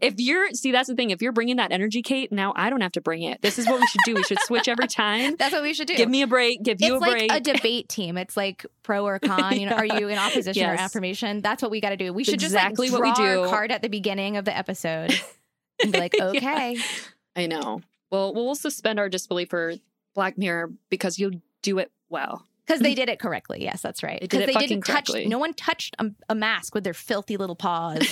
Speaker 4: If you're see, that's the thing. If you're bringing that energy, Kate, now I don't have to bring it. This is what we should do. We should switch every time.
Speaker 3: That's what we should do.
Speaker 4: Give me a break. Give
Speaker 3: it's
Speaker 4: you a
Speaker 3: like
Speaker 4: break.
Speaker 3: a debate team. It's like pro or con. You know, are you in opposition or
Speaker 4: Yes.
Speaker 3: affirmation? That's what we got to do. We should
Speaker 4: Exactly
Speaker 3: just
Speaker 4: what
Speaker 3: like
Speaker 4: we
Speaker 3: draw our
Speaker 4: do.
Speaker 3: card at the beginning of the episode and be like,
Speaker 4: Yeah.
Speaker 3: okay,
Speaker 4: I know. Well, we'll suspend our disbelief for Black Mirror because you'll do it well.
Speaker 3: because they did it correctly. Yes, that's right.
Speaker 4: They did it
Speaker 3: they
Speaker 4: fucking
Speaker 3: didn't touch.
Speaker 4: correctly.
Speaker 3: No one touched a, a mask with their filthy little paws.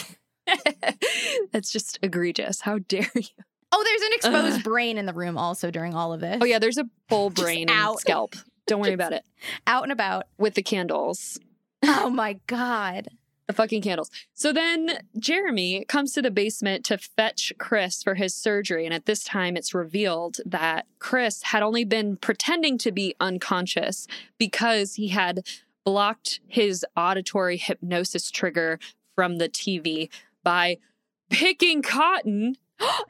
Speaker 4: that's just egregious. How dare you?
Speaker 3: oh, there's an exposed
Speaker 4: Ugh.
Speaker 3: brain in the room also during all of this.
Speaker 4: Oh yeah, there's a full
Speaker 3: Just
Speaker 4: brain
Speaker 3: out.
Speaker 4: and scalp. Don't worry about it.
Speaker 3: out and about.
Speaker 4: With the candles.
Speaker 3: Oh my god.
Speaker 4: The fucking candles. So then Jeremy comes to the basement to fetch Chris for his surgery. And at this time, it's revealed that Chris had only been pretending to be unconscious because he had blocked his auditory hypnosis trigger from the TV by picking cotton.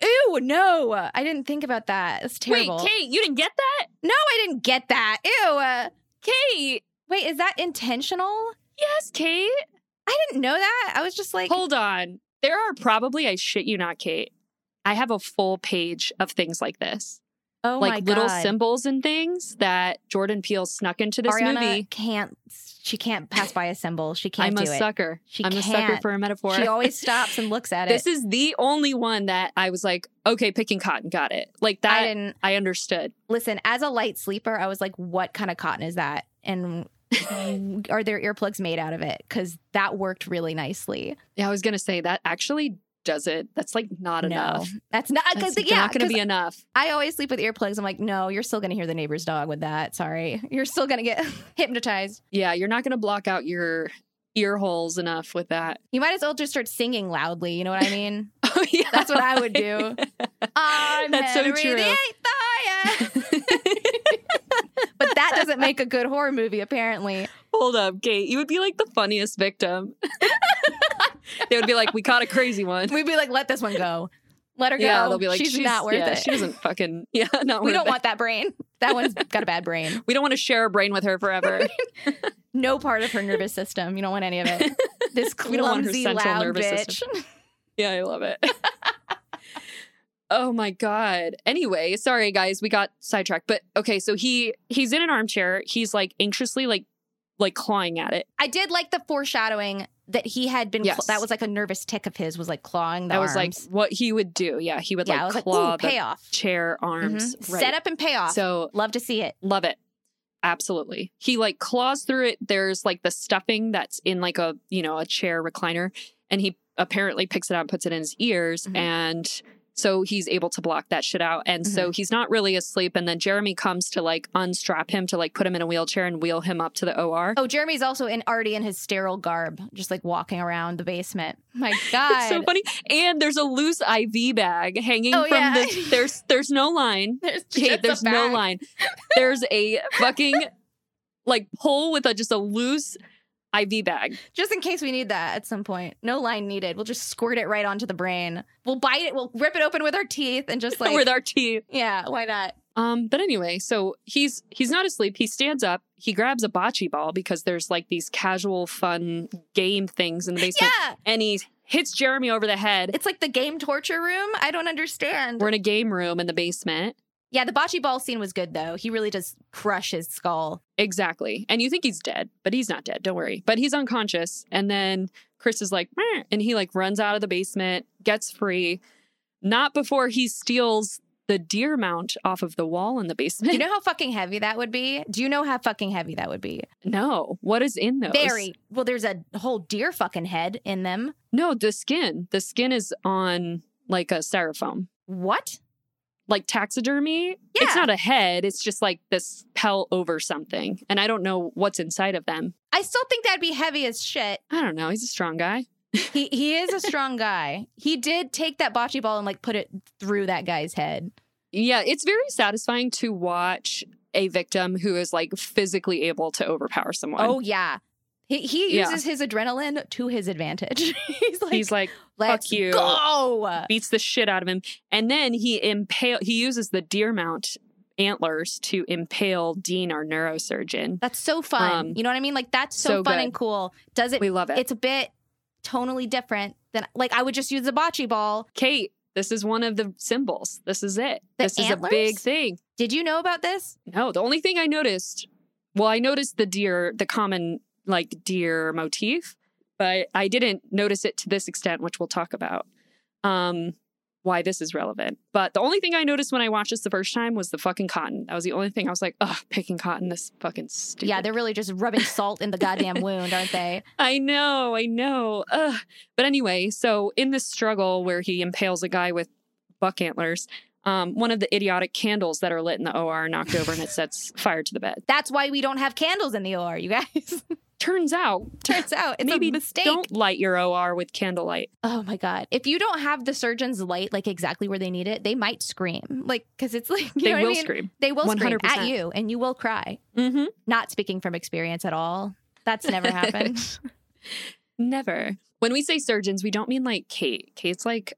Speaker 3: Ew, no. I didn't think about that. That's terrible.
Speaker 4: Wait, Kate, you didn't get that?
Speaker 3: No, I didn't get that. Ew. uh,
Speaker 4: Kate.
Speaker 3: Wait, is that intentional?
Speaker 4: Yes, Kate.
Speaker 3: I didn't know that. I was just like,
Speaker 4: Hold on. There are probably, I shit you not, Kate. I have a full page of things like this.
Speaker 3: oh my
Speaker 4: like little
Speaker 3: God.
Speaker 4: symbols and things that Jordan Peele snuck into this
Speaker 3: Ariana
Speaker 4: movie.
Speaker 3: can't. She can't pass by a symbol. She can't
Speaker 4: I'm a
Speaker 3: do it.
Speaker 4: sucker.
Speaker 3: She
Speaker 4: I'm a sucker
Speaker 3: can't.
Speaker 4: for a metaphor.
Speaker 3: She always stops and looks at
Speaker 4: this
Speaker 3: it.
Speaker 4: is the only one that I was like, okay, picking cotton, got it. Like that,
Speaker 3: I
Speaker 4: I,
Speaker 3: didn't
Speaker 4: understood.
Speaker 3: listen. As a light sleeper, I was like, "What kind of cotton is that?" And are their earplugs made out of it? Because that worked really nicely.
Speaker 4: Yeah, I was gonna say that actually does it. That's like not enough.
Speaker 3: No, that's not. Cause,
Speaker 4: That's
Speaker 3: yeah,
Speaker 4: not gonna
Speaker 3: 'cause
Speaker 4: be enough.
Speaker 3: I always sleep with earplugs. I'm like, no, you're still gonna hear the neighbor's dog with that. Sorry, you're still gonna get hypnotized.
Speaker 4: Yeah, you're not gonna block out your ear holes enough with that.
Speaker 3: You might as well just start singing loudly. You know what I mean?
Speaker 4: Oh yeah,
Speaker 3: That's what I would do. I'm
Speaker 4: That's so
Speaker 3: Henry
Speaker 4: true.
Speaker 3: The eighth, I am. but that doesn't make a good horror movie, apparently.
Speaker 4: Hold up, Kate. You would be like the funniest victim. they would be like, "We caught a crazy one."
Speaker 3: We'd be like, let this one go. Let her go.
Speaker 4: Yeah, they'll be like,
Speaker 3: she's, not worth
Speaker 4: yeah,
Speaker 3: it.
Speaker 4: She doesn't fucking yeah, not
Speaker 3: we
Speaker 4: worth
Speaker 3: don't
Speaker 4: it.
Speaker 3: want that brain. That one's got a bad brain.
Speaker 4: We don't want to share a brain with her forever.
Speaker 3: No part of her nervous system. You don't want any of it. This clumsy,
Speaker 4: We don't want her central
Speaker 3: loud
Speaker 4: nervous
Speaker 3: bitch.
Speaker 4: system. yeah, I love it. oh my god. Anyway, sorry guys, we got sidetracked. But okay, so he he's in an armchair. He's like anxiously like like clawing at it.
Speaker 3: I did like the foreshadowing that he had been.
Speaker 4: Yes.
Speaker 3: that was like a nervous tick of his was like clawing the
Speaker 4: that was like
Speaker 3: arms.
Speaker 4: what he would do. Yeah, he would
Speaker 3: yeah, I was
Speaker 4: like
Speaker 3: like,
Speaker 4: claw
Speaker 3: ooh,
Speaker 4: the
Speaker 3: payoff.
Speaker 4: chair arms.
Speaker 3: Mhm.
Speaker 4: Right.
Speaker 3: Set up and payoff.
Speaker 4: So
Speaker 3: Love to see it.
Speaker 4: Love it. Absolutely. He like claws through it. There's like the stuffing that's in like a, you know, a chair recliner and he apparently picks it out and puts it in his ears
Speaker 3: Mhm.
Speaker 4: and so he's able to block that shit out. And so
Speaker 3: Mm-hmm.
Speaker 4: he's not really asleep and then Jeremy comes to like unstrap him to like put him in a wheelchair and wheel him up to the OR.
Speaker 3: Oh, Jeremy's also in already in his sterile garb, just like walking around the basement. My
Speaker 4: It's
Speaker 3: God.
Speaker 4: so funny. And there's a loose IV bag hanging
Speaker 3: Oh,
Speaker 4: from
Speaker 3: yeah.
Speaker 4: the there's there's no line.
Speaker 3: there's, just
Speaker 4: Kate,
Speaker 3: a
Speaker 4: there's no
Speaker 3: bag.
Speaker 4: line. There's a fucking like pole with a just a loose IV bag.
Speaker 3: Just in case we need that at some point. No line needed. We'll just squirt it right onto the brain. We'll bite it. We'll rip it open with our teeth and just like.
Speaker 4: with our teeth.
Speaker 3: yeah, why not?
Speaker 4: Um, but anyway, so he's he's not asleep. He stands up. He grabs a bocce ball because there's like these casual fun game things in the basement,
Speaker 3: Yeah.
Speaker 4: and he hits Jeremy over the head.
Speaker 3: It's like the game torture room. I don't understand.
Speaker 4: We're in a game room in the basement.
Speaker 3: yeah, the bocce ball scene was good though. He really does crush his skull.
Speaker 4: Exactly. And you think he's dead, but he's not dead. Don't worry. But he's unconscious. And then Chris is like, "Meh," and he like runs out of the basement, gets free. Not before he steals the deer mount off of the wall in the
Speaker 3: Do
Speaker 4: basement.
Speaker 3: you know how fucking heavy that would be? Do you know how fucking heavy that would be?
Speaker 4: no. What is in those?
Speaker 3: Very. Well, there's a whole deer fucking head in them.
Speaker 4: No, the skin. The skin is on like a styrofoam,
Speaker 3: What?
Speaker 4: like taxidermy.
Speaker 3: Yeah.
Speaker 4: It's not a head. It's just like this pelt over something. And I don't know what's inside of them.
Speaker 3: I still think that'd be heavy as shit.
Speaker 4: I don't know. He's a strong guy.
Speaker 3: He he is a strong guy. He did take that bocce ball and like put it through that guy's head.
Speaker 4: Yeah, it's very satisfying to watch a victim who is like physically able to overpower someone.
Speaker 3: Oh yeah. He he
Speaker 4: Yeah.
Speaker 3: uses his adrenaline to his advantage. He's like, uh
Speaker 4: he's like
Speaker 3: let's
Speaker 4: fuck you."
Speaker 3: go.
Speaker 4: beats the shit out of him and then he impale he uses the deer mount antlers to impale Dean our neurosurgeon.
Speaker 3: That's so fun.
Speaker 4: Um,
Speaker 3: you know what I mean? Like that's so,
Speaker 4: so
Speaker 3: fun
Speaker 4: good.
Speaker 3: and cool. Does it
Speaker 4: We love it.
Speaker 3: it's a bit tonally different than like I would just use the bocce ball.
Speaker 4: Kate, this is one of the symbols. This is it.
Speaker 3: The
Speaker 4: this is a
Speaker 3: antlers?
Speaker 4: big thing.
Speaker 3: Did you know about this?
Speaker 4: No, the only thing I noticed, well, I noticed the deer, the common like deer motif, but I didn't notice it to this extent, which we'll talk about. Um why this is relevant. But the only thing I noticed when I watched this the first time was the fucking cotton. That was the only thing I was like, ugh, picking cotton, this fucking stupid.
Speaker 3: Yeah, they're really just rubbing salt in the goddamn wound, aren't they?
Speaker 4: I know, I know. Ugh. But anyway, so in this struggle where he impales a guy with buck antlers, um, one of the idiotic candles that are lit in the OR knocked over and it sets fire to the bed.
Speaker 3: That's why we don't have candles in the OR, you guys.
Speaker 4: Turns out,
Speaker 3: Turns out it's
Speaker 4: maybe
Speaker 3: a mistake.
Speaker 4: don't light your OR with candlelight.
Speaker 3: Oh my god! If you don't have the surgeon's light like exactly where they need it, they might scream. Like because it's like you
Speaker 4: they
Speaker 3: know
Speaker 4: will
Speaker 3: what I mean?
Speaker 4: scream.
Speaker 3: They will scream at
Speaker 4: 100%.
Speaker 3: you, and you will cry.
Speaker 4: Mm-hmm.
Speaker 3: Not speaking from experience at all. That's never happened.
Speaker 4: Never. When we say surgeons, we don't mean like Kate. Kate's like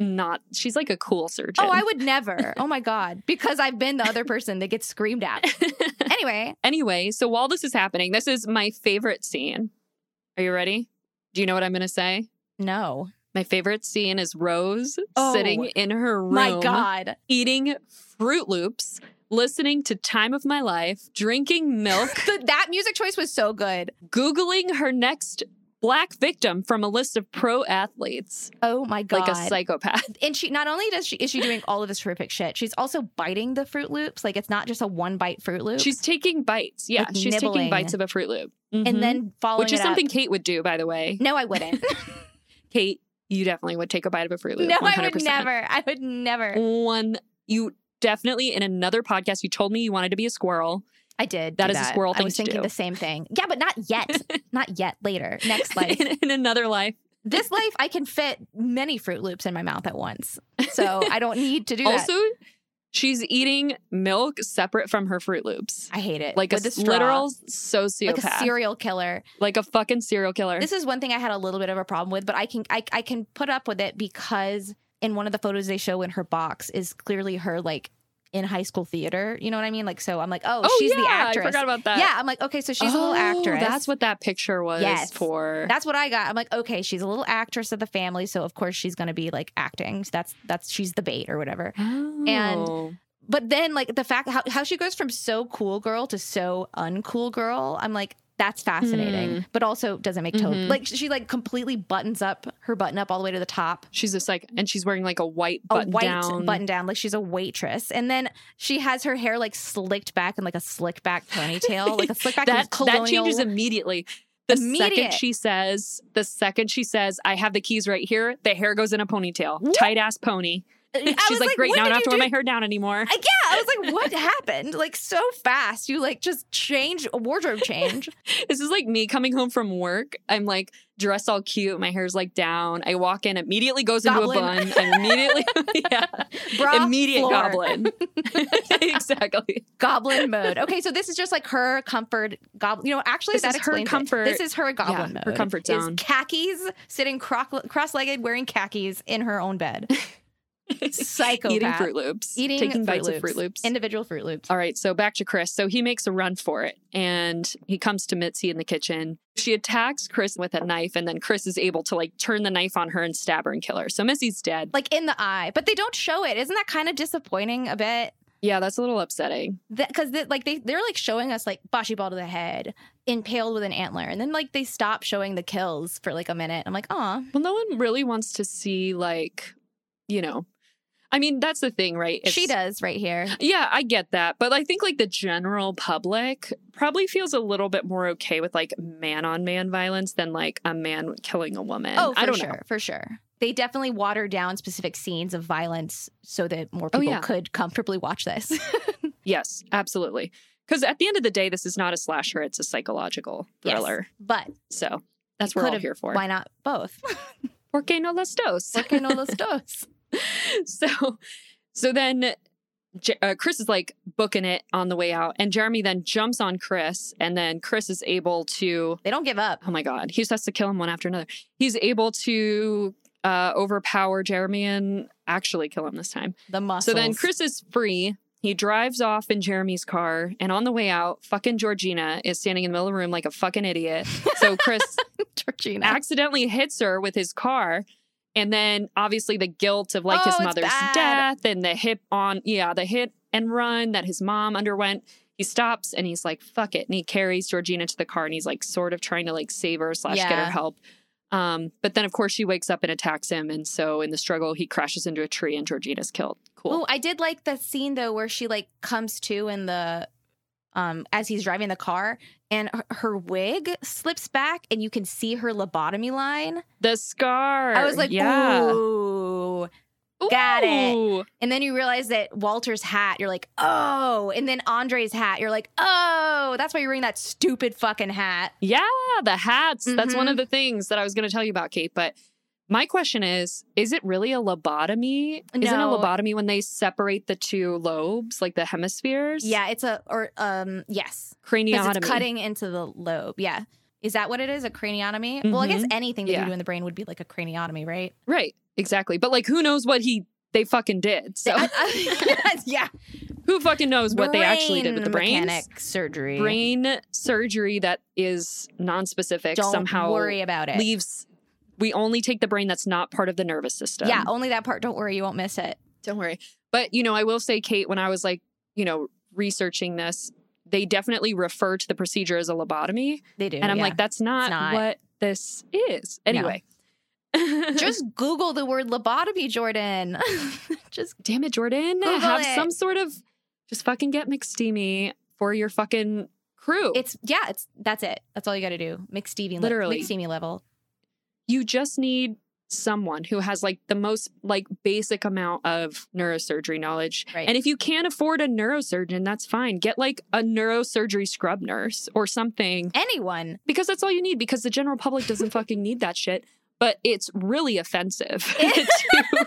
Speaker 4: not. She's like a cool surgeon.
Speaker 3: Oh, I would never. oh my God. Because I've been the other person that gets screamed at. Anyway,
Speaker 4: anyway, so while this is happening, this is my favorite scene. Are you ready? Do you know what I'm going to say?
Speaker 3: no.
Speaker 4: My favorite scene is Rose
Speaker 3: Oh,
Speaker 4: sitting in her room,
Speaker 3: My God.
Speaker 4: eating Fruit Loops, listening to "Time of My Life," drinking milk,
Speaker 3: The, that music choice was so good.
Speaker 4: googling her next black victim from a list of pro athletes,
Speaker 3: Oh my God.
Speaker 4: like a psychopath.
Speaker 3: and she not only does she is she doing all of this horrific shit, she's also biting the Fruit Loops. Like it's not just a one bite Fruit Loop.
Speaker 4: She's taking bites. Yeah,
Speaker 3: Like
Speaker 4: she's
Speaker 3: nibbling.
Speaker 4: taking bites of a Fruit Loop, Mhm.
Speaker 3: and then following
Speaker 4: which is
Speaker 3: it up-
Speaker 4: something Kate would do, by the way.
Speaker 3: No, I wouldn't.
Speaker 4: Kate, you definitely would take a bite of a Fruit Loop.
Speaker 3: no, I
Speaker 4: 100%.
Speaker 3: would never. I would never.
Speaker 4: One, you definitely in another podcast you told me you wanted to be a squirrel.
Speaker 3: I did.
Speaker 4: That
Speaker 3: do
Speaker 4: is a squirrel
Speaker 3: I
Speaker 4: thing
Speaker 3: was
Speaker 4: to
Speaker 3: thinking
Speaker 4: do.
Speaker 3: the same thing. Yeah, but not yet. not yet. Later. Next life.
Speaker 4: in, in another life.
Speaker 3: this life I can fit many Fruit Loops in my mouth at once, so I don't need to do that.
Speaker 4: also, she's eating milk separate from her Fruit Loops,
Speaker 3: I hate it.
Speaker 4: like a
Speaker 3: With the straw.
Speaker 4: literal sociopath,
Speaker 3: like a serial killer.
Speaker 4: like a fucking serial killer.
Speaker 3: This is one thing I had a little bit of a problem with, but I can I, I can put up with it because in one of the photos they show in her box is clearly her like in high school theater. You know what I mean? Like so, I'm like, oh,
Speaker 4: oh,
Speaker 3: she's
Speaker 4: yeah,
Speaker 3: the actress.
Speaker 4: I forgot about that.
Speaker 3: Yeah, I'm like, okay, so she's a little
Speaker 4: Oh,
Speaker 3: actress.
Speaker 4: That's what that picture was
Speaker 3: Yes.
Speaker 4: for.
Speaker 3: That's what I got. I'm like, okay, she's a little actress of the family, so of course she's gonna be like acting. So that's that's she's the bait or whatever. and-
Speaker 4: Oh.
Speaker 3: But then like the fact how, how she goes from so cool girl to so uncool girl, I'm like, that's fascinating.
Speaker 4: Hmm.
Speaker 3: But also doesn't make total
Speaker 4: Mhm.
Speaker 3: like she like completely buttons up her button up all the way to the top.
Speaker 4: she's just like, and she's wearing like a white
Speaker 3: A
Speaker 4: button
Speaker 3: white
Speaker 4: down.
Speaker 3: button down, like she's a waitress, and then she has her hair like slicked back in like a slick back ponytail, like a slick back
Speaker 4: that,
Speaker 3: colonial.
Speaker 4: that changes immediately. The
Speaker 3: Immediate.
Speaker 4: second she says, the second she says, I have the keys right here, the hair goes in a ponytail, tight ass pony.
Speaker 3: I was
Speaker 4: She's like, great,
Speaker 3: what
Speaker 4: now I
Speaker 3: did
Speaker 4: don't have
Speaker 3: you
Speaker 4: to wear
Speaker 3: do
Speaker 4: my hair down anymore.
Speaker 3: I, yeah, I was like, what happened? Like so fast, you like just change a wardrobe change.
Speaker 4: This is like me coming home from work. I'm like dressed all cute. My hair's like down. I walk in, immediately goes
Speaker 3: Goblin.
Speaker 4: into a bun. I'm immediately, yeah,
Speaker 3: Bra
Speaker 4: immediate
Speaker 3: floor.
Speaker 4: goblin. exactly.
Speaker 3: goblin mode. Okay, so this is just like her comfort goblin. You know, actually,
Speaker 4: This
Speaker 3: that
Speaker 4: is her
Speaker 3: explains it.
Speaker 4: comfort-
Speaker 3: This is her goblin
Speaker 4: yeah,
Speaker 3: mode.
Speaker 4: her comfort
Speaker 3: is
Speaker 4: zone.
Speaker 3: khakis, sitting croc- cross-legged, wearing khakis in her own bed. Psychopath.
Speaker 4: Eating Fruit Loops.
Speaker 3: Eating
Speaker 4: taking
Speaker 3: Froot
Speaker 4: bites
Speaker 3: loops.
Speaker 4: of Fruit Loops.
Speaker 3: Individual Fruit Loops.
Speaker 4: All right, so back to Chris. So he makes a run for it and he comes to Mitzi in the kitchen. She attacks Chris with a knife, and then Chris is able to like turn the knife on her and stab her and kill her. So Mitzi's dead.
Speaker 3: Like in the eye, but they don't show it. Isn't that kind of disappointing a bit?
Speaker 4: Yeah, that's a little upsetting.
Speaker 3: because like they they're like showing us like bocce ball to the head, impaled with an antler, and then like they stop showing the kills for like a minute. I'm like, oh,
Speaker 4: Well, no one really wants to see, like, you know, I mean, that's the thing, right? It's-
Speaker 3: she does right here.
Speaker 4: Yeah, I get that. But I think like the general public probably feels a little bit more okay with like man on man violence than like a man killing a woman.
Speaker 3: oh, for
Speaker 4: I don't
Speaker 3: sure,
Speaker 4: know.
Speaker 3: for sure. They definitely water down specific scenes of violence so that more people
Speaker 4: Oh, yeah.
Speaker 3: could comfortably watch this.
Speaker 4: Yes, absolutely. Because at the end of the day, this is not a slasher; it's a psychological
Speaker 3: Yes.
Speaker 4: thriller.
Speaker 3: but
Speaker 4: So that's
Speaker 3: You
Speaker 4: what we're all
Speaker 3: could've-
Speaker 4: here for.
Speaker 3: why not both?
Speaker 4: Porque no las dos?
Speaker 3: Porque no los dos?
Speaker 4: so, so then J- uh, Chris is like booking it on the way out, and Jeremy then jumps on Chris, and then Chris is able to.
Speaker 3: They don't give up.
Speaker 4: Oh my God, he just has to kill him one after another. He's able to uh, overpower Jeremy and actually kill him this time.
Speaker 3: The muscles.
Speaker 4: So then Chris is free. He drives off in Jeremy's car. And on the way out, fucking Georgina is standing in the middle of the room like a fucking idiot. So Chris
Speaker 3: Georgina.
Speaker 4: accidentally hits her with his car. And then obviously the guilt of like
Speaker 3: Oh,
Speaker 4: his
Speaker 3: it's
Speaker 4: mother's
Speaker 3: bad.
Speaker 4: death and the hit on, yeah, the hit and run that his mom underwent. He stops and he's like, fuck it. And he carries Georgina to the car and he's like sort of trying to like save her slash get
Speaker 3: Yeah.
Speaker 4: her help. Um, but then of course she wakes up and attacks him. And so in the struggle, he crashes into a tree and Georgina's killed. Cool.
Speaker 3: Oh, I did like the scene though where she like comes to in the um as he's driving the car and her, her wig slips back and you can see her lobotomy line.
Speaker 4: The scar.
Speaker 3: I was like, ooh. got it. And then you realize that Walter's hat, you're like, oh. And then Andre's hat, you're like, oh. That's why you're wearing that stupid fucking hat.
Speaker 4: Yeah, the hats. That's one
Speaker 3: Mhm.
Speaker 4: of the things that I was going to tell you about, Kate. But my question is is it really a lobotomy? Isn't a
Speaker 3: No.
Speaker 4: lobotomy when they separate the two lobes, like the hemispheres?
Speaker 3: Yeah, it's a or um yes. Because
Speaker 4: Craniotomy.
Speaker 3: it's cutting into the lobe. Yeah. Is that what it is? A craniotomy? Well, I guess anything that
Speaker 4: Mm-hmm. Yeah.
Speaker 3: you do in the brain would be like a craniotomy, right?
Speaker 4: Right. Exactly. But like, who knows what he they fucking did? So
Speaker 3: yeah.
Speaker 4: who fucking knows what they actually did with the brains?
Speaker 3: mechanic surgery.
Speaker 4: Brain surgery that is non-specific
Speaker 3: Don't
Speaker 4: somehow
Speaker 3: worry about it.
Speaker 4: leaves. We only take the brain that's not part of the nervous system.
Speaker 3: Yeah, only that part. Don't worry, you won't miss it.
Speaker 4: Don't worry. But, you know, I will say, Kate, when I was like, you know, researching this, they definitely refer to the procedure as a lobotomy.
Speaker 3: They do.
Speaker 4: and I'm
Speaker 3: yeah.
Speaker 4: like, that's not,
Speaker 3: not.
Speaker 4: what this is.
Speaker 3: No.
Speaker 4: Anyway.
Speaker 3: just Google the word lobotomy, Jordan. just
Speaker 4: damn it, Jordan.
Speaker 3: Google
Speaker 4: have
Speaker 3: it.
Speaker 4: some sort of just fucking get McSteamy for your fucking crew.
Speaker 3: it's yeah, it's that's it. That's all you got to do. McStevie,
Speaker 4: Literally.
Speaker 3: McStevie level.
Speaker 4: you just need someone who has like the most like basic amount of neurosurgery knowledge.
Speaker 3: Right.
Speaker 4: And if you can't afford a neurosurgeon, that's fine. Get like a neurosurgery scrub nurse or something.
Speaker 3: Anyone,
Speaker 4: because that's all you need because the general public doesn't fucking need that shit but it's really offensive to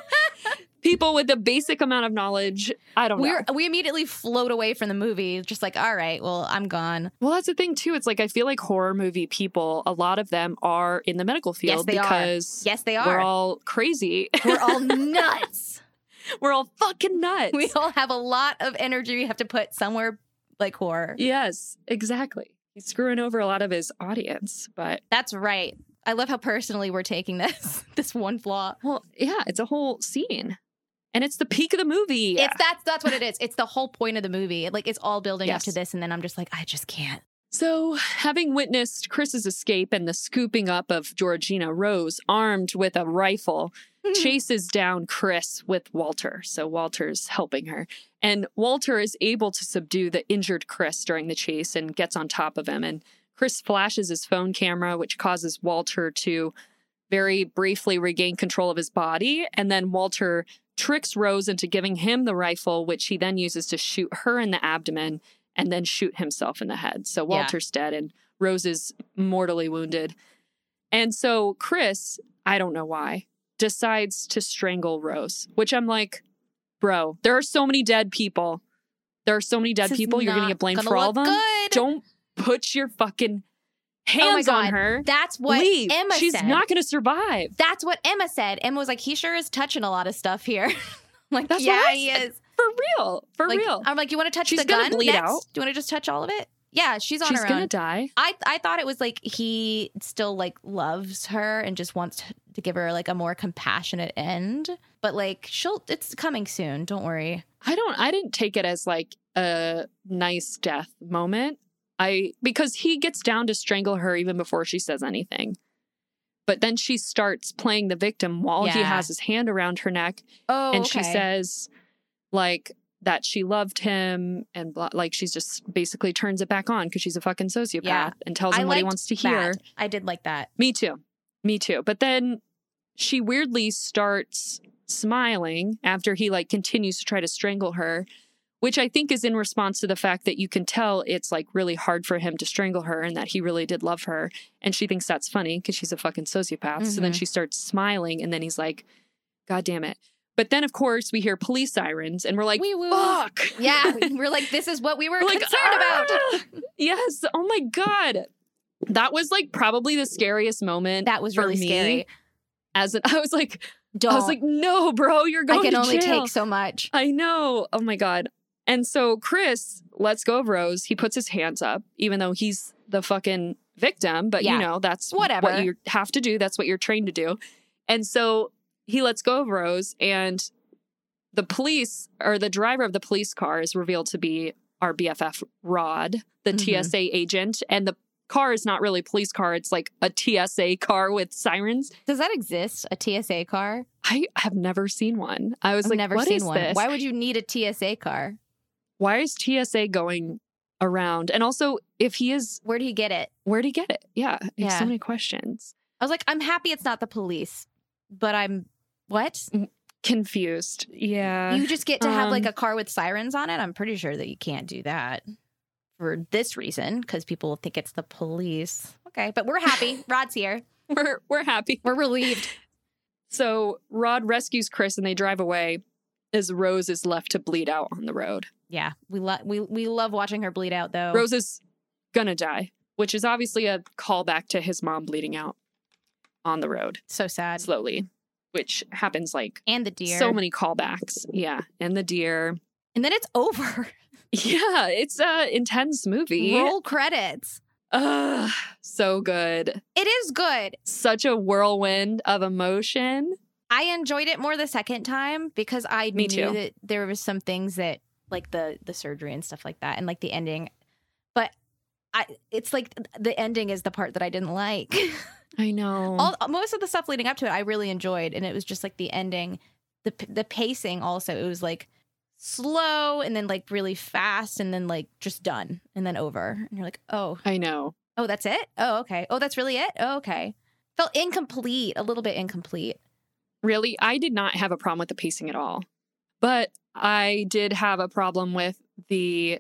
Speaker 4: people with the basic amount of knowledge i don't
Speaker 3: we
Speaker 4: know
Speaker 3: we immediately float away from the movie, just like, all right, well, I'm gone.
Speaker 4: well that's the thing too it's like i feel like horror movie people a lot of them are in the medical
Speaker 3: Yes,
Speaker 4: field
Speaker 3: they are.
Speaker 4: because
Speaker 3: Yes, they
Speaker 4: we're
Speaker 3: are.
Speaker 4: all crazy
Speaker 3: we're all nuts.
Speaker 4: we're all fucking nuts
Speaker 3: We all have a lot of energy we have to put somewhere like horror.
Speaker 4: yes exactly he's screwing over a lot of his audience but
Speaker 3: That's right. I love how personally we're taking this this one flaw.
Speaker 4: well yeah it's a whole scene and it's the peak of the movie
Speaker 3: It's that's that's what it is. It's the whole point of the movie. It, like it's all building up
Speaker 4: Yes.
Speaker 3: to this, and then I'm just like, I just can't.
Speaker 4: So, having witnessed Chris's escape and the scooping up of Georgina, Rose, armed with a rifle,
Speaker 3: Hmm.
Speaker 4: chases down Chris with Walter. So, Walter's helping her. And Walter is able to subdue the injured Chris during the chase and gets on top of him. And Chris flashes his phone camera, which causes Walter to very briefly regain control of his body. And then Walter tricks Rose into giving him the rifle, which he then uses to shoot her in the abdomen and then shoot himself in the head. So
Speaker 3: Yeah.
Speaker 4: Walter's dead and Rose is mortally wounded. And so Chris, I don't know why, decides to strangle Rose, which I'm like, bro, there are so many dead people. There are so many dead
Speaker 3: This is
Speaker 4: people. You're going
Speaker 3: not
Speaker 4: to get blamed
Speaker 3: gonna
Speaker 4: for all of them.
Speaker 3: look Good. Oh
Speaker 4: Don't put your fucking hands on
Speaker 3: God.
Speaker 4: her.
Speaker 3: That's what
Speaker 4: Leave.
Speaker 3: Emma
Speaker 4: She's
Speaker 3: said.
Speaker 4: not going to survive.
Speaker 3: That's what Emma said. Emma was like, he sure is touching a lot of stuff here. I'm like,
Speaker 4: That's what
Speaker 3: yeah,
Speaker 4: I
Speaker 3: he
Speaker 4: said.
Speaker 3: is.
Speaker 4: For real. For
Speaker 3: Like,
Speaker 4: real.
Speaker 3: I'm like, you want to touch
Speaker 4: She's
Speaker 3: the
Speaker 4: gonna
Speaker 3: gun?
Speaker 4: bleed
Speaker 3: next?
Speaker 4: out.
Speaker 3: Do you want to just touch all of it? Yeah, she's on
Speaker 4: She's
Speaker 3: her
Speaker 4: going to
Speaker 3: own.
Speaker 4: die.
Speaker 3: I I thought it was like he still like loves her and just wants to- to give her like a more compassionate end. But like she'll, it's coming soon. Don't worry.
Speaker 4: I don't I didn't take it as like a nice death moment. I because he gets down to strangle her even before she says anything. But then she starts playing the victim while he
Speaker 3: Yeah.
Speaker 4: has his hand around her neck
Speaker 3: Oh,
Speaker 4: and she
Speaker 3: okay.
Speaker 4: says like that she loved him and blah, like she's just basically turns it back on because she's a fucking sociopath
Speaker 3: Yeah.
Speaker 4: and tells
Speaker 3: I
Speaker 4: him what he
Speaker 3: liked
Speaker 4: wants to hear.
Speaker 3: Bad. I did like that.
Speaker 4: Me too. Me too. But then she weirdly starts smiling after he like continues to try to strangle her, which I think is in response to the fact that you can tell it's like really hard for him to strangle her and that he really did love her. And she thinks that's funny because she's a fucking sociopath. So then
Speaker 3: Mhm.
Speaker 4: she starts smiling and then he's like, God damn it. But then, of course, we hear police sirens and we're like,
Speaker 3: Wee woo.
Speaker 4: fuck.
Speaker 3: Yeah, we're like, this is what we were
Speaker 4: We're like,
Speaker 3: concerned about.
Speaker 4: "Ah!" yes. Oh my God. That was like probably the scariest moment.
Speaker 3: That was
Speaker 4: for
Speaker 3: really
Speaker 4: me,
Speaker 3: scary.
Speaker 4: As an, I was like,
Speaker 3: Don't.
Speaker 4: I was like, no, bro, you're going.
Speaker 3: I can
Speaker 4: to
Speaker 3: only
Speaker 4: jail."
Speaker 3: take so much.
Speaker 4: I know. Oh my god. And so Chris lets go of Rose. He puts his hands up, even though he's the fucking victim. But
Speaker 3: Yeah.
Speaker 4: you know, that's
Speaker 3: Whatever.
Speaker 4: what you have to do. That's what you're trained to do. And so he lets go of Rose, and the police or the driver of the police car is revealed to be our BFF Rod, the
Speaker 3: Mhm.
Speaker 4: TSA agent, and the car is not really a police car. It's like a TSA car with sirens.
Speaker 3: Does that exist? A TSA car?
Speaker 4: I have never seen one. I was
Speaker 3: I've
Speaker 4: like,
Speaker 3: never
Speaker 4: what
Speaker 3: seen
Speaker 4: is
Speaker 3: one.
Speaker 4: this?
Speaker 3: Why would you need a TSA car?
Speaker 4: why is TSA going around? And also, if he is,
Speaker 3: Where do you get it?
Speaker 4: where'd he get it? Yeah, I have
Speaker 3: Yeah.
Speaker 4: so many questions.
Speaker 3: I was like, I'm happy it's not the police, but I'm what?
Speaker 4: Confused. Yeah.
Speaker 3: you just get to have like
Speaker 4: um,
Speaker 3: a car with sirens on it. I'm pretty sure that you can't do that for this reason because people think it's the police. Okay, but we're happy. Rod's here.
Speaker 4: we're we're happy.
Speaker 3: We're relieved.
Speaker 4: So Rod rescues Chris and they drive away as Rose is left to bleed out on the road.
Speaker 3: Oh. Yeah, we love we we love watching her bleed out though.
Speaker 4: Rose is gonna die. which is obviously a callback to his mom bleeding out on the road
Speaker 3: So sad.
Speaker 4: slowly, which happens like
Speaker 3: And the deer.
Speaker 4: so many callbacks. Yeah, and the deer.
Speaker 3: And then it's over.
Speaker 4: Yeah, it's a intense movie.
Speaker 3: Roll credits.
Speaker 4: Ugh, so good.
Speaker 3: It is good.
Speaker 4: Such a whirlwind of emotion.
Speaker 3: I enjoyed it more the second time because I
Speaker 4: Me
Speaker 3: knew
Speaker 4: too.
Speaker 3: that there was some things that like the the surgery and stuff like that and like the ending. But I it's like th- the ending is the part that I didn't like.
Speaker 4: I know.
Speaker 3: All uh, most of the stuff leading up to it I really enjoyed and it was just like the ending, the p- the pacing also it was like slow and then like really fast and then like just done and then over. And you're like, "Oh,
Speaker 4: I know.
Speaker 3: Oh, that's it? Oh, okay. Oh, that's really it? Oh, okay. Felt incomplete, a little bit incomplete.
Speaker 4: Really, I did not have a problem with the pacing at all. But I did have a problem with the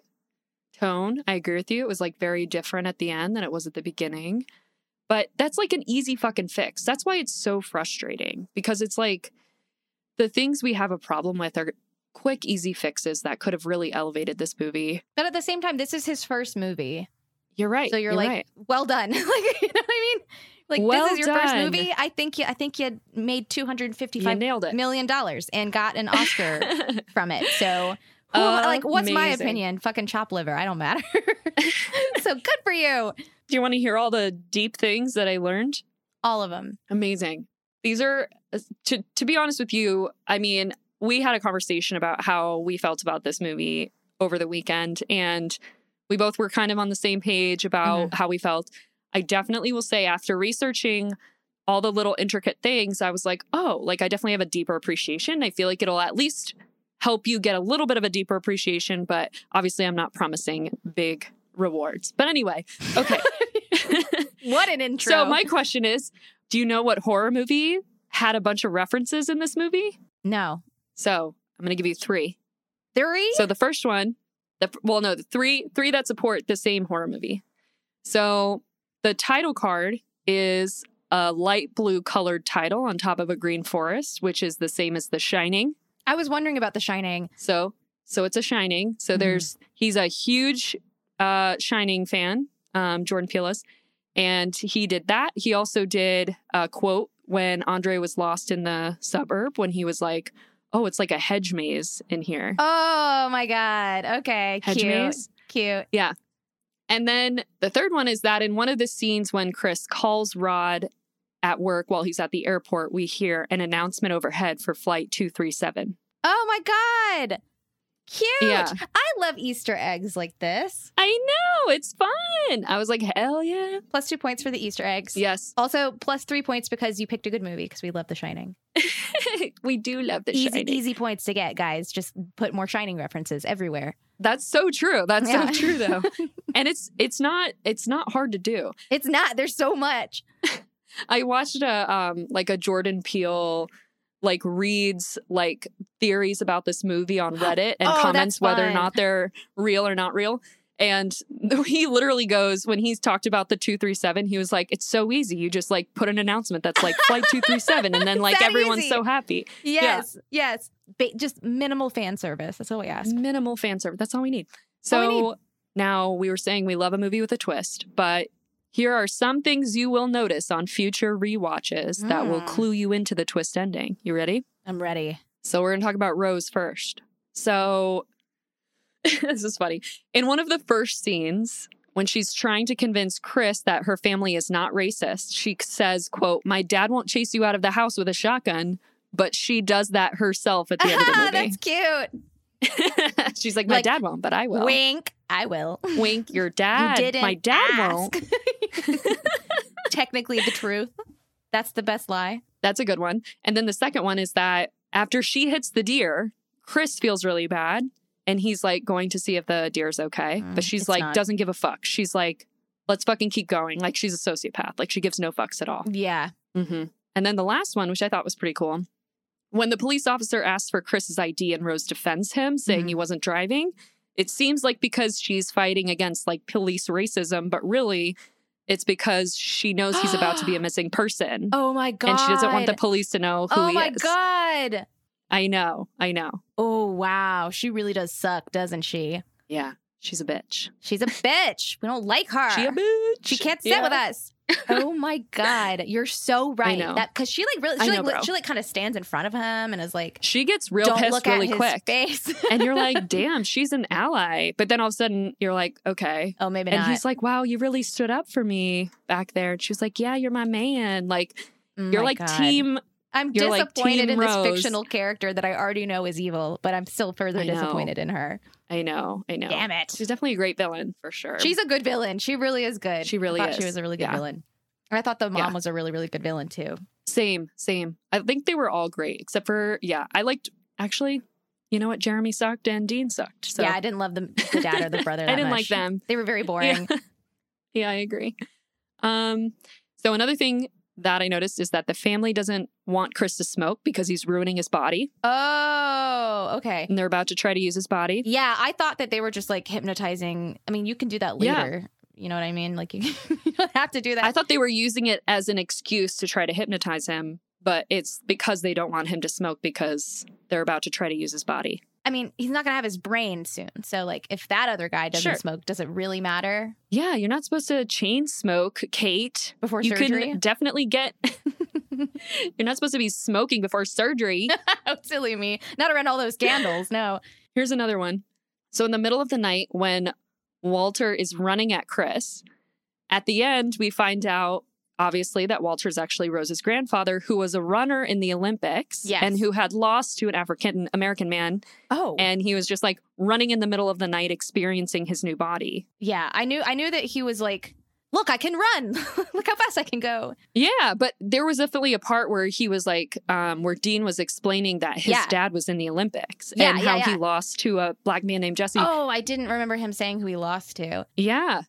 Speaker 4: tone. I agree with you. It was like very different at the end than it was at the beginning. But that's like an easy fucking fix. That's why it's so frustrating because it's like the things we have a problem with are quick, easy fixes that could have really elevated this movie.
Speaker 3: But at the same time, this is his first movie.
Speaker 4: You're right.
Speaker 3: So you're, like,
Speaker 4: right.
Speaker 3: well done. like, you know what I mean? Like,
Speaker 4: Well
Speaker 3: this is your first
Speaker 4: done.
Speaker 3: movie. I think you, I think you made two hundred
Speaker 4: you
Speaker 3: fifty-five million
Speaker 4: nailed it.
Speaker 3: dollars and got an Oscar from it. So, who, am I- like, what's my
Speaker 4: Amazing.
Speaker 3: opinion? Fucking chop liver. I don't matter. so good for you.
Speaker 4: Do you want to hear all the deep things that I learned?
Speaker 3: All of them.
Speaker 4: Amazing. These are uh, to to be honest with you, I mean, we had a conversation about how we felt about this movie over the weekend and we both were kind of on the same page about how we felt. I definitely will say after researching all the little intricate things, I was like, "Oh, like I definitely have a deeper appreciation. I feel like it'll at least help you get a little bit of a deeper appreciation, but obviously I'm not promising big rewards." But anyway, okay.
Speaker 3: What an intro.
Speaker 4: So my question is, do you know what horror movie had a bunch of references in this movie?
Speaker 3: no
Speaker 4: So I'm going to give you three.
Speaker 3: three.
Speaker 4: So the first one, the well, no, the three three that support the same horror movie. So the title card is a light blue colored title on top of a green forest, which is the same as The Shining.
Speaker 3: I was wondering about The Shining.
Speaker 4: So so it's a Shining. So
Speaker 3: Mhm.
Speaker 4: there's he's a huge uh Shining fan, um Jordan Peele is, and he did that. He also did a quote when Andre was lost in the suburb when he was like, "Oh, it's like a hedge maze in here."
Speaker 3: Oh my god. Okay.
Speaker 4: hedge
Speaker 3: cute.
Speaker 4: maze.
Speaker 3: Cute.
Speaker 4: And then the third one is that in one of the scenes when Chris calls Rod at work while he's at the airport, we hear an announcement overhead for flight 237.
Speaker 3: Oh my god. Cute.
Speaker 4: Yeah.
Speaker 3: I love Easter eggs like this.
Speaker 4: I know, it's fun. I was like, "Hell yeah."
Speaker 3: Plus 2 points for the Easter eggs.
Speaker 4: Yes.
Speaker 3: Also, plus 3 points because you picked a good movie because we love The Shining.
Speaker 4: we do love the
Speaker 3: easy
Speaker 4: shining.
Speaker 3: easy points to get, guys. Just put more Shining references everywhere.
Speaker 4: That's so true. That's
Speaker 3: Yeah.
Speaker 4: so true though. and it's it's not it's not hard to do.
Speaker 3: It's not there's so much.
Speaker 4: I watched a um like a Jordan Peele like reads like theories about this movie on Reddit and
Speaker 3: Oh, that's
Speaker 4: comments whether or
Speaker 3: fun.
Speaker 4: not they're real or not real. And he literally goes when he's talked about the 237, he was like, It's so easy. You just like put an announcement that's like flight 237, and then like
Speaker 3: that
Speaker 4: everyone's
Speaker 3: easy.
Speaker 4: so happy.
Speaker 3: Yes. Yes. Ba- just minimal fan service. That's all we ask.
Speaker 4: Minimal fan service. That's all we need.
Speaker 3: all we
Speaker 4: So now we were saying we love a movie with a twist, but here are some things you will notice on future rewatches that will
Speaker 3: Mm.
Speaker 4: clue you into the twist ending. You ready?
Speaker 3: I'm ready.
Speaker 4: So we're going to talk about Rose first. So this is funny. In one of the first scenes, when she's trying to convince Chris that her family is not racist, she says, quote, "My dad won't chase you out of the house with a shotgun." But she does that herself at the end of the
Speaker 3: Ah,
Speaker 4: movie.
Speaker 3: that's cute.
Speaker 4: She's like, my
Speaker 3: Like,
Speaker 4: dad won't, but I will. Wink,
Speaker 3: Wink. I will.
Speaker 4: your dad.
Speaker 3: you didn't.
Speaker 4: my dad
Speaker 3: ask.
Speaker 4: won't.
Speaker 3: Technically, the truth. That's the best lie.
Speaker 4: That's a good one. And then the second one is that after she hits the deer, Chris feels really bad, and he's like going to see if the deer's okay.
Speaker 3: Mm,
Speaker 4: but she's
Speaker 3: it's
Speaker 4: like,
Speaker 3: not.
Speaker 4: doesn't give a fuck. She's like, let's fucking keep going. Like she's a sociopath. Like she gives no fucks at all.
Speaker 3: Yeah.
Speaker 4: hmm And then the last one, which I thought was pretty cool, when the police officer asks for Chris's ID and Rose defends him, saying
Speaker 3: Mhm.
Speaker 4: he wasn't driving, it seems like because she's fighting against like police racism, but really it's because she knows he's about to be a missing person.
Speaker 3: Oh my god.
Speaker 4: And she doesn't want the police to know who
Speaker 3: oh
Speaker 4: he
Speaker 3: my
Speaker 4: is.
Speaker 3: god.
Speaker 4: I know, I know.
Speaker 3: Oh wow, she really does suck, doesn't she?
Speaker 4: Yeah. She's a bitch.
Speaker 3: She's a bitch. We don't like her.
Speaker 4: She a bitch.
Speaker 3: She can't sit
Speaker 4: Yeah.
Speaker 3: with us. Oh my god, you're so right.
Speaker 4: know.
Speaker 3: That because she like really,
Speaker 4: I
Speaker 3: she
Speaker 4: know,
Speaker 3: like
Speaker 4: bro.
Speaker 3: li- she like kind of stands in front of him and is like,
Speaker 4: She gets real
Speaker 3: "Don't
Speaker 4: pissed
Speaker 3: look
Speaker 4: really
Speaker 3: at
Speaker 4: quick.
Speaker 3: his face."
Speaker 4: and you're like, damn, she's an ally. But then all of a sudden you're like, okay.
Speaker 3: oh, maybe
Speaker 4: and
Speaker 3: not.
Speaker 4: he's like, wow, you really stood up for me back there. And she's like, yeah, you're my man. Like,
Speaker 3: Mm,
Speaker 4: you're
Speaker 3: my
Speaker 4: like
Speaker 3: God.
Speaker 4: team.
Speaker 3: I'm
Speaker 4: you're like
Speaker 3: disappointed
Speaker 4: Team
Speaker 3: in this
Speaker 4: Rose.
Speaker 3: fictional character that I already know is evil, but I'm still further
Speaker 4: I know.
Speaker 3: disappointed in her.
Speaker 4: I know. I know.
Speaker 3: Damn it.
Speaker 4: She's definitely a great villain for sure.
Speaker 3: She's a good villain. She really is good.
Speaker 4: She really
Speaker 3: I thought She
Speaker 4: is.
Speaker 3: was a really good
Speaker 4: Yeah.
Speaker 3: villain. And I thought the mom
Speaker 4: Yeah.
Speaker 3: was a really, really good villain too.
Speaker 4: Same, same. I think they were all great, except for yeah. I liked actually. You know what? Jeremy sucked and Dean sucked. So
Speaker 3: yeah, I didn't love the, the dad or the brother.
Speaker 4: I
Speaker 3: that
Speaker 4: didn't like
Speaker 3: much.
Speaker 4: them.
Speaker 3: They were very boring.
Speaker 4: Yeah, I agree. Um, so another thing that I noticed is that the family doesn't want Chris to smoke because he's ruining his body,
Speaker 3: Oh, okay.
Speaker 4: and they're about to try to use his body.
Speaker 3: Yeah, I thought that they were just like hypnotizing. I mean, you can do that
Speaker 4: Yeah.
Speaker 3: later. You know what I mean? Like you, you don't have to do that.
Speaker 4: I thought they were using it as an excuse to try to hypnotize him, but it's because they don't want him to smoke because they're about to try to use his body.
Speaker 3: I mean, he's not gonna have his brain soon. So like, if that other guy doesn't
Speaker 4: Sure.
Speaker 3: smoke, does it really matter
Speaker 4: Yeah, you're not supposed to chain smoke, Kate.
Speaker 3: before
Speaker 4: you
Speaker 3: surgery?
Speaker 4: can definitely get you're not supposed to be smoking before surgery
Speaker 3: oh, silly me! Not around all those scandals. No.
Speaker 4: here's another one so in the middle of the night when walter is running at chris at the end we find out obviously that walter's actually rose's grandfather who was a runner in the olympics
Speaker 3: Yes.
Speaker 4: and who had lost to an african american man
Speaker 3: Oh,
Speaker 4: and he was just like running in the middle of the night experiencing his new body
Speaker 3: yeah. I knew. I knew that he was like, look, I can run. look how fast I can go.
Speaker 4: Yeah, but there was definitely a part where he was like, um, where Dean was explaining that his
Speaker 3: Yeah.
Speaker 4: dad was in the Olympics
Speaker 3: Yeah,
Speaker 4: and
Speaker 3: yeah,
Speaker 4: how
Speaker 3: yeah.
Speaker 4: he lost to a black man named Jesse.
Speaker 3: Oh, I didn't remember him saying who he lost to.
Speaker 4: Yeah.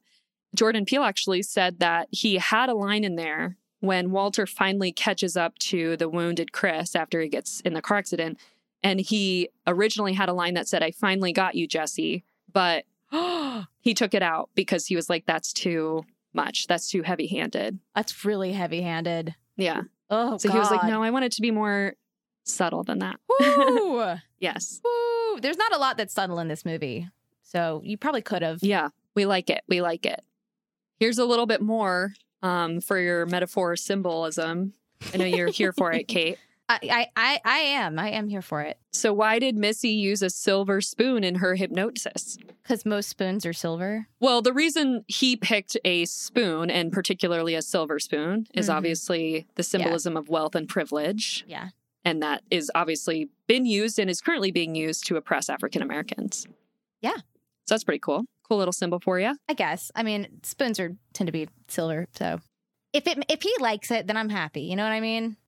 Speaker 4: Jordan Peele actually said that he had a line in there when Walter finally catches up to the wounded Chris after he gets in the car accident. And he originally had a line that said, I finally got you, Jesse. But he took it out because he was like, that's too much. That's too heavy handed.
Speaker 3: That's really heavy-handed.
Speaker 4: Yeah.
Speaker 3: Oh,
Speaker 4: So he was like,
Speaker 3: God.
Speaker 4: no, I want it to be more subtle than that.
Speaker 3: Woo!
Speaker 4: Yes.
Speaker 3: Ooh, there's not a lot that's subtle in this movie. So you probably could have.
Speaker 4: Yeah. We like it. We like it. Here's a little bit more um, for your metaphor symbolism. I know you're here for it, Kate.
Speaker 3: I, I, I, I am. I am here for it.
Speaker 4: So, why did Missy use a silver spoon in her hypnosis?
Speaker 3: Because most spoons are silver.
Speaker 4: Well, the reason he picked a spoon and particularly a silver spoon is
Speaker 3: Mhm.
Speaker 4: obviously the symbolism of wealth and privilege.
Speaker 3: Yeah.
Speaker 4: And that is obviously been used and is currently being used to oppress African Americans.
Speaker 3: Yeah.
Speaker 4: So, that's pretty cool. Cool little symbol for you.
Speaker 3: I guess. I mean, spoons are tend to be silver. So if it if he likes it, then I'm happy. You know what I mean?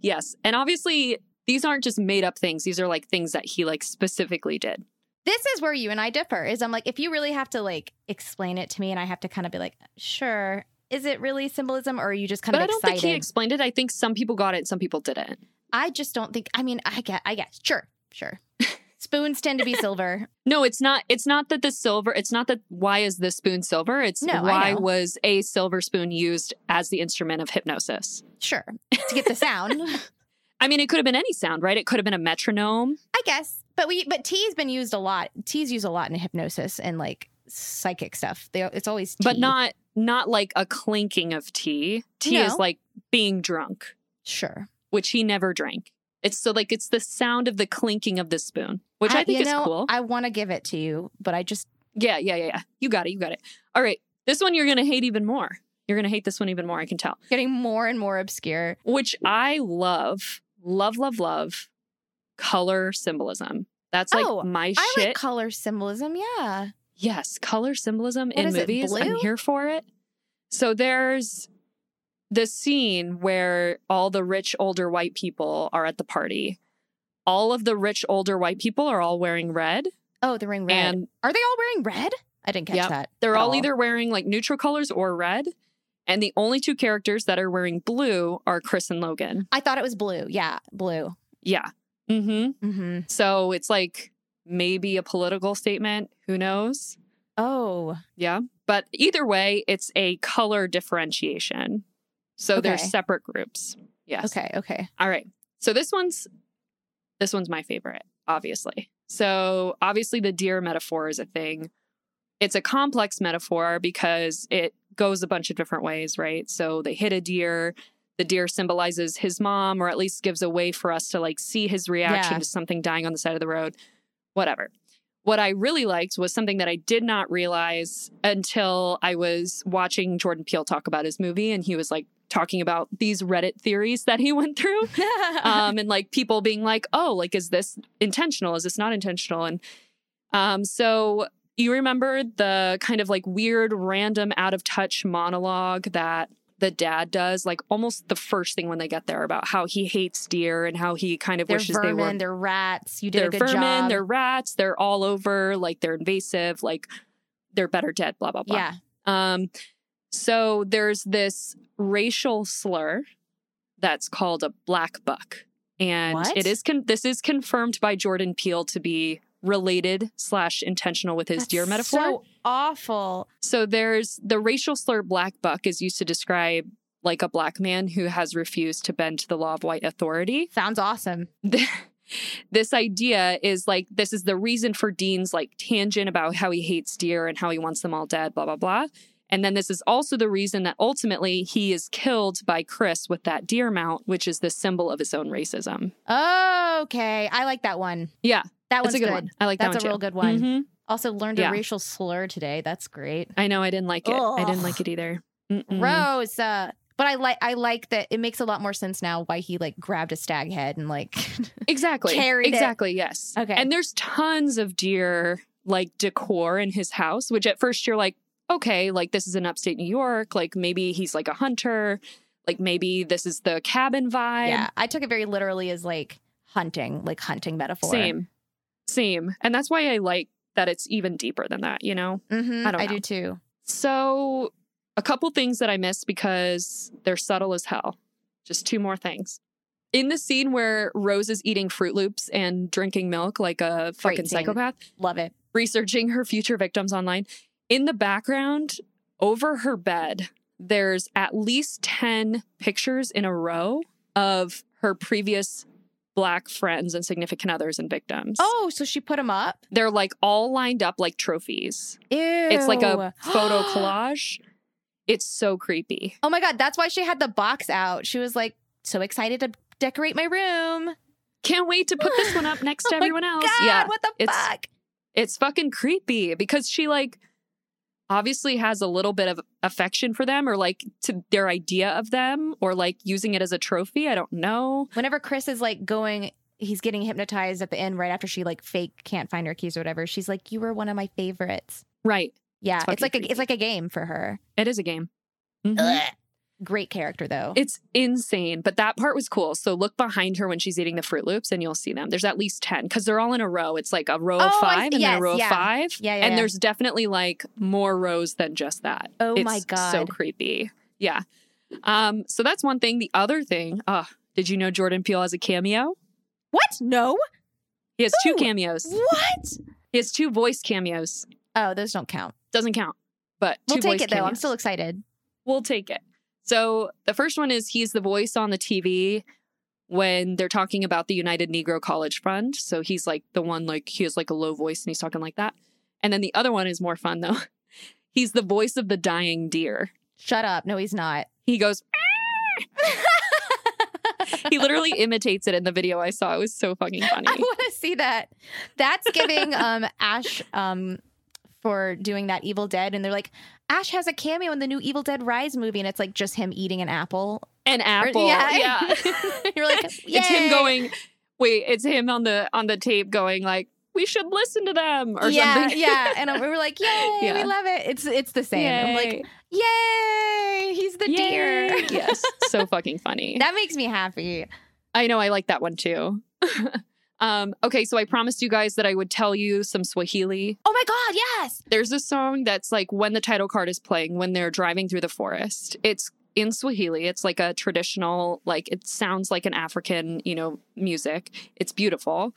Speaker 4: Yes. And obviously, these aren't just made up things. These are like things that he like specifically did.
Speaker 3: This is where you and I differ. Is I'm like, if you really have to like explain it to me, and I have to kind of be like, sure, is it really symbolism, or are you just kind
Speaker 4: but
Speaker 3: of
Speaker 4: I don't
Speaker 3: excited?
Speaker 4: think he explained it. I think some people got it, some people didn't.
Speaker 3: I just don't think. I mean, I get. I guess. Sure. Sure. spoons tend to be silver.
Speaker 4: No, it's not it's not that the silver it's not that why is this spoon silver? It's
Speaker 3: No, I
Speaker 4: why
Speaker 3: know.
Speaker 4: was a silver spoon used as the instrument of hypnosis?
Speaker 3: Sure. To get the sound.
Speaker 4: I mean, it could have been any sound, right? It could have been a metronome.
Speaker 3: I guess, but we but tea's been used a lot. Tea's used a lot in hypnosis and like psychic stuff. They, it's always tea.
Speaker 4: But not not like a clinking of tea. Tea
Speaker 3: No.
Speaker 4: is like being drunk,
Speaker 3: sure.
Speaker 4: which he never drank. It's so like it's the sound of the clinking of the spoon, which I,
Speaker 3: you
Speaker 4: think is
Speaker 3: know,
Speaker 4: cool.
Speaker 3: I want to give it to you, but I just
Speaker 4: Yeah, yeah, yeah, yeah. You got it. You got it. All right. This one you're going to hate even more. You're going to hate this one even more, I can tell,
Speaker 3: getting more and more obscure.
Speaker 4: which I love. Love, love, love color symbolism. That's like
Speaker 3: Oh,
Speaker 4: my
Speaker 3: I
Speaker 4: shit.
Speaker 3: like color symbolism. Yeah.
Speaker 4: yes, color symbolism in
Speaker 3: is it,
Speaker 4: movies. I'm
Speaker 3: blue?
Speaker 4: here for it. So there's the scene where all the rich older white people are at the party. All of the rich older white people are all wearing red,
Speaker 3: Oh, the ring red.
Speaker 4: and
Speaker 3: Are they all wearing red? I didn't catch
Speaker 4: Yep.
Speaker 3: that.
Speaker 4: They're
Speaker 3: at
Speaker 4: all, either wearing like neutral colors or red. And the only two characters that are wearing blue are Chris and Logan.
Speaker 3: I thought it was blue. Yeah, blue.
Speaker 4: Yeah. Mm-hmm.
Speaker 3: Mm-hmm.
Speaker 4: So it's like maybe a political statement. Who knows?
Speaker 3: Oh,
Speaker 4: Yeah. But either way, it's a color differentiation. So they're
Speaker 3: Okay.
Speaker 4: separate groups. Yes.
Speaker 3: okay, okay.
Speaker 4: All right. So this one's this one's my favorite, obviously. So obviously, the deer metaphor is a thing. It's a complex metaphor because it goes a bunch of different ways, right? So they hit a deer. The deer symbolizes his mom, or at least gives a way for us to like see his reaction
Speaker 3: Yeah.
Speaker 4: to something dying on the side of the road, whatever. What I really liked was something that I did not realize until I was watching Jordan Peele talk about his movie, and he was like talking about these Reddit theories that he went through um, and like people being like, oh, like, is this intentional? Is this not intentional? And um, so you remember the kind of like weird, random, out of touch monologue that the dad does, like almost the first thing when they get there about how he hates deer and how he kind of
Speaker 3: they're
Speaker 4: wishes
Speaker 3: vermin,
Speaker 4: they were
Speaker 3: they're rats. You did a
Speaker 4: they're
Speaker 3: good
Speaker 4: vermin,
Speaker 3: job.
Speaker 4: they're rats, they're all over, like they're invasive, like they're better dead, blah, blah, blah.
Speaker 3: yeah.
Speaker 4: Um, so there's this racial slur that's called a black buck, and
Speaker 3: What?
Speaker 4: it is con- this is confirmed by Jordan Peele to be related slash intentional with his
Speaker 3: That's
Speaker 4: deer metaphor.
Speaker 3: So awful.
Speaker 4: So there's the racial slur black buck is used to describe like a black man who has refused to bend to the law of white authority
Speaker 3: Sounds awesome.
Speaker 4: this idea is like this is the reason for Dean's like tangent about how he hates deer and how he wants them all dead, blah blah blah. And then this is also the reason that ultimately he is killed by Chris with that deer mount, which is the symbol of his own racism.
Speaker 3: Okay, I like that one.
Speaker 4: Yeah,
Speaker 3: That
Speaker 4: that's
Speaker 3: one's
Speaker 4: a good,
Speaker 3: good.
Speaker 4: one. I like
Speaker 3: That's
Speaker 4: that
Speaker 3: a
Speaker 4: one
Speaker 3: real
Speaker 4: too.
Speaker 3: good one.
Speaker 4: Mhm.
Speaker 3: Also learned
Speaker 4: Yeah.
Speaker 3: a racial slur today. That's great.
Speaker 4: I know I didn't like it. I didn't
Speaker 3: Ugh.
Speaker 4: like it either. Mm-mm.
Speaker 3: Rose, uh, but I like I like that it makes a lot more sense now why he like grabbed a stag head and like
Speaker 4: Exactly.
Speaker 3: Carried it.
Speaker 4: exactly. Yes.
Speaker 3: Okay.
Speaker 4: And there's tons of deer like decor in his house, which at first you're like, okay, like this is in upstate New York. Like maybe he's like a hunter. Like maybe this is the cabin vibe.
Speaker 3: yeah. I took it very literally as like hunting, like hunting metaphor.
Speaker 4: Same. Same. And that's why I like that it's even deeper than that, you know?
Speaker 3: hmm
Speaker 4: I
Speaker 3: I,
Speaker 4: don't know.
Speaker 3: do too.
Speaker 4: So, a couple things that I missed because they're subtle as hell. Just two more things. In the scene where Rose is eating Fruit Loops and drinking milk like a fucking
Speaker 3: scene.
Speaker 4: psychopath,
Speaker 3: Love it.
Speaker 4: researching her future victims online, in the background, over her bed, there's at least 10 pictures in a row of her previous black friends and significant others and victims.
Speaker 3: Oh, so she put him up.
Speaker 4: They're like all lined up like trophies.
Speaker 3: Ew.
Speaker 4: It's like a photo collage. It's so creepy.
Speaker 3: Oh my god, that's why she had the box out. She was like so excited to decorate my room.
Speaker 4: Can't wait to put this one up next to
Speaker 3: Oh my
Speaker 4: everyone else.
Speaker 3: God,
Speaker 4: yeah.
Speaker 3: what the
Speaker 4: it's-
Speaker 3: fuck?
Speaker 4: It's fucking creepy because she like obviously has a little bit of affection for them or like to their idea of them or like using it as a trophy. I don't know.
Speaker 3: Whenever Chris is like going, he's getting hypnotized at the end right after she like fake can't find her keys or whatever. She's like, "You were one of my favorites."
Speaker 4: Right.
Speaker 3: Yeah,
Speaker 4: It's
Speaker 3: it's,
Speaker 4: fucking
Speaker 3: like a,
Speaker 4: creepy.
Speaker 3: it's like a game for her.
Speaker 4: It is a game. Mhm.
Speaker 3: Ugh. Great character though.
Speaker 4: It's insane, but that part was cool. So look behind her when she's eating the Fruit Loops, and you'll see them. There's at least ten because they're all in a row. It's like a row of
Speaker 3: Oh, I
Speaker 4: five,
Speaker 3: see.
Speaker 4: and then a
Speaker 3: Yes,
Speaker 4: row
Speaker 3: yeah.
Speaker 4: of five.
Speaker 3: Yeah, yeah,
Speaker 4: and
Speaker 3: yeah.
Speaker 4: there's definitely like more rows than just that.
Speaker 3: Oh
Speaker 4: It's
Speaker 3: my
Speaker 4: so
Speaker 3: god.
Speaker 4: creepy. Yeah. Um. So that's one thing. The other thing. Uh, did you know Jordan Peele has a cameo?
Speaker 3: what? No.
Speaker 4: He has two
Speaker 3: Who?
Speaker 4: cameos.
Speaker 3: What?
Speaker 4: He has two voice cameos.
Speaker 3: Oh, those don't count.
Speaker 4: Doesn't count, but
Speaker 3: We'll
Speaker 4: two
Speaker 3: take
Speaker 4: voice
Speaker 3: it though. I'm
Speaker 4: cameos.
Speaker 3: still excited.
Speaker 4: we'll take it. So the first one is he's the voice on the TV when they're talking about the United Negro College Fund. So he's like the one like he has like a low voice and he's talking like that. And then the other one is more fun though. He's the voice of the dying deer.
Speaker 3: Shut up. No, he's not.
Speaker 4: He goes, he literally imitates it in the video I saw. It was so fucking
Speaker 3: I
Speaker 4: funny.
Speaker 3: want to see that. That's giving um Ash um for doing that Evil Dead, and they're like, Ash has a cameo in the new Evil Dead Rise movie, and it's like just him eating an apple.
Speaker 4: An
Speaker 3: Or-
Speaker 4: apple.
Speaker 3: yeah.
Speaker 4: yeah.
Speaker 3: You're like,
Speaker 4: It's him
Speaker 3: "Yay."
Speaker 4: going, wait, it's him on the on the tape going like, we should listen to them or
Speaker 3: yeah,
Speaker 4: something.
Speaker 3: yeah, and we were like, yay,
Speaker 4: Yeah.
Speaker 3: we love it. It's it's the same. I'm
Speaker 4: Yay.
Speaker 3: like, yay, he's the deer.
Speaker 4: Yay. yes. So fucking funny.
Speaker 3: That makes me happy.
Speaker 4: I know I like that one too. um, okay, so I promised you guys that I would tell you some Swahili.
Speaker 3: Oh my god, yes.
Speaker 4: There's a song that's like when the title card is playing, when they're driving through the forest. It's in Swahili. It's like a traditional, like it sounds like an African, you know, music. It's beautiful.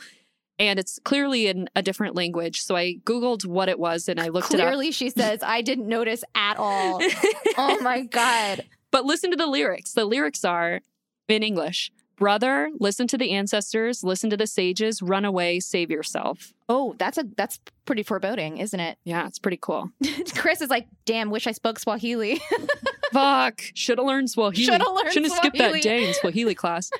Speaker 4: And it's clearly in a different language. So I Googled what it was and I looked
Speaker 3: Clearly, she says I didn't notice at all.
Speaker 4: it up.
Speaker 3: oh my god.
Speaker 4: But listen to the lyrics. The lyrics are in English Brother, listen to the ancestors, listen to the sages, run away, save yourself.
Speaker 3: Oh, that's a that's pretty foreboding, isn't it?
Speaker 4: Yeah, it's pretty cool.
Speaker 3: Chris is like, damn, wish I spoke Swahili.
Speaker 4: Fuck. Should have learned Swahili.
Speaker 3: Shoulda learned
Speaker 4: Shouldn't have skipped that
Speaker 3: Swahili.
Speaker 4: day in Swahili class.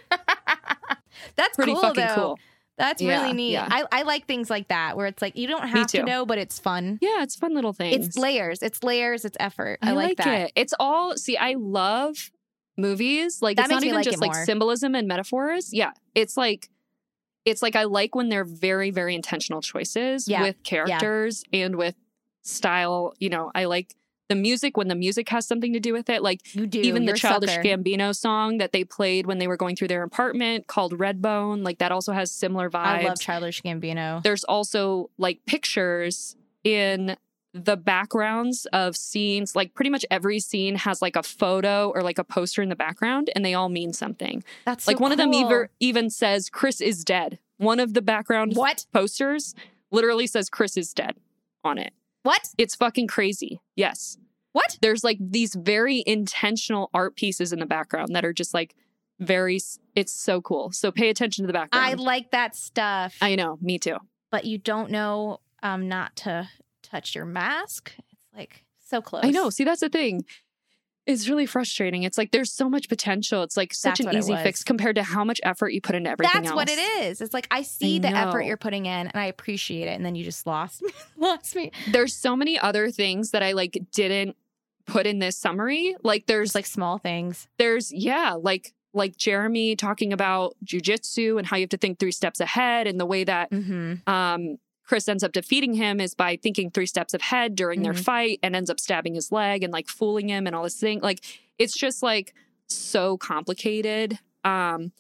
Speaker 3: that's
Speaker 4: Pretty
Speaker 3: cool
Speaker 4: fucking
Speaker 3: though.
Speaker 4: cool.
Speaker 3: That's
Speaker 4: Yeah,
Speaker 3: really neat.
Speaker 4: yeah.
Speaker 3: I, I like things like that where it's like you don't have to
Speaker 4: too.
Speaker 3: know, but it's fun.
Speaker 4: Yeah, it's fun little things.
Speaker 3: It's layers. It's layers. It's effort. I, like, that.
Speaker 4: it. It's all see, I love movies. Like
Speaker 3: That
Speaker 4: it's not
Speaker 3: makes me
Speaker 4: even
Speaker 3: like
Speaker 4: just
Speaker 3: it
Speaker 4: like
Speaker 3: more.
Speaker 4: symbolism and metaphors. Yeah. It's like it's like I like when they're very, very intentional choices
Speaker 3: Yeah.
Speaker 4: with characters and with style. You know, I like the music when the music has something to do with it. Like
Speaker 3: You do.
Speaker 4: even
Speaker 3: You're
Speaker 4: the
Speaker 3: a
Speaker 4: childish
Speaker 3: sucker.
Speaker 4: Gambino song that they played when they were going through their apartment called Redbone. Like that also has similar vibes
Speaker 3: I love childish Gambino.
Speaker 4: there's also like pictures in the backgrounds of scenes like pretty much every scene has like a photo or like a poster in the background and they all mean something
Speaker 3: That's
Speaker 4: like
Speaker 3: so
Speaker 4: one of them
Speaker 3: cool.
Speaker 4: even even says chris is dead one of the background
Speaker 3: what
Speaker 4: posters literally says chris is dead on it
Speaker 3: what
Speaker 4: it's fucking crazy yes
Speaker 3: what?
Speaker 4: there's like these very intentional art pieces in the background that are just like very s- it's so cool so pay attention to the background
Speaker 3: I like that stuff,
Speaker 4: I know me too
Speaker 3: but you don't know um not to touch your mask. It's like so close.
Speaker 4: I know. See, that's the thing. It's really frustrating. It's like there's so much potential. It's like such
Speaker 3: That's what
Speaker 4: an
Speaker 3: it
Speaker 4: easy
Speaker 3: was.
Speaker 4: fix compared to how much effort you put into everything
Speaker 3: That's
Speaker 4: else.
Speaker 3: what it is. It's like I see the effort
Speaker 4: know.
Speaker 3: you're putting in, and I appreciate it, and then you just lost lost me.
Speaker 4: There's so many other things that I like didn't put in this summary. Like
Speaker 3: There's
Speaker 4: there's
Speaker 3: like small things.
Speaker 4: there's yeah, like like Jeremy talking about jujitsu and how you have to think three steps ahead and the way that
Speaker 3: Mm-hmm.
Speaker 4: um Chris ends up defeating him is by thinking three steps ahead during their
Speaker 3: Mhm.
Speaker 4: fight and ends up stabbing his leg and like fooling him and all this thing. Like it's just like so complicated um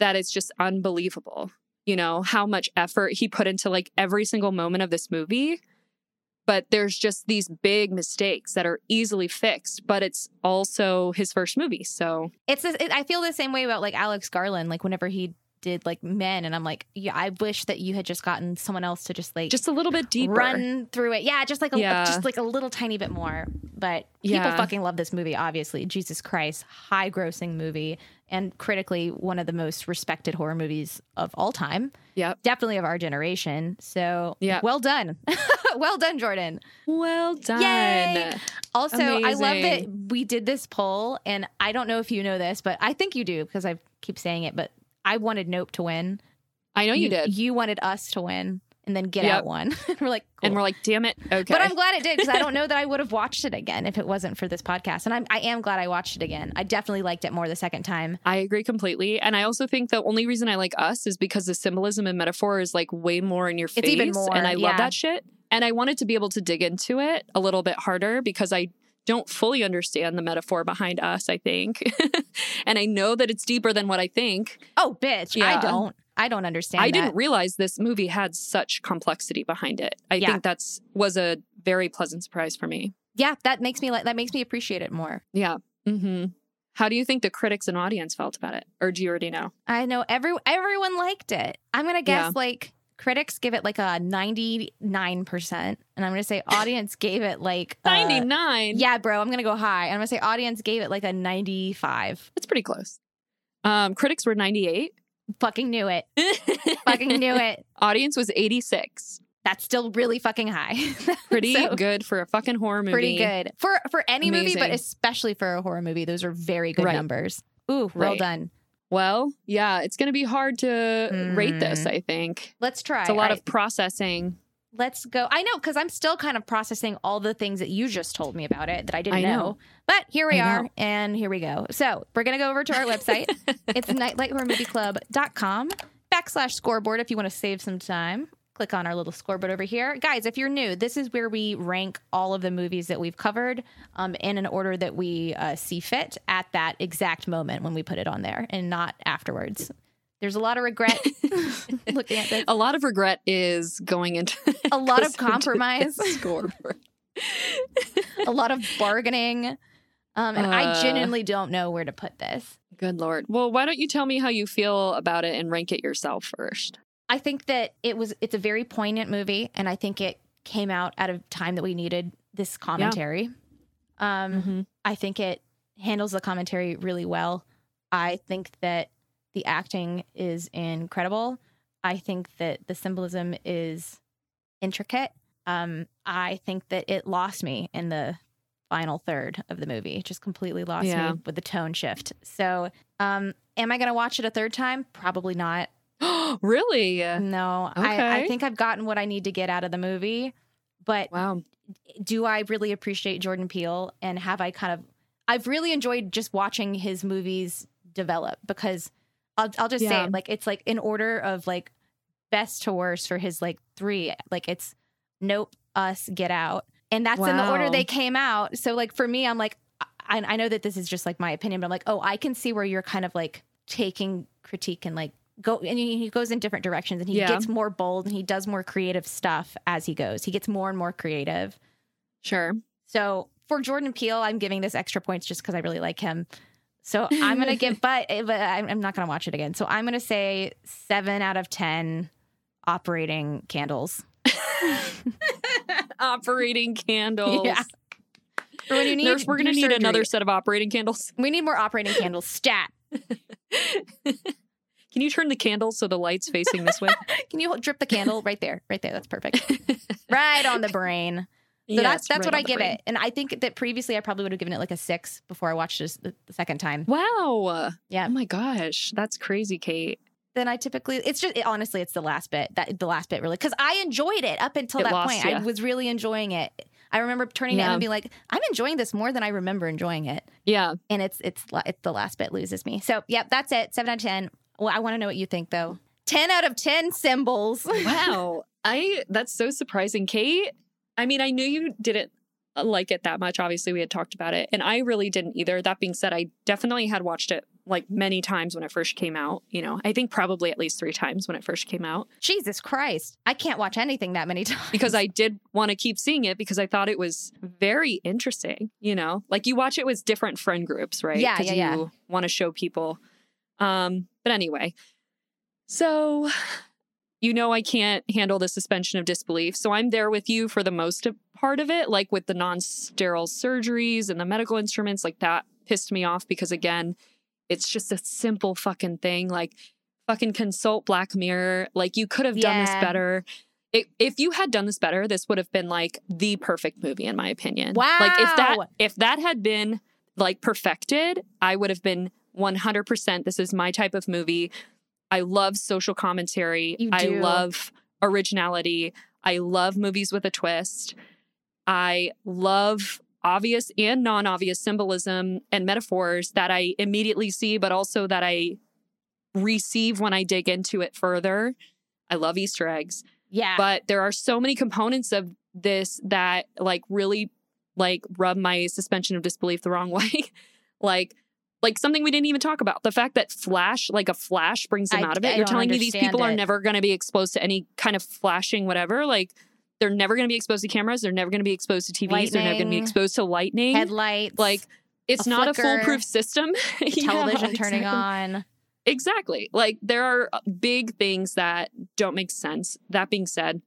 Speaker 4: that it's just unbelievable. You know, how much effort he put into like every single moment of this movie. But there's just these big mistakes that are easily fixed, but it's also his first movie. So
Speaker 3: It's. this- It, I feel the same way about like Alex Garland. Like whenever he did like Men, and I'm like, yeah, I wish that you had just gotten someone else to just like
Speaker 4: just a little bit deeper.
Speaker 3: run through it. Yeah, just like a,
Speaker 4: Yeah.
Speaker 3: just like a little tiny bit more. But
Speaker 4: Yeah.
Speaker 3: people fucking love this movie. Obviously, Jesus Christ, high grossing movie, and critically one of the most respected horror movies of all time.
Speaker 4: Yep.
Speaker 3: definitely of our generation. So
Speaker 4: Yeah.
Speaker 3: well done, well done, Jordan.
Speaker 4: Well done.
Speaker 3: Also, I love
Speaker 4: Amazing.
Speaker 3: that we did this poll, and I don't know if you know this, but I think you do because I keep saying it. But I wanted Nope to win.
Speaker 4: I know you, did.
Speaker 3: You wanted us to win, and then Get
Speaker 4: Yep.
Speaker 3: Out won. we're like,
Speaker 4: And
Speaker 3: cool.
Speaker 4: we're like, damn it. Okay.
Speaker 3: But I'm glad it did because I don't know that I would have watched it again if it wasn't for this podcast. And I'm, I am glad I watched it again. I definitely liked it more the second time.
Speaker 4: I agree completely. And I also think the only reason I like us is because the symbolism and metaphor is like way more in your face.
Speaker 3: It's even more,
Speaker 4: and I
Speaker 3: yeah.
Speaker 4: love that shit. And I wanted to be able to dig into it a little bit harder because I don't fully understand the metaphor behind us, I think. and I know that it's deeper than what I think.
Speaker 3: Oh, bitch. I
Speaker 4: Yeah.
Speaker 3: don't. I don't understand.
Speaker 4: I
Speaker 3: that.
Speaker 4: didn't realize this movie had such complexity behind it. I
Speaker 3: Yeah.
Speaker 4: think that's was a very pleasant surprise for me.
Speaker 3: Yeah, that makes me like that makes me appreciate it more.
Speaker 4: Yeah. Mm-hmm. How do you think the critics and audience felt about it? Or do you already know?
Speaker 3: I know every everyone liked it. I'm gonna guess
Speaker 4: Yeah.
Speaker 3: like critics give it like a 99 percent, and I'm gonna say audience gave it like a-
Speaker 4: 99.
Speaker 3: Yeah, bro, I'm gonna go high. I'm gonna say audience gave it like a 95.
Speaker 4: It's pretty close. Um, critics were 98.
Speaker 3: Fucking knew it. Fucking knew it.
Speaker 4: Audience was 86.
Speaker 3: That's still really fucking high.
Speaker 4: Pretty
Speaker 3: So,
Speaker 4: good for a fucking horror movie.
Speaker 3: Pretty good for for any movie, but
Speaker 4: Amazing.
Speaker 3: especially for a horror movie. Those are very good
Speaker 4: Right.
Speaker 3: numbers. Ooh, well
Speaker 4: Right.
Speaker 3: done.
Speaker 4: Well, yeah, it's going to be hard to rate this,
Speaker 3: Mm.
Speaker 4: I think.
Speaker 3: Let's try.
Speaker 4: It's a
Speaker 3: All
Speaker 4: lot
Speaker 3: right.
Speaker 4: of processing.
Speaker 3: Let's go. I know because I'm still kind of processing all the things that you just told me about it that I didn't
Speaker 4: I
Speaker 3: know.
Speaker 4: know.
Speaker 3: But here we
Speaker 4: I
Speaker 3: are,
Speaker 4: know.
Speaker 3: and here we go. So we're gonna go over to our website. it's nightlighthorrormovieclub.com backslash scoreboard if you want to save some time. Click on our little scoreboard over here, guys. If you're new, this is where we rank all of the movies that we've covered um, in an order that we uh, see fit at that exact moment when we put it on there, and not afterwards. There's a lot of regret looking at this.
Speaker 4: A lot of regret is going into
Speaker 3: A lot
Speaker 4: goes
Speaker 3: of
Speaker 4: into
Speaker 3: compromise.
Speaker 4: the scoreboard.
Speaker 3: a lot of bargaining. Um, and I
Speaker 4: Uh.
Speaker 3: genuinely don't know where to put this.
Speaker 4: Good lord. Well, why don't you tell me how you feel about it and rank it yourself first?
Speaker 3: I think that it was it's a very poignant movie, and I think it came out at a time that we needed this commentary. Um,
Speaker 4: Mm-hmm.
Speaker 3: I think it handles the commentary really well. I think that The acting is incredible. I think that the symbolism is intricate. Um, I think that it lost me in the final third of the movie. It just completely lost
Speaker 4: Yeah.
Speaker 3: me with the tone shift. So, um, am I going to watch it a third time? Probably not.
Speaker 4: really?
Speaker 3: No, I, I
Speaker 4: Okay.
Speaker 3: think I've gotten what I need to get out of the movie. But
Speaker 4: Wow.
Speaker 3: do I really appreciate Jordan Peele and have I kind of I've really enjoyed just watching his movies develop because I'll I'll just say
Speaker 4: Yeah.
Speaker 3: it, like it's like in order of like best to worst for his like three like it's Nope, Us, Get Out, and that's in the order
Speaker 4: Wow.
Speaker 3: they came out. So like for me, I'm like I, I know that this is just like my opinion, but I'm like oh I can see where you're kind of like taking critique and like go and he he goes in different directions and he
Speaker 4: Yeah.
Speaker 3: gets more bold and he does more creative stuff as he goes. He gets more and more creative.
Speaker 4: Sure.
Speaker 3: So for Jordan Peele, I'm giving this extra points just because I really like him. So I'm gonna give, but but I'm I'm not gonna watch it again. So I'm gonna say seven out of ten operating candles.
Speaker 4: operating candles.
Speaker 3: Yeah. For when you need,
Speaker 4: Nurse, we're going to
Speaker 3: your
Speaker 4: need
Speaker 3: surgery.
Speaker 4: another set of operating candles.
Speaker 3: We need more operating candles. Stat.
Speaker 4: Can you turn the candles so the light's facing this way?
Speaker 3: Can you hold- drip the candle right there? Right there. That's perfect. Right on the brain. So
Speaker 4: Yeah,
Speaker 3: that's
Speaker 4: it's
Speaker 3: that's
Speaker 4: right
Speaker 3: what
Speaker 4: on
Speaker 3: I
Speaker 4: the
Speaker 3: give
Speaker 4: brain.
Speaker 3: it. And I think that previously I probably would have given it like a six before I watched this the, the second time.
Speaker 4: Wow.
Speaker 3: Yeah.
Speaker 4: Oh my gosh. That's crazy, Kate.
Speaker 3: Then I typically it's just it, honestly it's the last bit that the last bit really because I enjoyed it up until
Speaker 4: It
Speaker 3: that
Speaker 4: lost
Speaker 3: point I
Speaker 4: ya.
Speaker 3: was really enjoying it. I remember turning to him
Speaker 4: Yeah.
Speaker 3: and being like, "I'm enjoying this more than I remember enjoying it,"
Speaker 4: Yeah.
Speaker 3: and it's it's, la- it's the last bit loses me. So yep, that's it. Seven out of ten. Well, I want to know what you think though. Ten out of ten symbols.
Speaker 4: Wow. I that's so surprising, Kate. I mean, I knew you didn't uh, like it that much. Obviously, we had talked about it, and I really didn't either. That being said, I definitely had watched it like many times when it first came out, you know. I think probably at least 3 times when it first came out
Speaker 3: Jesus Christ, I can't watch anything that many times
Speaker 4: because I did want to keep seeing it because I thought it was very interesting, you know. Like you watch it with different friend groups, right?
Speaker 3: Yeah,
Speaker 4: 'Cause
Speaker 3: yeah, yeah.
Speaker 4: you want to show people. Um, but anyway. So you know I can't handle the suspension of disbelief. So I'm there with you for the most of- part of it, like with the non-sterile surgeries and the medical instruments, like that pissed me off because again, it's just a simple fucking thing like fucking consult Black Mirror. Like you could have done this
Speaker 3: Yeah.
Speaker 4: better. It, if you had done this better, this would have been like the perfect movie in my opinion. Like if that
Speaker 3: Wow.
Speaker 4: if that had been like perfected, I would have been 100% this is my type of movie. I love social commentary.
Speaker 3: You
Speaker 4: I
Speaker 3: do.
Speaker 4: love originality. I love movies with a twist. I love obvious and non obvious symbolism and metaphors that I immediately see, but also that I receive when I dig into it further. I love Easter eggs,
Speaker 3: yeah.
Speaker 4: but there are so many components of this that like really like rub my suspension of disbelief the wrong way. like, like something we didn't even talk about the fact that flash like a flash brings them
Speaker 3: I-
Speaker 4: out of
Speaker 3: I
Speaker 4: it you're
Speaker 3: don't
Speaker 4: telling me these
Speaker 3: understand
Speaker 4: people are
Speaker 3: it.
Speaker 4: never going to be exposed to any kind of flashing whatever like they're never going to be exposed to cameras they're never going to be exposed to tvs they're never going to be
Speaker 3: Lightning.
Speaker 4: exposed to lightning
Speaker 3: Headlights,
Speaker 4: like it's
Speaker 3: a
Speaker 4: not
Speaker 3: flicker,
Speaker 4: a foolproof system
Speaker 3: the
Speaker 4: Yeah,
Speaker 3: television turning
Speaker 4: exactly.
Speaker 3: on.
Speaker 4: Exactly. Like there are uh, big things that don't make sense. That being said,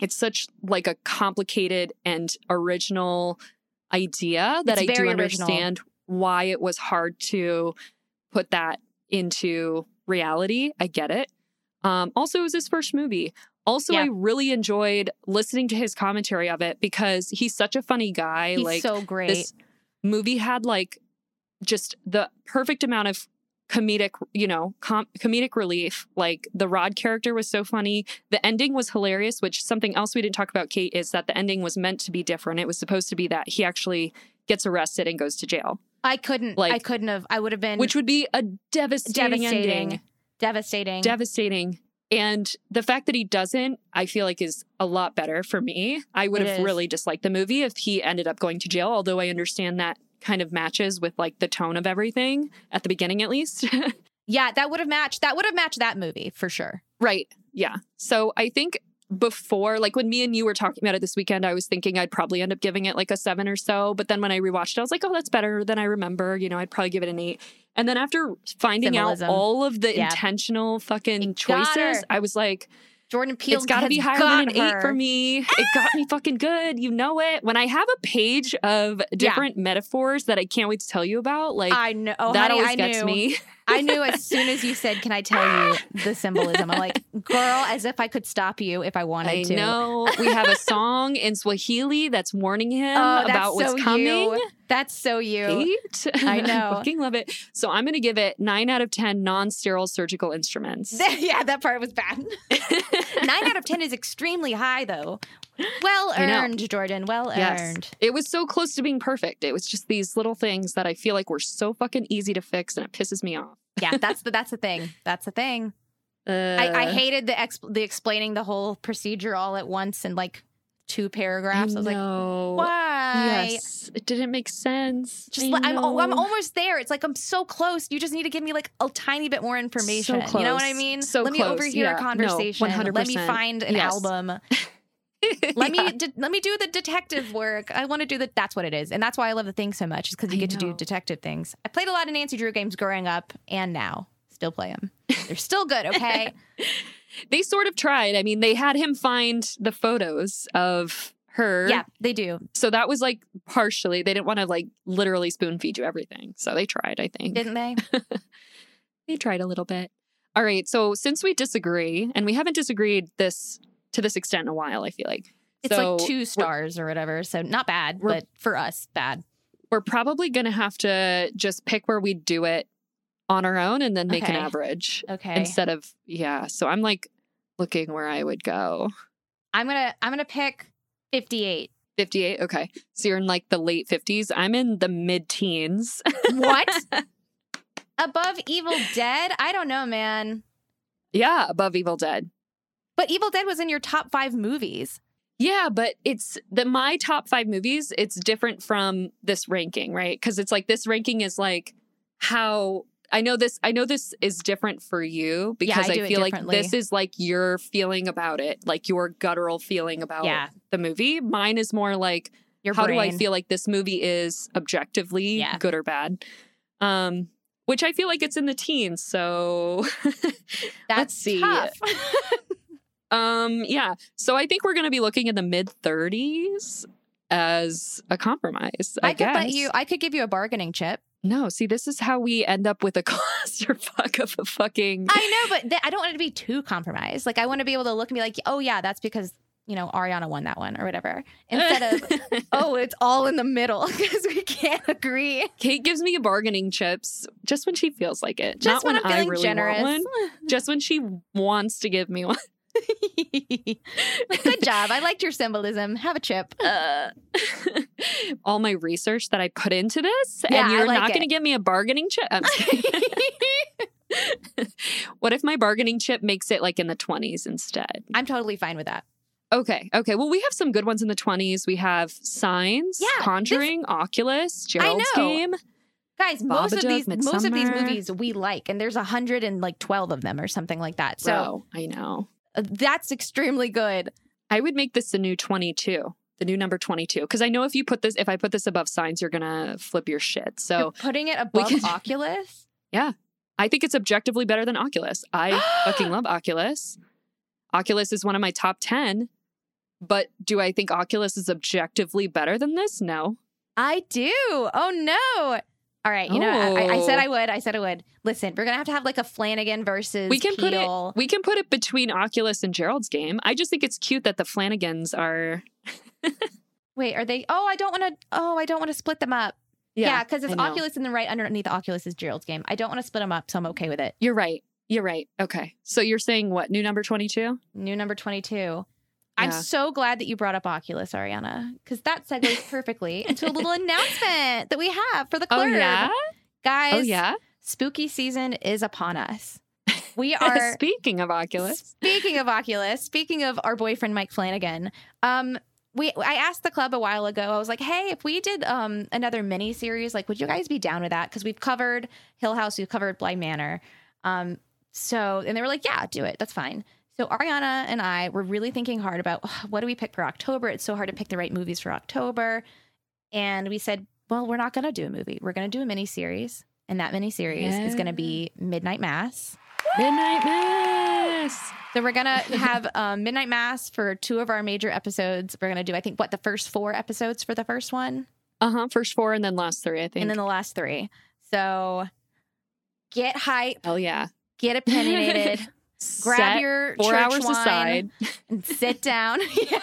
Speaker 4: it's such like a complicated and original idea that
Speaker 3: It's
Speaker 4: I do
Speaker 3: very original.
Speaker 4: understand why it was hard to put that into reality. I get it. Um, also, it was his first movie. Also,
Speaker 3: Yeah.
Speaker 4: I really enjoyed listening to his commentary of it because he's such a funny guy.
Speaker 3: He's
Speaker 4: like
Speaker 3: so great.
Speaker 4: this movie had like just the perfect amount of comedic, you know, com- comedic relief. Like the Rod character was so funny. The ending was hilarious, which something else we didn't talk about, Kate, is that the ending was meant to be different. It was supposed to be that he actually gets arrested and goes to jail,
Speaker 3: I couldn't.
Speaker 4: like-
Speaker 3: I couldn't have. I would have been
Speaker 4: which would be a devastating,
Speaker 3: devastating.
Speaker 4: ending.
Speaker 3: Devastating.
Speaker 4: Devastating. And the fact that he doesn't, I feel like, is a lot better for me. I would
Speaker 3: It
Speaker 4: have
Speaker 3: is.
Speaker 4: really disliked the movie if he ended up going to jail, although I understand that kind of matches with like the tone of everything at the beginning, at least.
Speaker 3: yeah, that would have matched. That would have matched that movie for sure.
Speaker 4: Right. Yeah. So I think before, like when me and you were talking about it this weekend, I was thinking I'd probably end up giving it like a seven or so. But then when I rewatched it, I was like, oh, that's better than I remember. You know, I'd probably give it an eight. And then after finding
Speaker 3: Symbolism.
Speaker 4: out all of the
Speaker 3: Yeah.
Speaker 4: intentional fucking
Speaker 3: It got
Speaker 4: choices,
Speaker 3: her.
Speaker 4: I was like,
Speaker 3: Jordan Peele.
Speaker 4: it's got to
Speaker 3: has
Speaker 4: be higher
Speaker 3: got
Speaker 4: than an eight
Speaker 3: her.
Speaker 4: for me. It got me fucking good. You know it. When I have a page of different metaphors that I can't wait to tell you about, like,
Speaker 3: I know. Oh,
Speaker 4: that
Speaker 3: honey,
Speaker 4: always
Speaker 3: I
Speaker 4: gets
Speaker 3: knew.
Speaker 4: me.
Speaker 3: I knew as soon as you said, "Can I tell you the symbolism?" I'm like, "Girl, as if I could stop you if I wanted
Speaker 4: I
Speaker 3: to."
Speaker 4: know we have a song in Swahili that's warning him
Speaker 3: Oh, that's
Speaker 4: about what's
Speaker 3: so
Speaker 4: coming.
Speaker 3: You. That's so you.
Speaker 4: Eight.
Speaker 3: I know.
Speaker 4: fucking love it. So I'm going to give it nine out of 10 non sterile surgical instruments.
Speaker 3: yeah, that part was bad. Nine out of ten is extremely high, though. Well
Speaker 4: I know.
Speaker 3: earned, Jordan. Well
Speaker 4: Yes.
Speaker 3: earned.
Speaker 4: It was so close to being perfect. It was just these little things that I feel like were so fucking easy to fix and it pisses me off.
Speaker 3: Yeah, that's the that's the thing. That's the thing.
Speaker 4: Uh,
Speaker 3: I, I hated the exp- the explaining the whole procedure all at once in like two paragraphs. I, was like,
Speaker 4: know.
Speaker 3: why?
Speaker 4: Yes. It didn't make sense.
Speaker 3: Just
Speaker 4: I
Speaker 3: let, I'm al- I'm
Speaker 4: know.
Speaker 3: almost there. It's like I'm so close. You just need to give me like a tiny bit more information. You know what I
Speaker 4: close.
Speaker 3: mean?
Speaker 4: So
Speaker 3: let me
Speaker 4: close.
Speaker 3: overhear
Speaker 4: Yeah.
Speaker 3: a
Speaker 4: No,
Speaker 3: conversation. let me
Speaker 4: 100%.
Speaker 3: find an
Speaker 4: Yes.
Speaker 3: album. Let me de- let me do the detective work. I want to do the. That's what it is, and that's why I love the thing so much. Is because you
Speaker 4: I
Speaker 3: get to do
Speaker 4: know.
Speaker 3: detective things. I played a lot of Nancy Drew games growing up, and now still play them. They're still good. Okay,
Speaker 4: They sort of tried. I mean, they had him find the photos of her.
Speaker 3: yeah, they do.
Speaker 4: So that was like partially. They didn't want to like literally spoon feed you everything. So they tried, I think.
Speaker 3: Didn't they?
Speaker 4: They tried a little bit. All right. So since we disagree, and we haven't disagreed this to this extent in a while, I feel like.
Speaker 3: It's
Speaker 4: So
Speaker 3: like two stars or whatever. So not bad,
Speaker 4: We're-
Speaker 3: but for us, bad.
Speaker 4: We're probably going to have to just pick where we do it on our own and then make an
Speaker 3: Okay.
Speaker 4: average
Speaker 3: Okay,
Speaker 4: instead of, yeah. So I'm like looking where I would go.
Speaker 3: I'm gonna I'm gonna pick fifty eight.
Speaker 4: 58. Okay. So you're in like the late 50s. I'm in the mid teens.
Speaker 3: What? Above Evil Dead? I don't know, man.
Speaker 4: yeah. Above Evil Dead.
Speaker 3: But Evil Dead was in your top five movies.
Speaker 4: Yeah, but it's the my top five movies. It's different from this ranking, right? Because it's like this ranking is like how I know this. I know this is different for you because
Speaker 3: I
Speaker 4: I,
Speaker 3: do it
Speaker 4: feel like
Speaker 3: differently.
Speaker 4: this is like your feeling about it, like your guttural feeling about
Speaker 3: Yeah.
Speaker 4: the movie. Mine is more like
Speaker 3: Your
Speaker 4: how do I
Speaker 3: brain.
Speaker 4: feel like this movie is objectively
Speaker 3: Yeah.
Speaker 4: good or bad, um, which I feel like it's in the teens. So
Speaker 3: That's
Speaker 4: Let's see.
Speaker 3: tough.
Speaker 4: Um, yeah. So I think we're going to be looking in the mid 30s as a compromise. I,
Speaker 3: I, could
Speaker 4: guess.
Speaker 3: let you. I could give you a bargaining chip.
Speaker 4: No, see, this is how we end up with a clusterfuck of a fucking.
Speaker 3: I know, but th- I don't want it to be too compromised. Like I want to be able to look and be like, oh yeah, that's because you know Ariana won that one or whatever. Instead of oh, it's all in the middle because we can't agree.
Speaker 4: Kate gives me bargaining chips just when she feels like it.
Speaker 3: Just
Speaker 4: Not
Speaker 3: when I'm
Speaker 4: I
Speaker 3: feeling
Speaker 4: really
Speaker 3: generous.
Speaker 4: Want one, just when she wants to give me one.
Speaker 3: Like, Good job. I liked your symbolism. Have a chip.
Speaker 4: Uh, all my research that I put into this,
Speaker 3: Yeah,
Speaker 4: and
Speaker 3: I
Speaker 4: you're
Speaker 3: like
Speaker 4: not
Speaker 3: it.
Speaker 4: going to give me a bargaining chip. I'm just kidding. what if my bargaining chip makes it like in the 20s instead?
Speaker 3: I'm totally fine with that.
Speaker 4: Okay. Okay. Well, we have some good ones in the 20s. We have Signs,
Speaker 3: Yeah, this-
Speaker 4: Conjuring, Oculus, Gerald's
Speaker 3: know.
Speaker 4: Game.
Speaker 3: Guys, most of
Speaker 4: Babadook,
Speaker 3: these most of these
Speaker 4: Midsommar.
Speaker 3: movies we like, and there's a hundred and like twelve of them or something like that. So
Speaker 4: Bro, I know.
Speaker 3: uh, that's extremely good.
Speaker 4: I would make this the new 22, the new number 22. Because I know if you put this, if I put this above Signs, you're going to flip your shit.
Speaker 3: You're
Speaker 4: So
Speaker 3: putting it above
Speaker 4: Oh. can-
Speaker 3: Oculus.
Speaker 4: I think it's objectively better than Oculus. I fucking love Oculus. Oculus is one of my top 10. But do I think Oculus is objectively better than this? No.
Speaker 3: I do. Oh no. All right, you know, I, I said
Speaker 4: Oh.
Speaker 3: I would. I said I would. Listen, we're gonna have to have like a Flanagan versus
Speaker 4: we can put
Speaker 3: Peele.
Speaker 4: it we can put it between Oculus and Gerald's game. I just think it's cute that the Flanagans are
Speaker 3: Wait, are they? Oh, I don't want to. Oh, I don't want to split them up. Yeah, because
Speaker 4: I
Speaker 3: it's
Speaker 4: know.
Speaker 3: Oculus, and then right underneath Oculus is Gerald's game. I don't want to split them up, so I'm okay with it.
Speaker 4: You're right. You're right. Okay. So you're saying what? New number 22?
Speaker 3: New number twenty-two. I'm
Speaker 4: Yeah.
Speaker 3: so glad that you brought up Oculus, Ariana, because that segues perfectly into a little announcement that we have for the club.
Speaker 4: Oh yeah.
Speaker 3: Guys,
Speaker 4: Oh yeah.
Speaker 3: spooky season is upon us. We are
Speaker 4: Speaking of Oculus.
Speaker 3: Speaking of Oculus, speaking of our boyfriend Mike Flanagan, um, we I asked the club a while ago. I was like, "Hey, if we did um another mini series, like, would you guys be down with that? Because we've covered Hill House, we've covered Blind Manor, um, so and they were like, "Yeah, do it. That's fine." So Ariana and I were really thinking hard about "Ugh, what do we pick for October. It's so hard to pick the right movies for October, and we said, "Well, we're not going to do a movie. We're going to do a mini series, and that mini series is going to be Midnight Mass."
Speaker 4: Midnight Mass.
Speaker 3: So we're gonna have um, midnight mass for two of our major episodes. We're gonna do, I think, what the first four episodes for the first one,
Speaker 4: Uh-huh. First four and then last three, I think.
Speaker 3: and then the last three. So Get hype,
Speaker 4: Hell yeah.
Speaker 3: get opinionated, grab
Speaker 4: Set
Speaker 3: your
Speaker 4: four
Speaker 3: church
Speaker 4: hours
Speaker 3: wine
Speaker 4: aside.
Speaker 3: and sit down. yeah.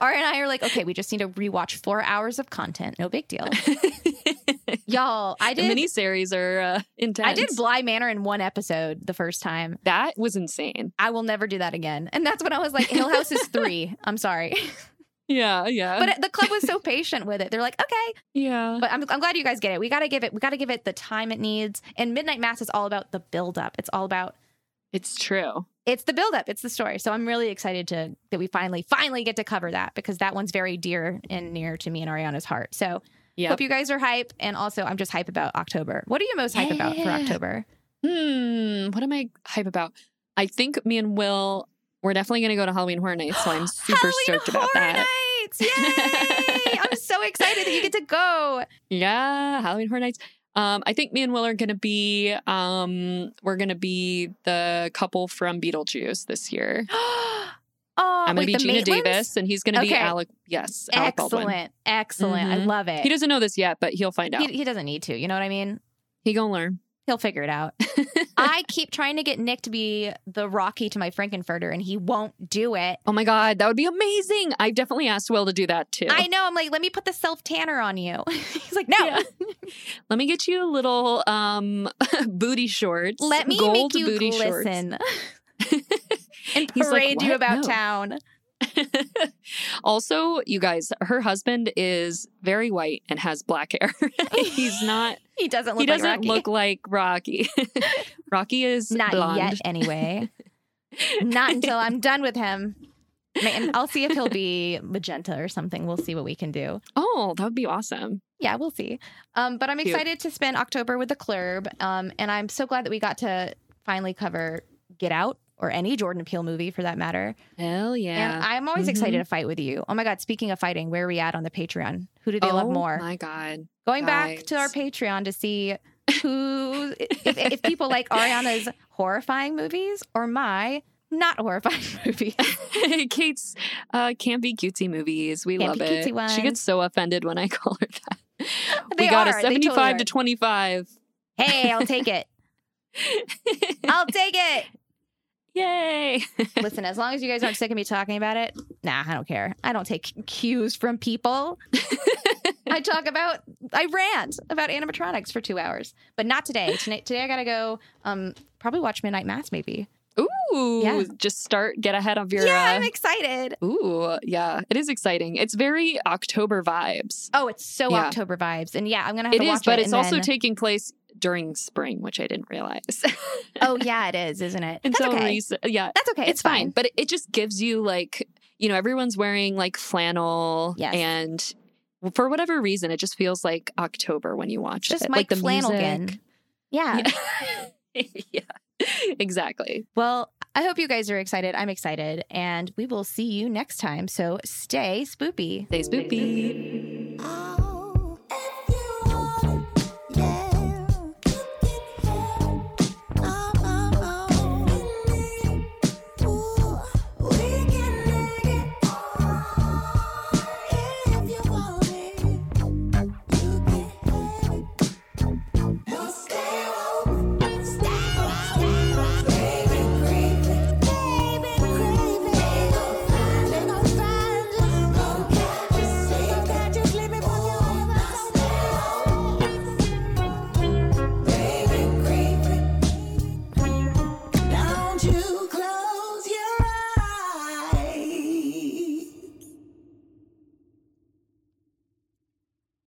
Speaker 3: Ari and I are like, okay, we just need to rewatch four hours of content. No big deal. Y'all, I
Speaker 4: the
Speaker 3: did
Speaker 4: miniseries are uh, intense.
Speaker 3: I did Bly Manor in one episode the first time.
Speaker 4: that was insane.
Speaker 3: I will never do that again. And that's when I was like, Hill House is three. I'm sorry.
Speaker 4: Yeah, yeah,
Speaker 3: But the club was so patient with it. They're like, okay.
Speaker 4: yeah.
Speaker 3: But I'm, I'm glad you guys get it. We gotta give it, we gotta give it the time it needs. And Midnight Mass is all about the buildup. It's all about
Speaker 4: It's true.
Speaker 3: it's the buildup. It's the story. So I'm really excited to that we finally, finally get to cover that because that one's very dear and near to me and Ariana's heart. So
Speaker 4: Yeah.
Speaker 3: hope you guys are hype. And also I'm just hype about October. What are you most hype about for
Speaker 4: Yeah.
Speaker 3: October?
Speaker 4: Hmm. What am I hype about? I think me and Will we're definitely gonna go to Halloween Horror Nights, so I'm super
Speaker 3: Halloween
Speaker 4: stoked about
Speaker 3: Horror
Speaker 4: that.
Speaker 3: Nights! Yay! I'm so excited that you get to go.
Speaker 4: Yeah, Halloween Horror Nights. Um, I think me and Will are gonna be um, we're gonna be the couple from Beetlejuice this year.
Speaker 3: oh,
Speaker 4: I'm gonna
Speaker 3: wait,
Speaker 4: be
Speaker 3: the
Speaker 4: Gina
Speaker 3: Maitlands?
Speaker 4: Davis, and he's gonna be
Speaker 3: Okay.
Speaker 4: Alec. Yes, Alec Baldwin.
Speaker 3: Excellent, excellent. I
Speaker 4: Mhm.
Speaker 3: love it.
Speaker 4: He doesn't know this yet, but he'll find out.
Speaker 3: He,
Speaker 4: He,
Speaker 3: he doesn't need to. You know what I mean?
Speaker 4: gonna learn.
Speaker 3: He'll figure it out. I keep trying to get Nick to be the Rocky to my Frankenfurter, and he won't do it.
Speaker 4: Oh my god, that would be amazing! I've definitely asked Will to do that too.
Speaker 3: I know. I'm like, let me put the self tanner on you. He's like, no.
Speaker 4: Yeah. Let me get you a little um booty shorts.
Speaker 3: Let me
Speaker 4: gold
Speaker 3: make you
Speaker 4: booty shorts.
Speaker 3: glisten and
Speaker 4: He's like,
Speaker 3: parade you
Speaker 4: "What?
Speaker 3: about
Speaker 4: No."
Speaker 3: town.
Speaker 4: also, you guys, her husband is very white and has black hair. He's not.
Speaker 3: He doesn't look
Speaker 4: he doesn't
Speaker 3: like Rocky.
Speaker 4: look like Rocky. Rocky is
Speaker 3: Not
Speaker 4: blonde.
Speaker 3: yet, anyway. Not until I'm done with him. Man, I'll see if he'll be magenta or something. We'll see what we can do.
Speaker 4: Oh, that would be awesome.
Speaker 3: Yeah, we'll see. Um, but I'm
Speaker 4: Cute.
Speaker 3: excited to spend October with the club. Um, and I'm so glad that we got to finally cover Get Out or any Jordan Peele movie for that matter.
Speaker 4: Hell yeah.
Speaker 3: And I'm always
Speaker 4: Mhm.
Speaker 3: excited to fight with you. Oh my God, speaking of fighting, where are we at on the Patreon? Who do they
Speaker 4: oh
Speaker 3: love more?
Speaker 4: my god.
Speaker 3: Going back to our
Speaker 4: guys.
Speaker 3: Patreon to see who, if, if people like Ariana's horrifying movies or my not horrifying movies.
Speaker 4: Kate's uh, can't be cutesy movies. We
Speaker 3: Can't
Speaker 4: love
Speaker 3: be
Speaker 4: it.
Speaker 3: cutesy
Speaker 4: She
Speaker 3: ones.
Speaker 4: gets so offended when I call her that.
Speaker 3: They
Speaker 4: we got
Speaker 3: are.
Speaker 4: a
Speaker 3: They totally
Speaker 4: 75 to
Speaker 3: are.
Speaker 4: 25.
Speaker 3: Hey, I'll take it. I'll take it.
Speaker 4: Yay.
Speaker 3: Listen, as long as you guys aren't sick of me talking about it, nah, I don't care. I don't take cues from people. I talk about, I rant about animatronics for two hours, but not today. Today, today I gotta go. Um, probably watch Midnight Mass, maybe.
Speaker 4: Ooh,
Speaker 3: Yeah.
Speaker 4: just start, get ahead of your.
Speaker 3: yeah,
Speaker 4: uh,
Speaker 3: I'm excited.
Speaker 4: Ooh, yeah, it is exciting. It's very October vibes.
Speaker 3: Oh, it's so
Speaker 4: Yeah.
Speaker 3: October vibes, and yeah, I'm gonna have
Speaker 4: It
Speaker 3: to
Speaker 4: is,
Speaker 3: watch
Speaker 4: but
Speaker 3: it.
Speaker 4: it's
Speaker 3: and
Speaker 4: also
Speaker 3: then-
Speaker 4: taking place during spring, which I didn't realize.
Speaker 3: oh yeah, it is, isn't it? That's
Speaker 4: Until
Speaker 3: okay.
Speaker 4: recent, yeah,
Speaker 3: That's okay. It's,
Speaker 4: it's fine. But it, it just gives you like, you know, everyone's wearing like flannel,
Speaker 3: Yes.
Speaker 4: and for whatever reason, it just feels like October when you watch
Speaker 3: It's just
Speaker 4: it.
Speaker 3: Mike
Speaker 4: like the
Speaker 3: Flanagan.
Speaker 4: music.
Speaker 3: Yeah.
Speaker 4: Yeah. yeah, exactly.
Speaker 3: Well, I hope you guys are excited. I'm excited, and we will see you next time. So stay spoopy.
Speaker 4: Stay spoopy.